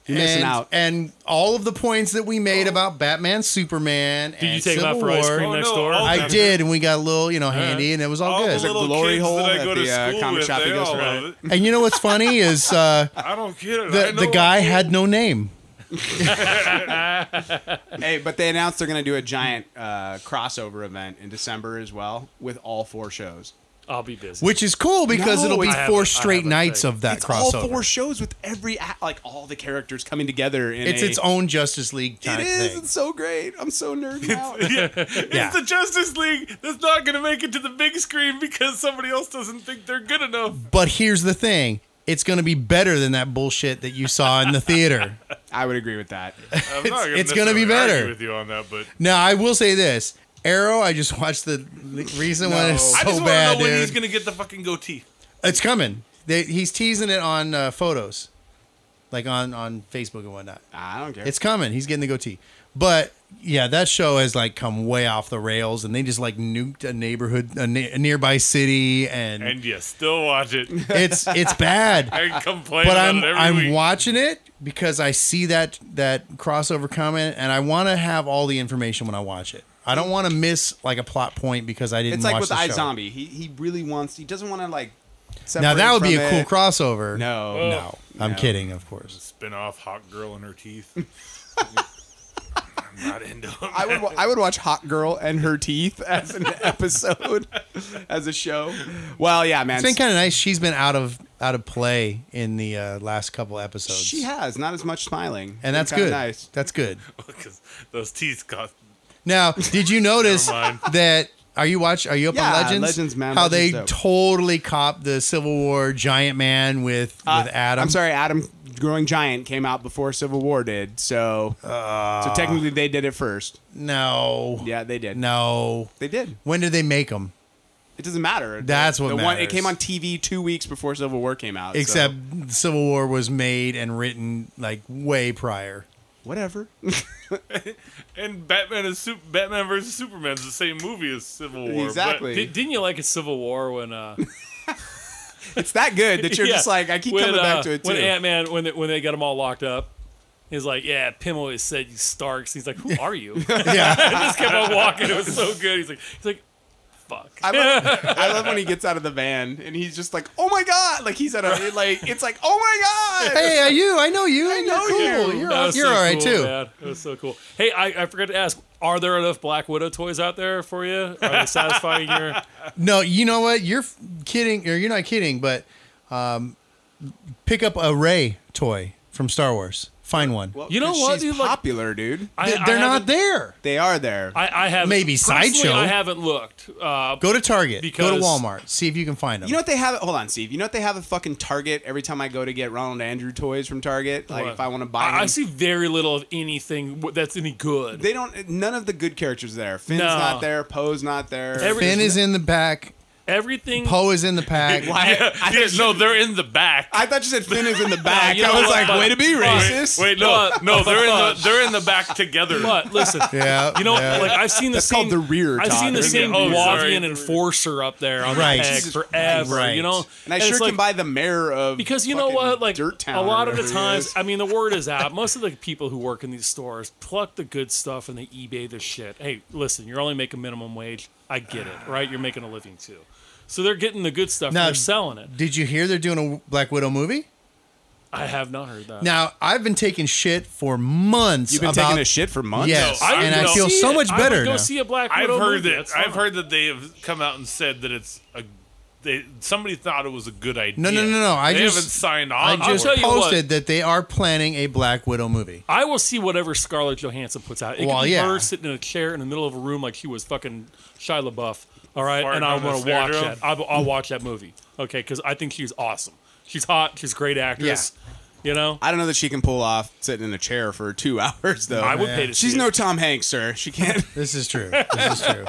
Speaker 2: You're missing
Speaker 3: and,
Speaker 2: out.
Speaker 3: And all of the points that we made about Batman, Superman,
Speaker 4: Did
Speaker 3: and
Speaker 4: you take them
Speaker 3: Civil
Speaker 4: out for ice
Speaker 3: War,
Speaker 4: cream Uh-huh. Oh,
Speaker 5: Oh,
Speaker 4: next
Speaker 5: no,
Speaker 4: door?
Speaker 5: all
Speaker 3: I
Speaker 5: Okay.
Speaker 3: did, and we got a little, you know, handy, and it was all
Speaker 5: All
Speaker 3: good.
Speaker 5: the little
Speaker 2: glory
Speaker 5: kids
Speaker 2: hole
Speaker 5: that I
Speaker 2: at
Speaker 5: go to
Speaker 2: the, uh,
Speaker 5: school
Speaker 2: comic
Speaker 5: with,
Speaker 2: shop
Speaker 5: they
Speaker 2: he goes
Speaker 5: all
Speaker 2: to.
Speaker 5: love it.
Speaker 3: And you know what's funny is uh,
Speaker 5: I don't get it. I
Speaker 3: the the
Speaker 5: know-
Speaker 3: guy had no name.
Speaker 2: Hey, but they announced they're going to do a giant uh, crossover event in December as well with all four shows.
Speaker 4: I'll be busy.
Speaker 3: Which is cool because
Speaker 2: No,
Speaker 3: it'll be
Speaker 4: I have a- I
Speaker 3: four
Speaker 4: have
Speaker 3: straight
Speaker 4: a
Speaker 3: nights
Speaker 4: thing.
Speaker 3: of that
Speaker 2: It's
Speaker 3: crossover.
Speaker 2: all four shows with every a- like all the characters coming together. In
Speaker 3: it's
Speaker 2: a-
Speaker 3: its own Justice League
Speaker 2: It
Speaker 3: type
Speaker 2: is.
Speaker 3: thing.
Speaker 2: It's so great. I'm so nerded out.
Speaker 3: yeah.
Speaker 5: It's the Justice League that's not going to make it to the big screen because somebody else doesn't think they're good enough.
Speaker 3: But here's the thing. It's going to be better than that bullshit that you saw in the theater.
Speaker 2: I would agree with that.
Speaker 5: I'm
Speaker 3: It's-
Speaker 5: not gonna
Speaker 3: it's gonna be
Speaker 5: necessarily
Speaker 3: better.
Speaker 5: argue With you on that, but
Speaker 3: now, I will say this. Arrow, I just watched the l- recent one. It's
Speaker 5: I
Speaker 3: so
Speaker 5: just want to know
Speaker 3: bad,
Speaker 5: when
Speaker 3: dude.
Speaker 5: he's going to get the fucking goatee.
Speaker 3: It's coming. They, he's teasing it on uh, photos, like on, on Facebook and whatnot.
Speaker 2: I don't care.
Speaker 3: It's coming. He's getting the goatee. But yeah, that show has like come way off the rails, and they just like nuked a neighborhood, a, ne- a nearby city, and,
Speaker 5: And you still watch it
Speaker 3: it's it's bad.
Speaker 5: and complain
Speaker 3: But
Speaker 5: about
Speaker 3: I'm
Speaker 5: it every
Speaker 3: I'm
Speaker 5: week.
Speaker 3: watching it because I see that that crossover coming, and I want to have all the information when I watch it. I don't want to miss like a plot point because I didn't.
Speaker 2: It's
Speaker 3: watch
Speaker 2: like with
Speaker 3: the show.
Speaker 2: iZombie. He he really wants. He doesn't want to like.
Speaker 3: Now that would be a
Speaker 2: separate
Speaker 3: cool
Speaker 2: from it.
Speaker 3: crossover.
Speaker 2: No.
Speaker 3: no, I'm kidding, of course.
Speaker 5: spin off hot girl and her teeth. I'm not into it.
Speaker 2: I would wa- I would watch Hot Girl and Her Teeth as an episode, as a show. Well, yeah, man.
Speaker 3: It's been kind of nice. She's been out of out of play in the uh, last couple episodes.
Speaker 2: she has not as much smiling,
Speaker 3: and
Speaker 2: It's
Speaker 3: that's
Speaker 2: kinda
Speaker 3: good.
Speaker 2: Nice.
Speaker 3: That's good.
Speaker 5: because those teeth cost.
Speaker 3: Now, did you notice
Speaker 5: mind.
Speaker 3: that? Are you watch? Are you up
Speaker 2: Yeah,
Speaker 3: on Legends?
Speaker 2: Legends, man,
Speaker 3: How
Speaker 2: Legends
Speaker 3: they
Speaker 2: dope.
Speaker 3: totally cop the Civil War Giant Man with
Speaker 2: Uh,
Speaker 3: with Adam.
Speaker 2: I'm sorry, Adam Growing Giant came out before Civil War did, so
Speaker 4: Uh.
Speaker 2: so technically they did it first.
Speaker 3: No.
Speaker 2: Yeah, they did.
Speaker 3: No.
Speaker 2: They did.
Speaker 3: When did they make them?
Speaker 2: It doesn't matter.
Speaker 3: That's
Speaker 2: the,
Speaker 3: what
Speaker 2: the One, it
Speaker 3: matters.
Speaker 2: came on TV two weeks before Civil War came out. so
Speaker 3: Except Civil War was made and written like way prior.
Speaker 2: whatever.
Speaker 5: And Batman is Sup- Batman versus Superman's the same movie as Civil War.
Speaker 2: exactly.
Speaker 4: Did, didn't you like a Civil War when uh
Speaker 2: it's that good that you're
Speaker 4: yeah,
Speaker 2: just like I keep
Speaker 4: when,
Speaker 2: coming
Speaker 4: uh,
Speaker 2: back to it too.
Speaker 4: When Ant Man when they, when they got him all locked up, he's like, "Yeah, Pym always said you Starks." He's like, "Who are you?" I
Speaker 3: Yeah.
Speaker 4: just kept on walking. It was so good. He's like, "He's like, fuck."
Speaker 2: I love, I love when he gets out of the van and he's just like, "Oh my god!" Like he's at a like it's like, "Oh my god!"
Speaker 3: hey, are you? I know you. I
Speaker 2: know
Speaker 3: you're cool.
Speaker 2: you.
Speaker 3: You're,
Speaker 4: That
Speaker 3: all-
Speaker 4: was
Speaker 3: you're
Speaker 4: so
Speaker 3: all right
Speaker 4: cool,
Speaker 3: too.
Speaker 4: Man. It was so cool. Hey, I, I forgot to ask: Are there enough Black Widow toys out there for you? Are they satisfying your?
Speaker 3: No, you know what? You're f- kidding, or you're not kidding, but um, pick up a Ray toy from Star Wars. Find one.
Speaker 4: You know what,
Speaker 2: She's
Speaker 4: dude? Like,
Speaker 2: popular, dude.
Speaker 4: I-
Speaker 3: Th-
Speaker 4: I
Speaker 3: They're
Speaker 4: haven't-
Speaker 3: not there.
Speaker 2: They are there.
Speaker 4: I, I have
Speaker 3: Maybe
Speaker 4: personally,
Speaker 3: Sideshow.
Speaker 4: I haven't looked. Uh,
Speaker 3: Go to Target. go
Speaker 4: Because-
Speaker 3: to Walmart. See if you can find them.
Speaker 2: you know what they have? Hold on, Steve. You know what they have a fucking Target every time I go to get Ronald Andrew toys from Target. Like
Speaker 4: What?
Speaker 2: if I want to buy,
Speaker 4: I, I
Speaker 2: him.
Speaker 4: see very little of anything w- that's any good.
Speaker 2: They don't. None of the good characters there. Finn's
Speaker 4: No.
Speaker 2: not there. Poe's not there.
Speaker 4: Every-
Speaker 3: Finn is in the back.
Speaker 4: Everything.
Speaker 3: Poe is in the
Speaker 2: I,
Speaker 3: pack.
Speaker 2: I,
Speaker 5: Yeah,
Speaker 2: thought you,
Speaker 5: no, they're in the back.
Speaker 2: I thought you said Finn is in the back.
Speaker 4: you know
Speaker 2: I was
Speaker 4: what,
Speaker 2: like,
Speaker 4: but-
Speaker 2: way to be racist.
Speaker 5: Wait, no,
Speaker 4: But-
Speaker 5: no, they're in
Speaker 4: but-
Speaker 5: the they're in the back together.
Speaker 4: But listen,
Speaker 3: Yeah.
Speaker 4: you know,
Speaker 3: yeah.
Speaker 4: like I've seen the
Speaker 2: That's called
Speaker 4: same.
Speaker 2: the rear.
Speaker 4: I've
Speaker 2: Todd.
Speaker 4: seen the
Speaker 2: That's
Speaker 4: same
Speaker 5: the rear. Oh, sorry.
Speaker 4: Wavian enforcer up there on
Speaker 3: Right.
Speaker 4: the peg
Speaker 2: Jesus
Speaker 4: forever.
Speaker 3: Christ.
Speaker 4: You know,
Speaker 2: And I
Speaker 4: it's
Speaker 2: sure can
Speaker 4: like-
Speaker 2: buy the mayor of
Speaker 4: because you know
Speaker 2: fucking
Speaker 4: what, like
Speaker 2: Dirt Town
Speaker 4: a
Speaker 2: or
Speaker 4: lot of the
Speaker 2: whatever it
Speaker 4: times,
Speaker 2: is.
Speaker 4: I mean, the word is out. Most of the people who work in these stores pluck the good stuff and they eBay the shit. Hey, listen, you're only making minimum wage. I get it, right? You're making a living too, so they're getting the good stuff.
Speaker 3: Now-
Speaker 4: and They're selling it.
Speaker 3: Did you hear they're doing a Black Widow movie?
Speaker 4: I have not heard that.
Speaker 3: Now I've been taking shit for months.
Speaker 2: you've been
Speaker 3: about,
Speaker 2: taking a shit for months.
Speaker 3: Yes,
Speaker 5: No, I
Speaker 3: and I
Speaker 5: don't
Speaker 3: feel
Speaker 4: see
Speaker 3: so
Speaker 4: it.
Speaker 3: much
Speaker 4: I would
Speaker 3: better.
Speaker 4: go
Speaker 3: now.
Speaker 4: see a Black
Speaker 5: I've
Speaker 4: Widow
Speaker 5: heard
Speaker 4: movie.
Speaker 5: that
Speaker 4: That's
Speaker 5: I've
Speaker 4: fine.
Speaker 5: heard that they have come out and said that it's a they somebody thought it was a good idea.
Speaker 3: no, no, no, I
Speaker 5: they
Speaker 3: just-
Speaker 5: haven't signed
Speaker 3: I
Speaker 5: on.
Speaker 3: just
Speaker 5: to
Speaker 4: tell
Speaker 5: it.
Speaker 4: you what.
Speaker 3: posted that they are planning a Black Widow movie.
Speaker 4: I will see whatever Scarlett Johansson puts out. It
Speaker 3: Well,
Speaker 4: could be
Speaker 3: yeah.
Speaker 4: her sitting in a chair in the middle of a room like she was fucking Shia LaBeouf. All right,
Speaker 5: Farting
Speaker 4: and I
Speaker 5: on a
Speaker 4: want to
Speaker 5: snare
Speaker 4: watch
Speaker 5: drum?
Speaker 4: that. I, I'll watch that movie. Okay, because I think she's awesome. She's hot. She's a great actress. You know,
Speaker 2: I don't know that she can pull off sitting in a chair for two hours though.
Speaker 4: I would pay to
Speaker 2: She's
Speaker 4: see
Speaker 2: no
Speaker 4: it.
Speaker 2: Tom Hanks, sir. She can't.
Speaker 3: This is true. This is true.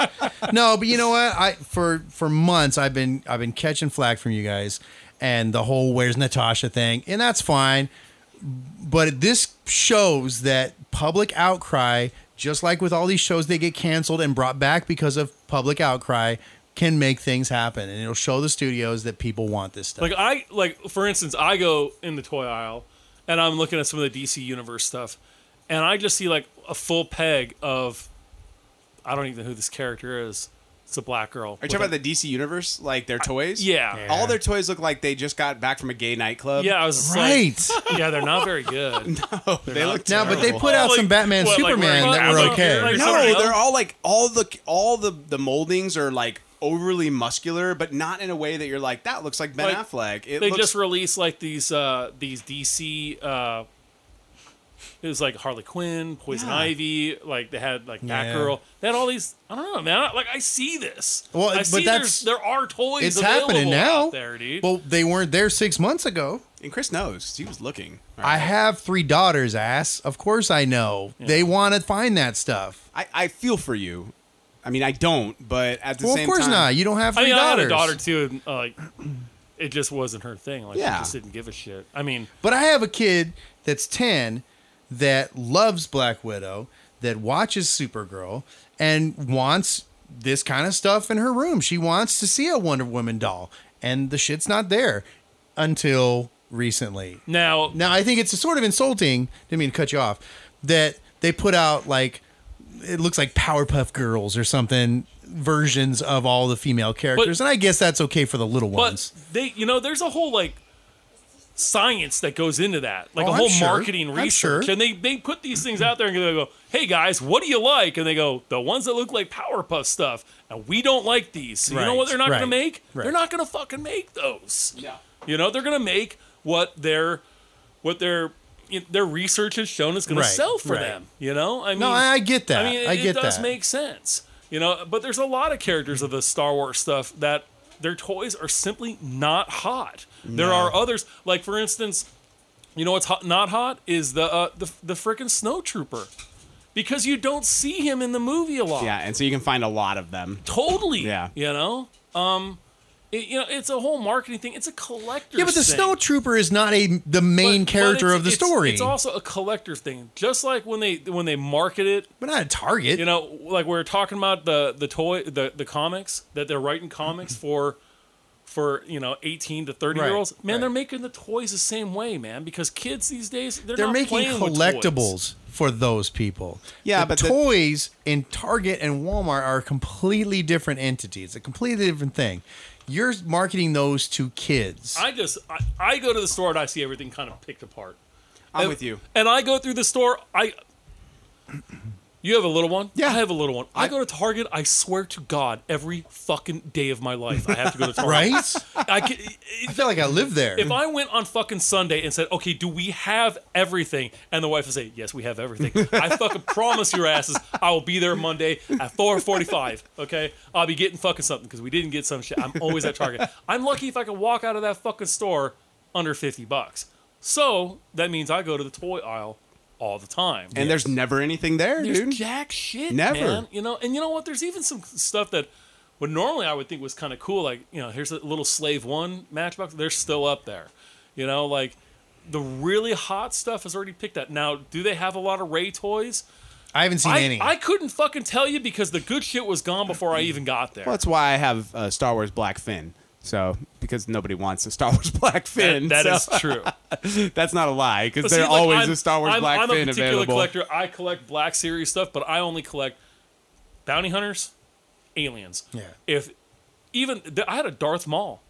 Speaker 3: No, but you know what? I for for months I've been I've been catching flack from you guys and the whole where's Natasha thing, and that's fine. But this shows that public outcry, just like with all these shows they get canceled and brought back because of public outcry, can make things happen. And it'll show the studios that people want this stuff.
Speaker 4: Like I like for instance, I go in the toy aisle and I'm looking at some of the DC universe stuff, and I just see like a full peg of, I don't even know who this character is. It's a black girl.
Speaker 2: Are you talking about the DC universe, like their toys?
Speaker 4: yeah. Yeah.
Speaker 2: all their toys look like they just got back from a gay nightclub. Oh,
Speaker 4: Yeah, I was just like,
Speaker 3: Right.
Speaker 4: yeah, they're not very good.
Speaker 2: they look
Speaker 3: now,
Speaker 2: terrible.
Speaker 3: but they put out
Speaker 5: Like,
Speaker 3: some Batman,
Speaker 5: what, like
Speaker 3: Superman
Speaker 5: wearing
Speaker 3: that were
Speaker 5: Amazon
Speaker 3: okay.
Speaker 5: gear
Speaker 2: no,
Speaker 5: or something?
Speaker 2: they're all like all the all the the moldings are like overly muscular, but not in a way that you're like that looks like Ben
Speaker 4: Like,
Speaker 2: Affleck. It
Speaker 4: They
Speaker 2: looks
Speaker 4: just released like these uh these DC uh it was like Harley Quinn, Poison
Speaker 2: Yeah.
Speaker 4: Ivy, like they had like
Speaker 3: Yeah.
Speaker 4: Batgirl. They had all these. I don't know, man. I- Like I see this.
Speaker 3: Well,
Speaker 4: I
Speaker 3: but
Speaker 4: see
Speaker 3: that's-
Speaker 4: there's- there are toys.
Speaker 3: It's
Speaker 4: available
Speaker 3: happening now.
Speaker 4: out there, dude.
Speaker 3: Well, they weren't there six months ago.
Speaker 2: and Chris knows 'cause he was looking.
Speaker 3: I have three daughters, ass. Of course I know. They want to find that stuff.
Speaker 2: I, I feel for you. I mean, I don't, but at the
Speaker 3: Well,
Speaker 2: same
Speaker 3: of course
Speaker 2: time,
Speaker 3: not. You don't have
Speaker 4: I
Speaker 3: three
Speaker 4: mean, I had
Speaker 3: daughters.
Speaker 4: a daughter too, and uh, like it just wasn't her thing. Like
Speaker 2: Yeah.
Speaker 4: she just didn't give a shit. I mean,
Speaker 3: But I have a kid that's 10 that loves Black Widow, that watches Supergirl, and wants this kind of stuff in her room. She wants to see a Wonder Woman doll, and the shit's not there until recently.
Speaker 4: now
Speaker 3: Now, I think it's sort of insulting, didn't mean to cut you off, that they put out like, it looks like Powerpuff Girls or something versions of all the female characters. and I guess that's okay for the little ones.
Speaker 4: But they, you know, there's a whole like science that goes into that, like
Speaker 3: Oh,
Speaker 4: a
Speaker 3: I'm
Speaker 4: whole
Speaker 3: sure.
Speaker 4: marketing
Speaker 3: I'm
Speaker 4: research.
Speaker 3: sure.
Speaker 4: And they they put these things out there and they go, "Hey guys, what do you like?" And they go, "The ones that look like Powerpuff stuff, and we don't like these." So you know
Speaker 3: Right,
Speaker 4: what they're not
Speaker 3: right,
Speaker 4: going to make?
Speaker 3: right.
Speaker 4: They're not going to fucking make those. Yeah. You know, they're going to make what their what their you know, their research has shown is going
Speaker 3: Right,
Speaker 4: to sell for
Speaker 3: right.
Speaker 4: them. You know, I mean,
Speaker 3: No, I- I get that.
Speaker 4: I mean, it,
Speaker 3: I
Speaker 4: it
Speaker 3: get
Speaker 4: does
Speaker 3: that.
Speaker 4: make sense, you know. But there's a lot of characters of the Star Wars stuff that their toys are simply not hot. There are others, like for instance, you know what's hot, not hot is the uh, the the freaking snowtrooper, because you don't see him in the movie a lot.
Speaker 2: Yeah, and so you can find a lot of them.
Speaker 4: totally.
Speaker 2: Yeah.
Speaker 4: you know, um, it, you know, it's a whole marketing thing. It's a collector.
Speaker 3: Yeah, but the snowtrooper is not a the main character of the story.
Speaker 4: It's also a collector thing, just like when they when they market it
Speaker 3: but not a target.
Speaker 4: you know, like we are talking about the the toy the the comics that they're writing comics
Speaker 3: Mm-hmm.
Speaker 4: for for you know 18 to 30
Speaker 3: Right,
Speaker 4: year olds man
Speaker 3: right.
Speaker 4: they're making the toys the same way man because kids these days they're,
Speaker 3: they're
Speaker 4: not
Speaker 3: making
Speaker 4: playing with toys.
Speaker 3: collectibles for those people.
Speaker 2: Yeah,
Speaker 3: the
Speaker 2: but the-
Speaker 3: toys in Target and Walmart are completely different entities. A completely different thing. You're marketing those to kids.
Speaker 4: i just I, I go to the store and i see everything kind of picked apart
Speaker 2: I'm
Speaker 4: And-
Speaker 2: with you.
Speaker 4: and i go through the store i you have a little one? Yeah. I have a little one. I,
Speaker 3: I-
Speaker 4: go to Target, I swear to God, every fucking day of my life, I have to go to Target.
Speaker 3: right?
Speaker 4: I can,
Speaker 3: I feel like I live there.
Speaker 2: Mm-hmm.
Speaker 4: If I went on fucking Sunday and said, "Okay, do we have everything?" and the wife would say, "Yes, we have everything," I fucking promise your asses, I will be there Monday at four forty-five. Okay, I'll be getting fucking something because we didn't get some shit. I'm always at Target. I'm lucky if I can walk out of that fucking store under fifty bucks. So that means I go to the toy aisle all the time.
Speaker 2: And there's never anything there,
Speaker 4: There's
Speaker 2: dude.
Speaker 4: jack shit.
Speaker 2: Never.
Speaker 4: man. You know, and you know what? There's even some stuff that would normally I would think was kind of cool. Like, you know, here's a little Slave One matchbox. They're still up there. You know, like the really hot stuff is already picked up. Now, do they have a lot of Ray toys?
Speaker 3: I haven't seen
Speaker 4: I,
Speaker 3: any.
Speaker 4: I couldn't fucking tell you because the good shit was gone before I even got there.
Speaker 2: Well, that's why I have uh, Star Wars Black Fin. So because nobody wants a Star Wars Black Fin.
Speaker 4: That- that
Speaker 2: so
Speaker 4: is true.
Speaker 2: that's not a lie because
Speaker 4: But
Speaker 2: there's
Speaker 4: see, like,
Speaker 2: always
Speaker 4: I'm-
Speaker 2: a Star Wars
Speaker 4: I'm,
Speaker 2: Black
Speaker 4: I'm
Speaker 2: Fin
Speaker 4: a particular
Speaker 2: available.
Speaker 4: collector. I collect Black Series stuff, but I only collect bounty hunters, aliens.
Speaker 3: Yeah.
Speaker 4: If even th- I had a Darth Maul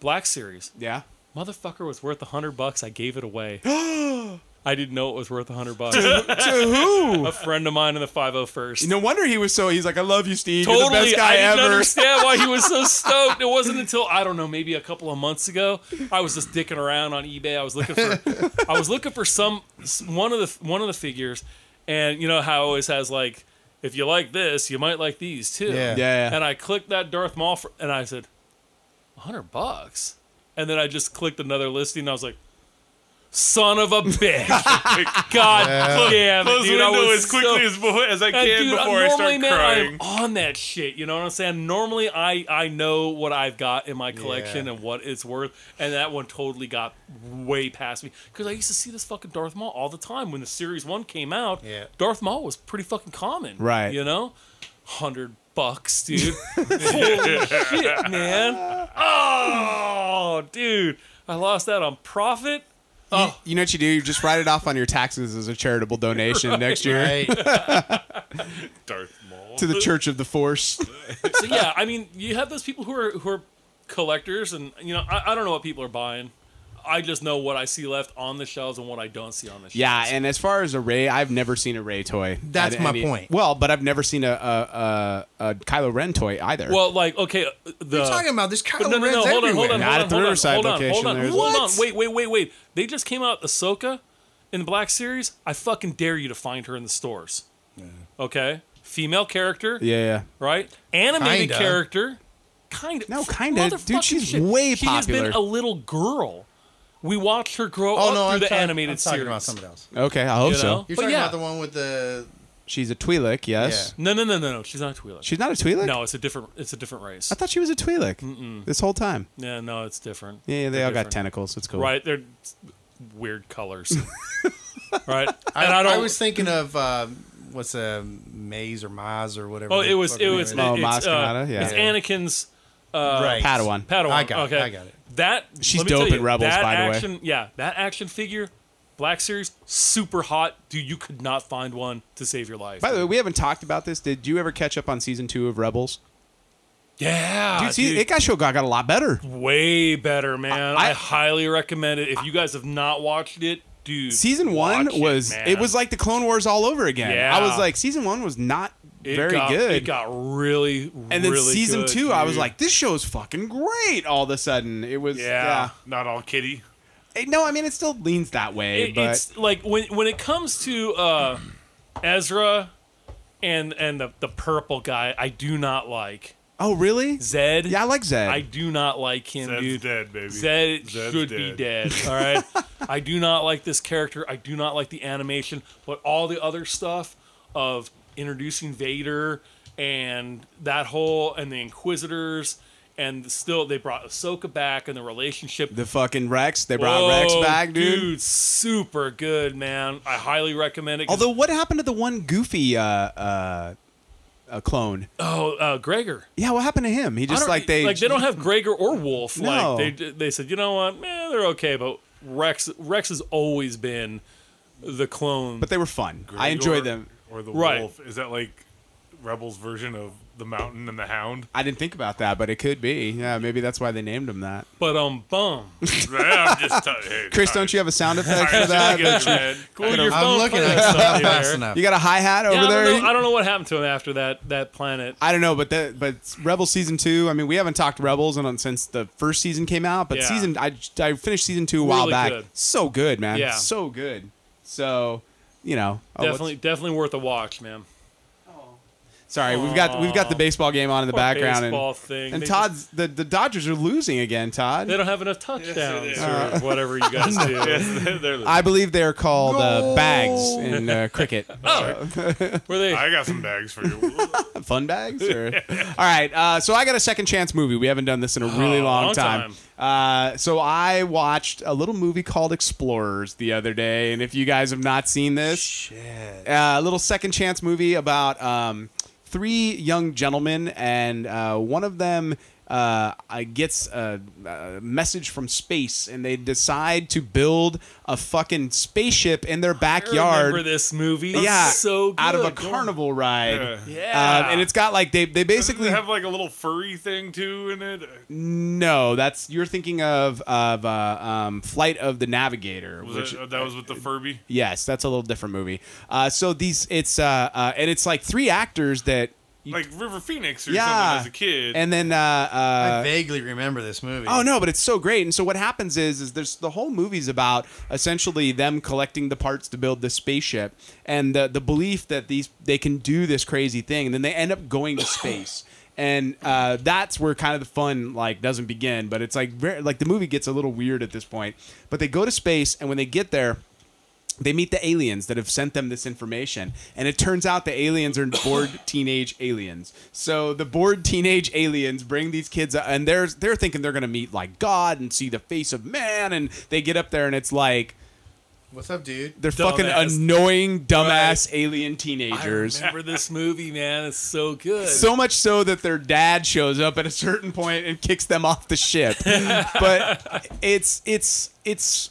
Speaker 4: Black Series,
Speaker 2: Yeah.
Speaker 4: motherfucker was worth a hundred bucks. I gave it away. I didn't know it was worth a hundred bucks.
Speaker 2: to who?
Speaker 4: a friend of mine in the five hundred first.
Speaker 2: No wonder he was so. He's like, I love you, Steve. You're
Speaker 4: Totally,
Speaker 2: the best guy
Speaker 4: I didn't
Speaker 2: ever.
Speaker 4: understand why he was so stoked. It wasn't until I don't know, maybe a couple of months ago, I was just dicking around on eBay. I was looking for, I was looking for some one of the one of the figures, and you know how it always has like, if you like this, you might like these too.
Speaker 3: Yeah.
Speaker 2: Yeah.
Speaker 4: And I clicked that Darth Maul, for, and I said, hundred bucks, and then I just clicked another listing. And I was like. Son of a bitch! God damn it,
Speaker 5: Close
Speaker 4: dude! I
Speaker 5: window
Speaker 4: was
Speaker 5: as quickly
Speaker 4: so
Speaker 5: as, befo- as I
Speaker 4: and
Speaker 5: can
Speaker 4: dude, uh,
Speaker 5: before I
Speaker 4: normally,
Speaker 5: start
Speaker 4: man,
Speaker 5: crying.
Speaker 4: I'm on that shit. You know what I'm saying? Normally, I I know what I've got in my collection
Speaker 3: Yeah.
Speaker 4: and what it's worth, and that one totally got way past me because I used to see this fucking Darth Maul all the time when the series one came out.
Speaker 3: Yeah.
Speaker 4: Darth Maul was pretty fucking common,
Speaker 2: Right.
Speaker 4: You know, hundred bucks, dude. Holy shit, man! Oh, dude, I lost that on profit.
Speaker 2: Oh. You, know what you do? You just write it off on your taxes as a charitable donation next year
Speaker 3: Right.
Speaker 5: Darth Maul.
Speaker 2: to the Church of the Force.
Speaker 4: So yeah, I mean, you have those people who are who are collectors, and you know, I, I don't know what people are buying. I just know what I see left on the shelves and what I don't see on the shelves.
Speaker 2: Yeah, and as far as a Ray, I've never seen a Ray toy.
Speaker 3: That's
Speaker 2: at
Speaker 3: my point.
Speaker 2: Well, but I've never seen a a, a, a Kylo Ren toy either.
Speaker 4: Well, like okay, uh, the
Speaker 3: What are you talking about? There's Kylo
Speaker 4: But no, no,
Speaker 3: Ren's
Speaker 4: no, hold on,
Speaker 3: everywhere.
Speaker 4: hold on,
Speaker 2: Not
Speaker 4: hold
Speaker 2: at
Speaker 4: on,
Speaker 2: the
Speaker 4: hold
Speaker 2: Riverside
Speaker 4: on, hold on,
Speaker 2: location,
Speaker 4: hold on,
Speaker 2: there's-
Speaker 4: hold on,
Speaker 3: What?
Speaker 4: wait, wait, wait, wait. They just came out Ahsoka in the Black Series. I fucking dare you to find her in the stores. Okay, female character,
Speaker 2: yeah, yeah.
Speaker 4: right? Animated
Speaker 3: Kinda.
Speaker 4: character, kind of.
Speaker 2: No, kinda. Dude, she's way
Speaker 4: She has been
Speaker 2: popular.
Speaker 4: a little girl. We watched her grow
Speaker 3: Oh no,
Speaker 4: up through
Speaker 3: I'm
Speaker 4: the
Speaker 3: talking,
Speaker 4: animated
Speaker 3: I'm talking
Speaker 4: series.
Speaker 3: about something else.
Speaker 2: Okay, I hope
Speaker 4: You know?
Speaker 2: so.
Speaker 3: You're
Speaker 4: But
Speaker 3: talking
Speaker 4: yeah.
Speaker 3: about the one with the
Speaker 2: She's a Twi'lek, yes.
Speaker 3: Yeah.
Speaker 4: No, no, no, no, no. She's not a Twi'lek.
Speaker 2: She's not a Twi'lek.
Speaker 4: no, it's a different. It's a different race.
Speaker 2: I thought she was a Twi'lek this whole time.
Speaker 4: Yeah, no, it's different.
Speaker 2: Yeah, yeah they
Speaker 4: They're
Speaker 2: all got
Speaker 4: different.
Speaker 2: tentacles. It's cool.
Speaker 4: Right, they're weird colors. right, and
Speaker 3: I,
Speaker 4: I, don't.
Speaker 3: I was thinking of um, what's a maze or Maz or whatever.
Speaker 4: oh,
Speaker 3: the
Speaker 4: it was.
Speaker 3: fuck
Speaker 4: It
Speaker 3: name
Speaker 4: was. uh,
Speaker 3: is.
Speaker 4: It,
Speaker 2: Oh,
Speaker 4: it's, uh,
Speaker 2: Maz Kanata, yeah.
Speaker 4: it's Anakin's
Speaker 3: right.
Speaker 2: Padawan.
Speaker 4: Padawan.
Speaker 3: I got it,
Speaker 4: okay.
Speaker 3: I got it.
Speaker 4: That
Speaker 2: She's
Speaker 4: let me tell
Speaker 2: dope in
Speaker 4: you,
Speaker 2: Rebels,
Speaker 4: that
Speaker 2: by the way.
Speaker 4: action, the way. Yeah, that action figure, Black Series, super hot, dude. You could not find one to save your life.
Speaker 2: By the way, we haven't talked about this. Did you ever catch up on season two of Rebels?
Speaker 4: yeah,
Speaker 2: Dude, see, it got show got, got a lot better.
Speaker 4: way better, man. I,
Speaker 2: I-
Speaker 4: highly recommend it. If you guys have not watched it, dude,
Speaker 2: Season one
Speaker 4: watch it,
Speaker 2: was
Speaker 4: man.
Speaker 2: it, was like the Clone Wars all over again.
Speaker 4: Yeah.
Speaker 2: I was like, season one was not
Speaker 4: It
Speaker 2: very
Speaker 4: got-
Speaker 2: good.
Speaker 4: It got really,
Speaker 2: and then
Speaker 4: really
Speaker 2: season
Speaker 4: good,
Speaker 2: two, I was
Speaker 4: dude.
Speaker 2: like, this show's fucking great. All of a sudden, it was yeah.
Speaker 4: Yeah.
Speaker 5: Not all kitty.
Speaker 2: Eh, No, I mean it still leans that way,
Speaker 4: It-
Speaker 2: but
Speaker 4: it's like when when it comes to uh, Ezra and and the the purple guy, I do not like
Speaker 2: oh really?
Speaker 4: Zed.
Speaker 2: Yeah, I like Zed.
Speaker 4: I do not like him,
Speaker 5: Zed's
Speaker 4: dude.
Speaker 5: dead, baby.
Speaker 4: Zed
Speaker 5: Zed's
Speaker 4: should be dead. All right. I do not like this character. I do not like the animation, but all the other stuff of introducing Vader and that whole and the Inquisitors and still they brought Ahsoka back and the relationship
Speaker 2: the fucking Rex. They brought Rex
Speaker 4: Whoa,
Speaker 2: back, dude.
Speaker 4: Super good, man. I highly recommend it. 'cause-
Speaker 2: Although, what happened to the one goofy uh, uh, uh, clone?
Speaker 4: oh, uh, Gregor,
Speaker 2: Yeah, what happened to him? He
Speaker 4: I
Speaker 2: just
Speaker 4: don't- e,
Speaker 2: like they
Speaker 4: like they don't have Gregor or Wolf.
Speaker 2: No.
Speaker 4: Like they they said, you know what, man, they're okay, but Rex Rex has always been the clone.
Speaker 2: but they were fun. I
Speaker 5: Gregor
Speaker 2: enjoyed them.
Speaker 5: Or the
Speaker 4: Right.
Speaker 5: wolf. Is that like Rebels version of the mountain and the hound?
Speaker 2: I didn't think about that, but it could be. Yeah, maybe that's why they named him that.
Speaker 4: but um, bum.
Speaker 5: Yeah, I'm just t- hey,
Speaker 2: Chris,
Speaker 5: sorry.
Speaker 2: don't you have a sound effect
Speaker 5: Sorry,
Speaker 2: for
Speaker 5: it's
Speaker 2: that?
Speaker 5: not good, man.
Speaker 4: Cool, your
Speaker 3: I'm
Speaker 4: phone
Speaker 3: looking
Speaker 4: playing
Speaker 3: at it. it's Not
Speaker 4: something
Speaker 3: fast
Speaker 4: there.
Speaker 3: enough.
Speaker 2: You got a hi hat over
Speaker 4: Yeah, I,
Speaker 2: there.
Speaker 4: don't know, I don't know what happened to him after that that planet.
Speaker 2: I don't know, but that but Rebel season two. I mean, we haven't talked Rebels and since the first season came out, but
Speaker 4: Yeah.
Speaker 2: season I I finished season two a while
Speaker 4: Really
Speaker 2: back.
Speaker 4: good.
Speaker 2: So good, man.
Speaker 4: Yeah.
Speaker 2: So good. So you know, oh, what's-
Speaker 4: definitely, definitely worth a watch, man.
Speaker 2: Sorry, we've got we've got the baseball game on in the
Speaker 4: Poor
Speaker 2: background,
Speaker 4: baseball
Speaker 2: and
Speaker 4: thing.
Speaker 2: and
Speaker 4: They
Speaker 2: Todd's the the Dodgers are losing again. Todd,
Speaker 4: They don't have enough touchdowns
Speaker 5: do.
Speaker 2: Uh,
Speaker 4: or whatever you guys do.
Speaker 5: Yes, they're- they're the-
Speaker 2: I believe they're called uh, bags in uh, cricket.
Speaker 4: Oh. Were they?
Speaker 5: I got some bags for you.
Speaker 2: fun bags? Or? All right. Uh, so I got a second chance movie. We haven't done this in a really
Speaker 4: Oh,
Speaker 2: long,
Speaker 4: long
Speaker 2: time. Uh, so I watched a little movie called Explorers the other day, and if you guys have not seen this,
Speaker 3: Shit.
Speaker 2: uh, a little second chance movie about um, three young gentlemen, and uh, one of them uh, uh, gets a, a message from space, and they decide to build a fucking spaceship in their
Speaker 4: I
Speaker 2: backyard.
Speaker 4: remember this movie.
Speaker 2: Yeah,
Speaker 4: so good.
Speaker 2: out of a
Speaker 4: Go on.
Speaker 2: carnival ride.
Speaker 4: Yeah.
Speaker 2: Um, and it's got like they they
Speaker 5: Doesn't
Speaker 2: basically
Speaker 5: it have like a little furry thing too in it?
Speaker 2: no. That's you're thinking of of uh, um, Flight of the Navigator,
Speaker 5: Was uh,
Speaker 2: which
Speaker 5: that, that was with the Furby?
Speaker 2: yes, that's a little different movie. Uh, so these it's uh, uh, and it's like three actors that
Speaker 5: Like River Phoenix or
Speaker 2: yeah
Speaker 5: something as a kid.
Speaker 2: and then uh, uh,
Speaker 3: I vaguely remember this movie.
Speaker 2: Oh no, but it's so great. And so what happens is, is there's the whole movie's about essentially them collecting the parts to build this spaceship, and the the belief that these they can do this crazy thing, and then they end up going to space. And uh, that's where kind of the fun like doesn't begin, but it's like very, like the movie gets a little weird at this point. But they go to space, and when they get there, they meet the aliens that have sent them this information and it turns out the aliens are bored teenage aliens so the bored teenage aliens bring these kids and they're they're thinking they're gonna meet like god and see the face of man and they get up there and it's like
Speaker 3: What's up, dude?
Speaker 2: they're fucking
Speaker 4: Dumbass.
Speaker 2: annoying dumbass alien teenagers
Speaker 4: I remember this movie, man. It's so good.
Speaker 2: so much so that their dad shows up at a certain point and kicks them off the ship. but it's it's it's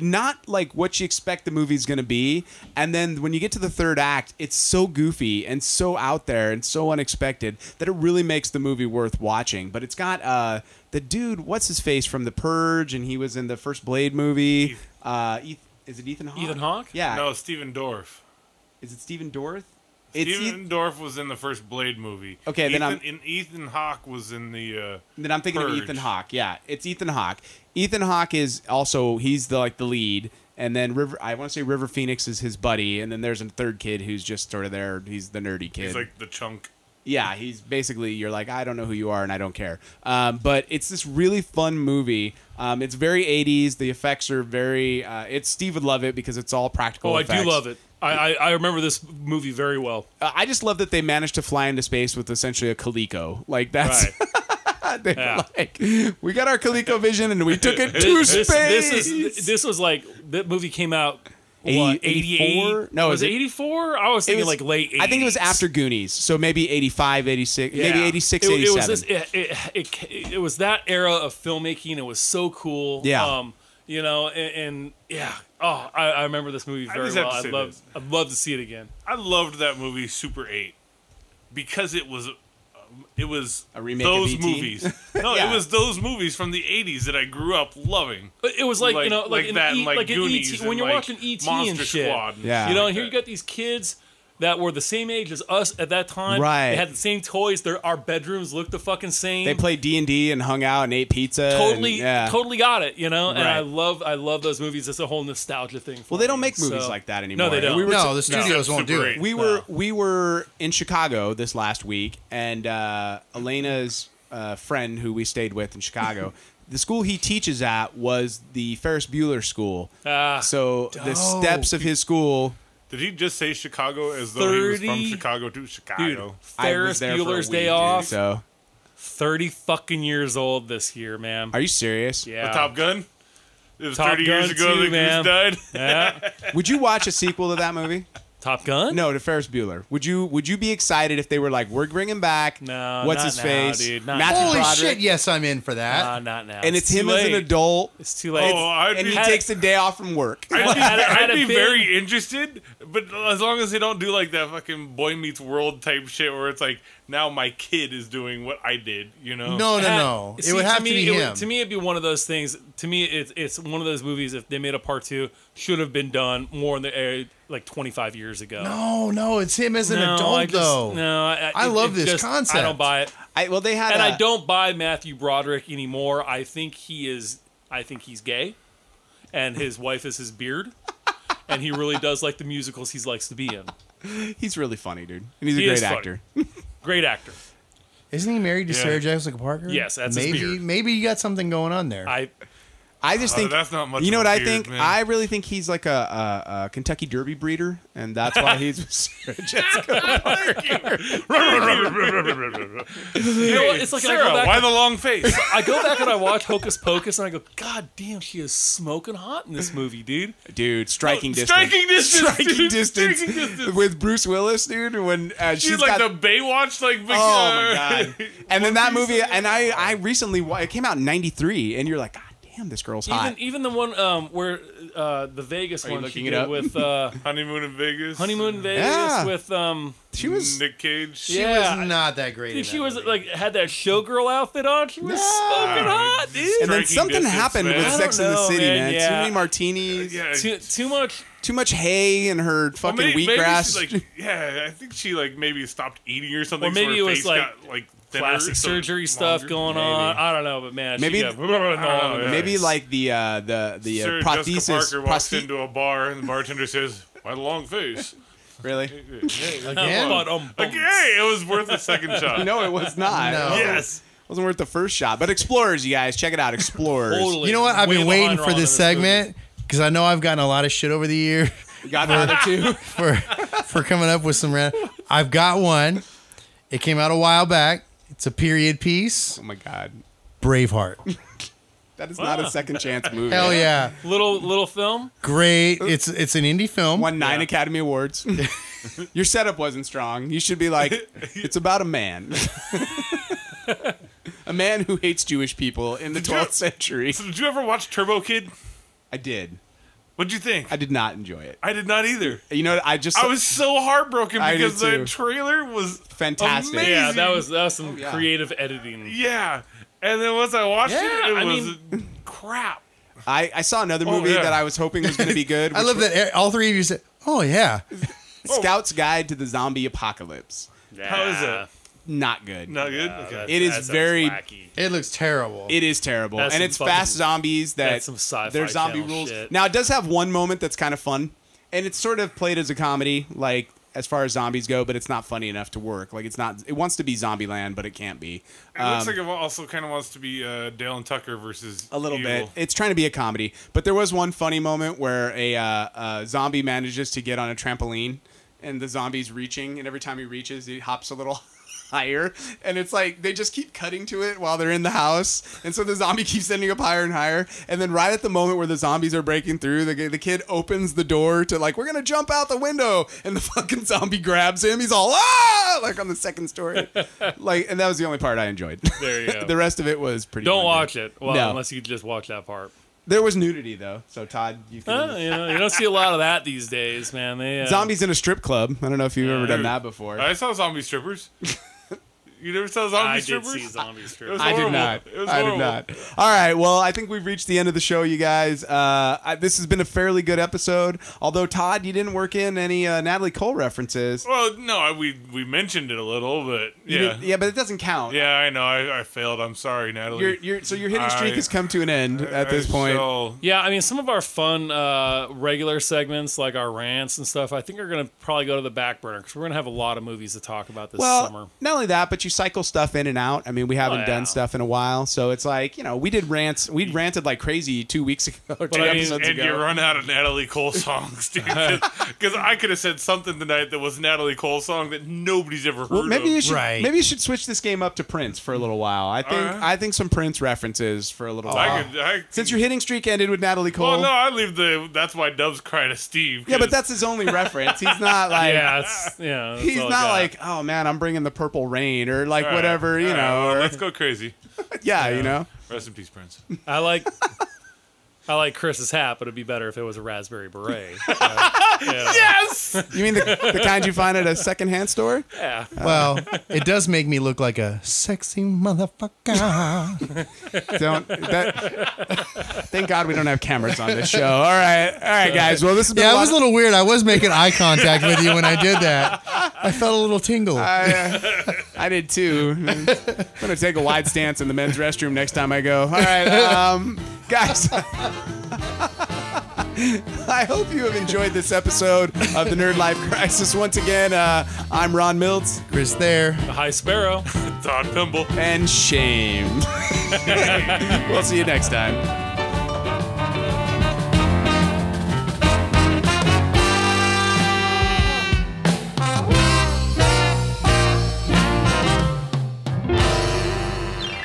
Speaker 2: not like what you expect the movie's going to be. And then when you get to the third act, it's so goofy and so out there and so unexpected that it really makes the movie worth watching. But it's got uh, the dude, what's his face from The Purge, and he was in the first Blade movie. Uh, Eth- is it Ethan Hawke?
Speaker 4: Ethan Hawke?
Speaker 2: Yeah.
Speaker 5: No, Stephen Dorff.
Speaker 2: Is it Stephen Dorff? It's
Speaker 5: Stephen Dorff was in the first Blade movie.
Speaker 2: Okay,
Speaker 5: Ethan,
Speaker 2: then I'm-
Speaker 5: and Ethan Hawke was in the. Uh,
Speaker 2: Then I'm thinking
Speaker 5: Purge.
Speaker 2: of Ethan Hawke. Yeah, it's Ethan Hawke. Ethan Hawke is also he's the like the lead, and then River. I want to say River Phoenix is his buddy, and then there's a third kid who's just sort of there. He's the nerdy kid.
Speaker 5: He's like the chunk.
Speaker 2: yeah, he's basically you're like I don't know who you are and I don't care. Um, but it's this really fun movie. Um, it's very 80s. The effects are very. Uh, it's Steve would love it because it's all practical.
Speaker 4: Oh, I
Speaker 2: effects.
Speaker 4: do love it. I, I, I remember this movie very well.
Speaker 2: Uh, I just love that they managed to fly into space with essentially a Coleco. Like that's
Speaker 4: Right.
Speaker 2: they were
Speaker 4: Yeah.
Speaker 2: like we got our Coleco Vision and we took it to
Speaker 4: This,
Speaker 2: space.
Speaker 4: this, this is this was like that movie came out what,
Speaker 2: 80 84?
Speaker 4: 88?
Speaker 2: No,
Speaker 4: was
Speaker 2: it
Speaker 4: it
Speaker 2: was-
Speaker 4: 84? I was
Speaker 2: It
Speaker 4: thinking
Speaker 2: was-
Speaker 4: like late 80s.
Speaker 2: I think it was after Goonies, so maybe 85, 86, maybe
Speaker 4: Yeah.
Speaker 2: 86,
Speaker 4: It-
Speaker 2: 87.
Speaker 4: It, was this, it, it, it, it was that era of filmmaking. It was so cool.
Speaker 2: Yeah.
Speaker 4: Um, you know, and, and yeah. Oh, I, I remember this movie very
Speaker 5: just have
Speaker 4: well.
Speaker 5: to
Speaker 4: I'd
Speaker 5: say
Speaker 4: love,
Speaker 5: this.
Speaker 4: I'd love to see it again.
Speaker 5: I loved that movie Super Eight because it was. um, It was
Speaker 2: A remake of
Speaker 5: those
Speaker 2: E.T.?
Speaker 5: movies. No,
Speaker 2: Yeah.
Speaker 5: it was those movies from the '80s that I grew up loving.
Speaker 4: But It was like, you know, like, in
Speaker 5: that,
Speaker 4: E-
Speaker 5: and like,
Speaker 4: like in
Speaker 5: Goonies,
Speaker 4: ET, when
Speaker 5: and
Speaker 4: you're
Speaker 5: like
Speaker 4: watching ET
Speaker 5: Monster
Speaker 4: and shit.
Speaker 5: Squad. and
Speaker 2: Yeah.
Speaker 5: shit
Speaker 4: You know,
Speaker 5: like
Speaker 4: and here you
Speaker 5: that.
Speaker 4: got these kids that were the same age as us at that time.
Speaker 2: Right.
Speaker 4: They had the same toys. Their our bedrooms looked the fucking same.
Speaker 2: they played D&D and hung out and ate pizza. and-
Speaker 4: totally,
Speaker 2: yeah.
Speaker 4: totally got it. You know, and
Speaker 2: Right.
Speaker 4: I love, I love those movies. It's a whole nostalgia thing. For
Speaker 2: Well, they
Speaker 4: me.
Speaker 2: don't make movies
Speaker 4: So-
Speaker 2: like that anymore.
Speaker 4: No, they don't.
Speaker 2: We were
Speaker 3: no, the studios won't do
Speaker 5: Super
Speaker 3: it.
Speaker 5: eight.
Speaker 2: We were we were in Chicago this last week, and uh, Elena's uh, friend, who we stayed with in Chicago, the school he teaches at was the Ferris Bueller School.
Speaker 4: Ah,
Speaker 2: so the steps of his school.
Speaker 5: Did he just say Chicago as though he was from
Speaker 4: 30?
Speaker 5: Chicago to
Speaker 4: dude,
Speaker 5: Chicago?
Speaker 2: I
Speaker 4: Ferris
Speaker 2: was there for a
Speaker 4: Bueller's
Speaker 2: week,
Speaker 4: Day
Speaker 2: dude,
Speaker 4: Off.
Speaker 2: So,
Speaker 4: Thirty fucking years old this year, man.
Speaker 2: are you serious?
Speaker 4: yeah.
Speaker 5: The Top Gun. It was
Speaker 4: Top
Speaker 5: 30 years
Speaker 4: Gun
Speaker 5: ago
Speaker 4: too,
Speaker 5: that
Speaker 4: man.
Speaker 5: Goose died.
Speaker 4: Yeah.
Speaker 2: Would you watch a sequel to that movie?
Speaker 4: Top Gun.
Speaker 2: No, to Ferris Bueller. Would you Would you be excited if they were like, "We're bringing back
Speaker 4: No,
Speaker 2: what's
Speaker 4: not
Speaker 2: his
Speaker 4: now,
Speaker 2: face,
Speaker 4: dude, not
Speaker 2: Matthew
Speaker 4: now.
Speaker 3: Holy
Speaker 2: Broderick,
Speaker 3: shit! Yes, I'm in for that.
Speaker 4: Ah, not now.
Speaker 2: and it's
Speaker 4: too
Speaker 2: him as an
Speaker 4: late.
Speaker 2: adult,
Speaker 4: It's too late.
Speaker 5: Oh, I'd
Speaker 2: and
Speaker 5: be,
Speaker 2: he
Speaker 4: had-
Speaker 2: takes a day off from work.
Speaker 5: I'd be,
Speaker 4: Had a- had a
Speaker 5: I'd be
Speaker 4: big-
Speaker 5: very interested, but as long as they don't do like that fucking Boy Meets World type shit where it's like, now my kid is doing what I did, you know? Uh,
Speaker 3: No, no,
Speaker 4: Had-
Speaker 3: no.
Speaker 4: See,
Speaker 3: it would have
Speaker 4: me,
Speaker 3: to be
Speaker 4: it
Speaker 3: him.
Speaker 4: would- to me, it'd be one of those things. To me, it's it's one of those movies. If they made a part two, should have been done more in the air like twenty five years ago.
Speaker 3: no, no, it's him as an
Speaker 4: No,
Speaker 3: adult
Speaker 4: I just-
Speaker 3: though.
Speaker 4: No, I,
Speaker 3: I
Speaker 4: it-
Speaker 3: love
Speaker 4: it
Speaker 3: this
Speaker 4: just- I
Speaker 3: concept.
Speaker 4: don't buy it,
Speaker 2: I, well, they had,
Speaker 4: and
Speaker 2: I
Speaker 4: I don't buy Matthew Broderick anymore. I think he is. I think he's gay, and his wife is his beard, and he really does like the musicals he likes to be in.
Speaker 2: He's really funny, dude, and he's a
Speaker 4: He
Speaker 2: great
Speaker 4: is funny.
Speaker 2: actor.
Speaker 4: Great actor.
Speaker 3: Isn't he married to
Speaker 5: Yeah.
Speaker 3: Sarah Jessica Parker?
Speaker 4: Yes, that's his
Speaker 3: maybe.
Speaker 4: beard.
Speaker 3: Maybe you got something going on there.
Speaker 4: I
Speaker 2: I just
Speaker 5: Uh,
Speaker 2: think
Speaker 5: that's not much
Speaker 2: You know
Speaker 5: of
Speaker 2: what
Speaker 5: a
Speaker 2: I
Speaker 5: beard,
Speaker 2: think?
Speaker 5: man.
Speaker 2: I really think he's like a, a, a Kentucky Derby breeder, and that's why he's with Sarah Jessica.
Speaker 4: you know what? It's like I go
Speaker 5: Sarah,
Speaker 4: back
Speaker 5: why the long face?
Speaker 4: I go back and I watch Hocus Pocus and I go, God damn, she is smoking hot in this movie, dude. Oh,
Speaker 2: dude. Striking distance,
Speaker 5: Striking distance.
Speaker 2: striking
Speaker 5: dude.
Speaker 2: distance,
Speaker 5: Striking distance.
Speaker 2: with Bruce Willis, dude. When uh,
Speaker 5: She's,
Speaker 2: she's
Speaker 5: like
Speaker 2: got,
Speaker 5: the Baywatch, like,
Speaker 2: Oh my god! And then that movie, and I, I recently, wa- it came out in '93, and you're like, God damn, this girl's hot.
Speaker 4: Even even the one um, where uh, the Vegas
Speaker 2: you
Speaker 4: one she
Speaker 2: looking it
Speaker 4: did
Speaker 2: up?
Speaker 4: with uh,
Speaker 5: Honeymoon in Vegas.
Speaker 4: honeymoon in Vegas
Speaker 2: Yeah.
Speaker 4: with um,
Speaker 2: she was,
Speaker 5: Nick Cage.
Speaker 3: she
Speaker 4: yeah, I-
Speaker 3: was not that great. in
Speaker 4: dude, she
Speaker 3: that
Speaker 4: was
Speaker 3: movie.
Speaker 4: like had that showgirl outfit on. She was
Speaker 2: No.
Speaker 4: smoking hot, dude.
Speaker 2: and then
Speaker 5: Striking
Speaker 2: something
Speaker 5: distance,
Speaker 2: happened
Speaker 5: man.
Speaker 2: with
Speaker 5: I don't
Speaker 2: Sex in the
Speaker 4: know,
Speaker 2: City,
Speaker 4: man,
Speaker 2: man. Too
Speaker 4: yeah.
Speaker 2: many martinis,
Speaker 5: Yeah.
Speaker 4: Too, too much.
Speaker 2: too much hay in her
Speaker 5: Well,
Speaker 2: fucking
Speaker 5: maybe- maybe
Speaker 2: wheatgrass.
Speaker 5: she's, like, yeah, I think she like maybe stopped eating or something.
Speaker 4: Or maybe
Speaker 5: so
Speaker 4: it
Speaker 5: her
Speaker 4: was,
Speaker 5: face
Speaker 4: like,
Speaker 5: got, like thinner,
Speaker 4: Plastic
Speaker 5: so
Speaker 4: surgery
Speaker 5: longer.
Speaker 4: stuff going on. I don't know, but man, she
Speaker 2: Maybe-
Speaker 4: got-
Speaker 5: know, yeah.
Speaker 2: Maybe like the uh, the the uh,
Speaker 5: Sarah
Speaker 2: prosthesis.
Speaker 5: Jessica Parker walks
Speaker 2: prosthe-
Speaker 5: into a bar and the bartender says, "Why the long face?"
Speaker 2: really?
Speaker 3: Again?
Speaker 4: But, um,
Speaker 5: Like, hey, it was worth a second shot.
Speaker 2: No, it was not.
Speaker 3: No.
Speaker 2: It
Speaker 5: Yes.
Speaker 2: wasn't worth the first shot. But Explorers, you guys, check it out. Explorers.
Speaker 4: Totally.
Speaker 3: You know what? I've
Speaker 4: Way
Speaker 3: been waiting
Speaker 4: behind
Speaker 3: for
Speaker 4: Ron in
Speaker 3: this
Speaker 4: movie.
Speaker 3: segment because I know I've gotten a lot of shit over the year
Speaker 2: Godfather Two.
Speaker 3: for for coming up with some random. I've got one. It came out a while back. It's a period piece.
Speaker 2: Oh my God,
Speaker 3: Braveheart.
Speaker 2: that is not a second chance movie.
Speaker 3: Hell yeah.
Speaker 4: Little little film.
Speaker 3: Great. It's it's an indie film.
Speaker 2: won nine Academy Awards. Your setup wasn't strong. You should be like, it's about a man. a man who hates Jewish people in the 12th century.
Speaker 5: So did you ever watch Turbo Kid?
Speaker 2: I did.
Speaker 5: What'd you think?
Speaker 2: I did not enjoy it.
Speaker 5: I did not either.
Speaker 2: You know, I just
Speaker 5: I was so heartbroken
Speaker 2: I did
Speaker 5: because the
Speaker 2: too.
Speaker 5: trailer was
Speaker 2: Fantastic.
Speaker 5: Amazing.
Speaker 4: Yeah, that was that was some
Speaker 2: Oh, yeah.
Speaker 4: creative editing.
Speaker 5: Yeah, and then once I watched it, it
Speaker 4: Yeah, I
Speaker 5: was crap.
Speaker 2: I, I saw another movie
Speaker 5: Oh, yeah.
Speaker 2: that I was hoping was going to be good.
Speaker 3: I
Speaker 2: which
Speaker 3: love that e- all three of you said, "Oh yeah."
Speaker 2: was
Speaker 5: Oh.
Speaker 2: Scout's Guide to the Zombie Apocalypse.
Speaker 5: How is it?
Speaker 2: Not good.
Speaker 5: Not good. okay.
Speaker 2: It is
Speaker 4: That sounds
Speaker 2: very-
Speaker 4: wacky.
Speaker 3: It looks terrible.
Speaker 2: It is terrible,
Speaker 4: That's
Speaker 2: and
Speaker 4: some
Speaker 2: it's fast
Speaker 4: fucking-
Speaker 2: zombies that
Speaker 4: that's some sci-fi
Speaker 2: their zombie
Speaker 4: channel
Speaker 2: rules.
Speaker 4: shit.
Speaker 2: Now it does have one moment that's kind of fun, and it's sort of played as a comedy, like as far as zombies go, but it's not funny enough to work. Like it's not. It wants to be Zombieland, but it can't be.
Speaker 5: It looks like it also kind of wants to be uh, Dale and Tucker versus
Speaker 2: Um, a little
Speaker 5: Evil.
Speaker 2: bit. It's trying to be a comedy, but there was one funny moment where a, uh, uh zombie manages to get on a trampoline, and the zombie's reaching, and every time he reaches, he hops a little higher, and it's like they just keep cutting to it while they're in the house, and so the zombie keeps ending up higher and higher, and then right at the moment where the zombies are breaking through, the, the kid opens the door to like we're gonna jump out the window, and the fucking zombie grabs him. He's all ah like on the second story, like, and that was the only part I enjoyed.
Speaker 4: There you go.
Speaker 2: the rest of it was pretty.
Speaker 4: Don't
Speaker 2: mundane.
Speaker 4: watch it. Well,
Speaker 2: No.
Speaker 4: unless you just watch that part.
Speaker 2: There was nudity though, so Todd, you can.
Speaker 5: Oh,
Speaker 4: Uh, you, know, you don't see a lot of that these days, man. They uh,
Speaker 2: Zombies in a strip club. I don't know if you've ever done
Speaker 5: Dude,
Speaker 2: that before.
Speaker 5: I saw zombie strippers. you never saw zombie
Speaker 4: I did
Speaker 5: strippers?
Speaker 4: see zombie strippers.
Speaker 5: was
Speaker 2: I did
Speaker 5: horrible.
Speaker 2: not.
Speaker 5: It was
Speaker 2: I did
Speaker 5: horrible.
Speaker 2: not. All right. Well, I think we've reached the end of the show, you guys. Uh, I, this has been a fairly good episode. Although Todd, you didn't work in any uh, Natalie Cole references.
Speaker 5: Well, no, I, we we mentioned it a little, but
Speaker 2: You
Speaker 5: Oh, yeah,
Speaker 2: didn't- yeah, but it doesn't count.
Speaker 5: yeah, I know, I, I failed. I'm sorry, Natalie.
Speaker 2: Your, your, so your hitting streak
Speaker 5: I-
Speaker 2: has come to an end at this
Speaker 5: I
Speaker 2: point.
Speaker 5: shall-
Speaker 4: Yeah, I mean, some of our fun uh, regular segments, like our rants and stuff, I think are going to probably go to the back burner because we're going to have a lot of movies to talk about this
Speaker 2: well,
Speaker 4: summer.
Speaker 2: not only that, but you cycle stuff in and out. I mean, we haven't
Speaker 4: yeah.
Speaker 2: done stuff in a while, so it's like you know we did rants. We ranted like crazy two weeks ago, or two
Speaker 4: I mean,
Speaker 2: episodes
Speaker 5: and
Speaker 2: ago. Uh-huh.
Speaker 5: you run out of Natalie Cole songs, dude. Because I could have said something tonight that was a Natalie Cole song that nobody's ever heard
Speaker 2: Well, maybe you
Speaker 5: of.
Speaker 2: should
Speaker 3: Right.
Speaker 2: maybe you should switch this game up to Prince for a little while. I think
Speaker 5: Alright.
Speaker 2: I think some Prince references for a little
Speaker 5: Oh, I
Speaker 2: while.
Speaker 5: could. I,
Speaker 2: Since your hitting streak ended with Natalie Cole,
Speaker 5: well, no, I leave the. That's why Doves cry to Steve.
Speaker 2: yeah, but
Speaker 5: 'cause
Speaker 2: that's his only reference. He's not like
Speaker 4: yeah, it's, yeah, that's
Speaker 2: he's
Speaker 4: all I
Speaker 2: not
Speaker 4: got.
Speaker 2: like oh man, I'm bringing the Purple Rain or like
Speaker 5: All right,
Speaker 2: whatever you
Speaker 5: all right,
Speaker 2: know.
Speaker 5: well,
Speaker 2: or-
Speaker 5: let's go crazy.
Speaker 2: yeah, you know.
Speaker 5: Rest in peace, Prince.
Speaker 4: I like. I like Chris's hat, but it'd be better if it was a raspberry beret.
Speaker 5: yes.
Speaker 2: You mean the, the kind you find at a secondhand store?
Speaker 4: yeah.
Speaker 3: well, it does make me look like a sexy motherfucker.
Speaker 2: Don't. That, thank God we don't have cameras on this show. All right, all right, guys. Well, this has been
Speaker 3: yeah,
Speaker 2: a
Speaker 3: it
Speaker 2: lot
Speaker 3: was
Speaker 2: of-
Speaker 3: a little weird. I was making eye contact with you when I did that. I felt a little tingle.
Speaker 2: Uh, I did too. I'm gonna take a wide stance in the men's restroom next time I go. All right, um, guys. I hope you have enjoyed this episode of the Nerd Life Crisis. Once again, uh, I'm Ron Miltz
Speaker 3: Chris there.
Speaker 4: The High Sparrow.
Speaker 5: Todd Pimble.
Speaker 2: and shame. we'll see you next time.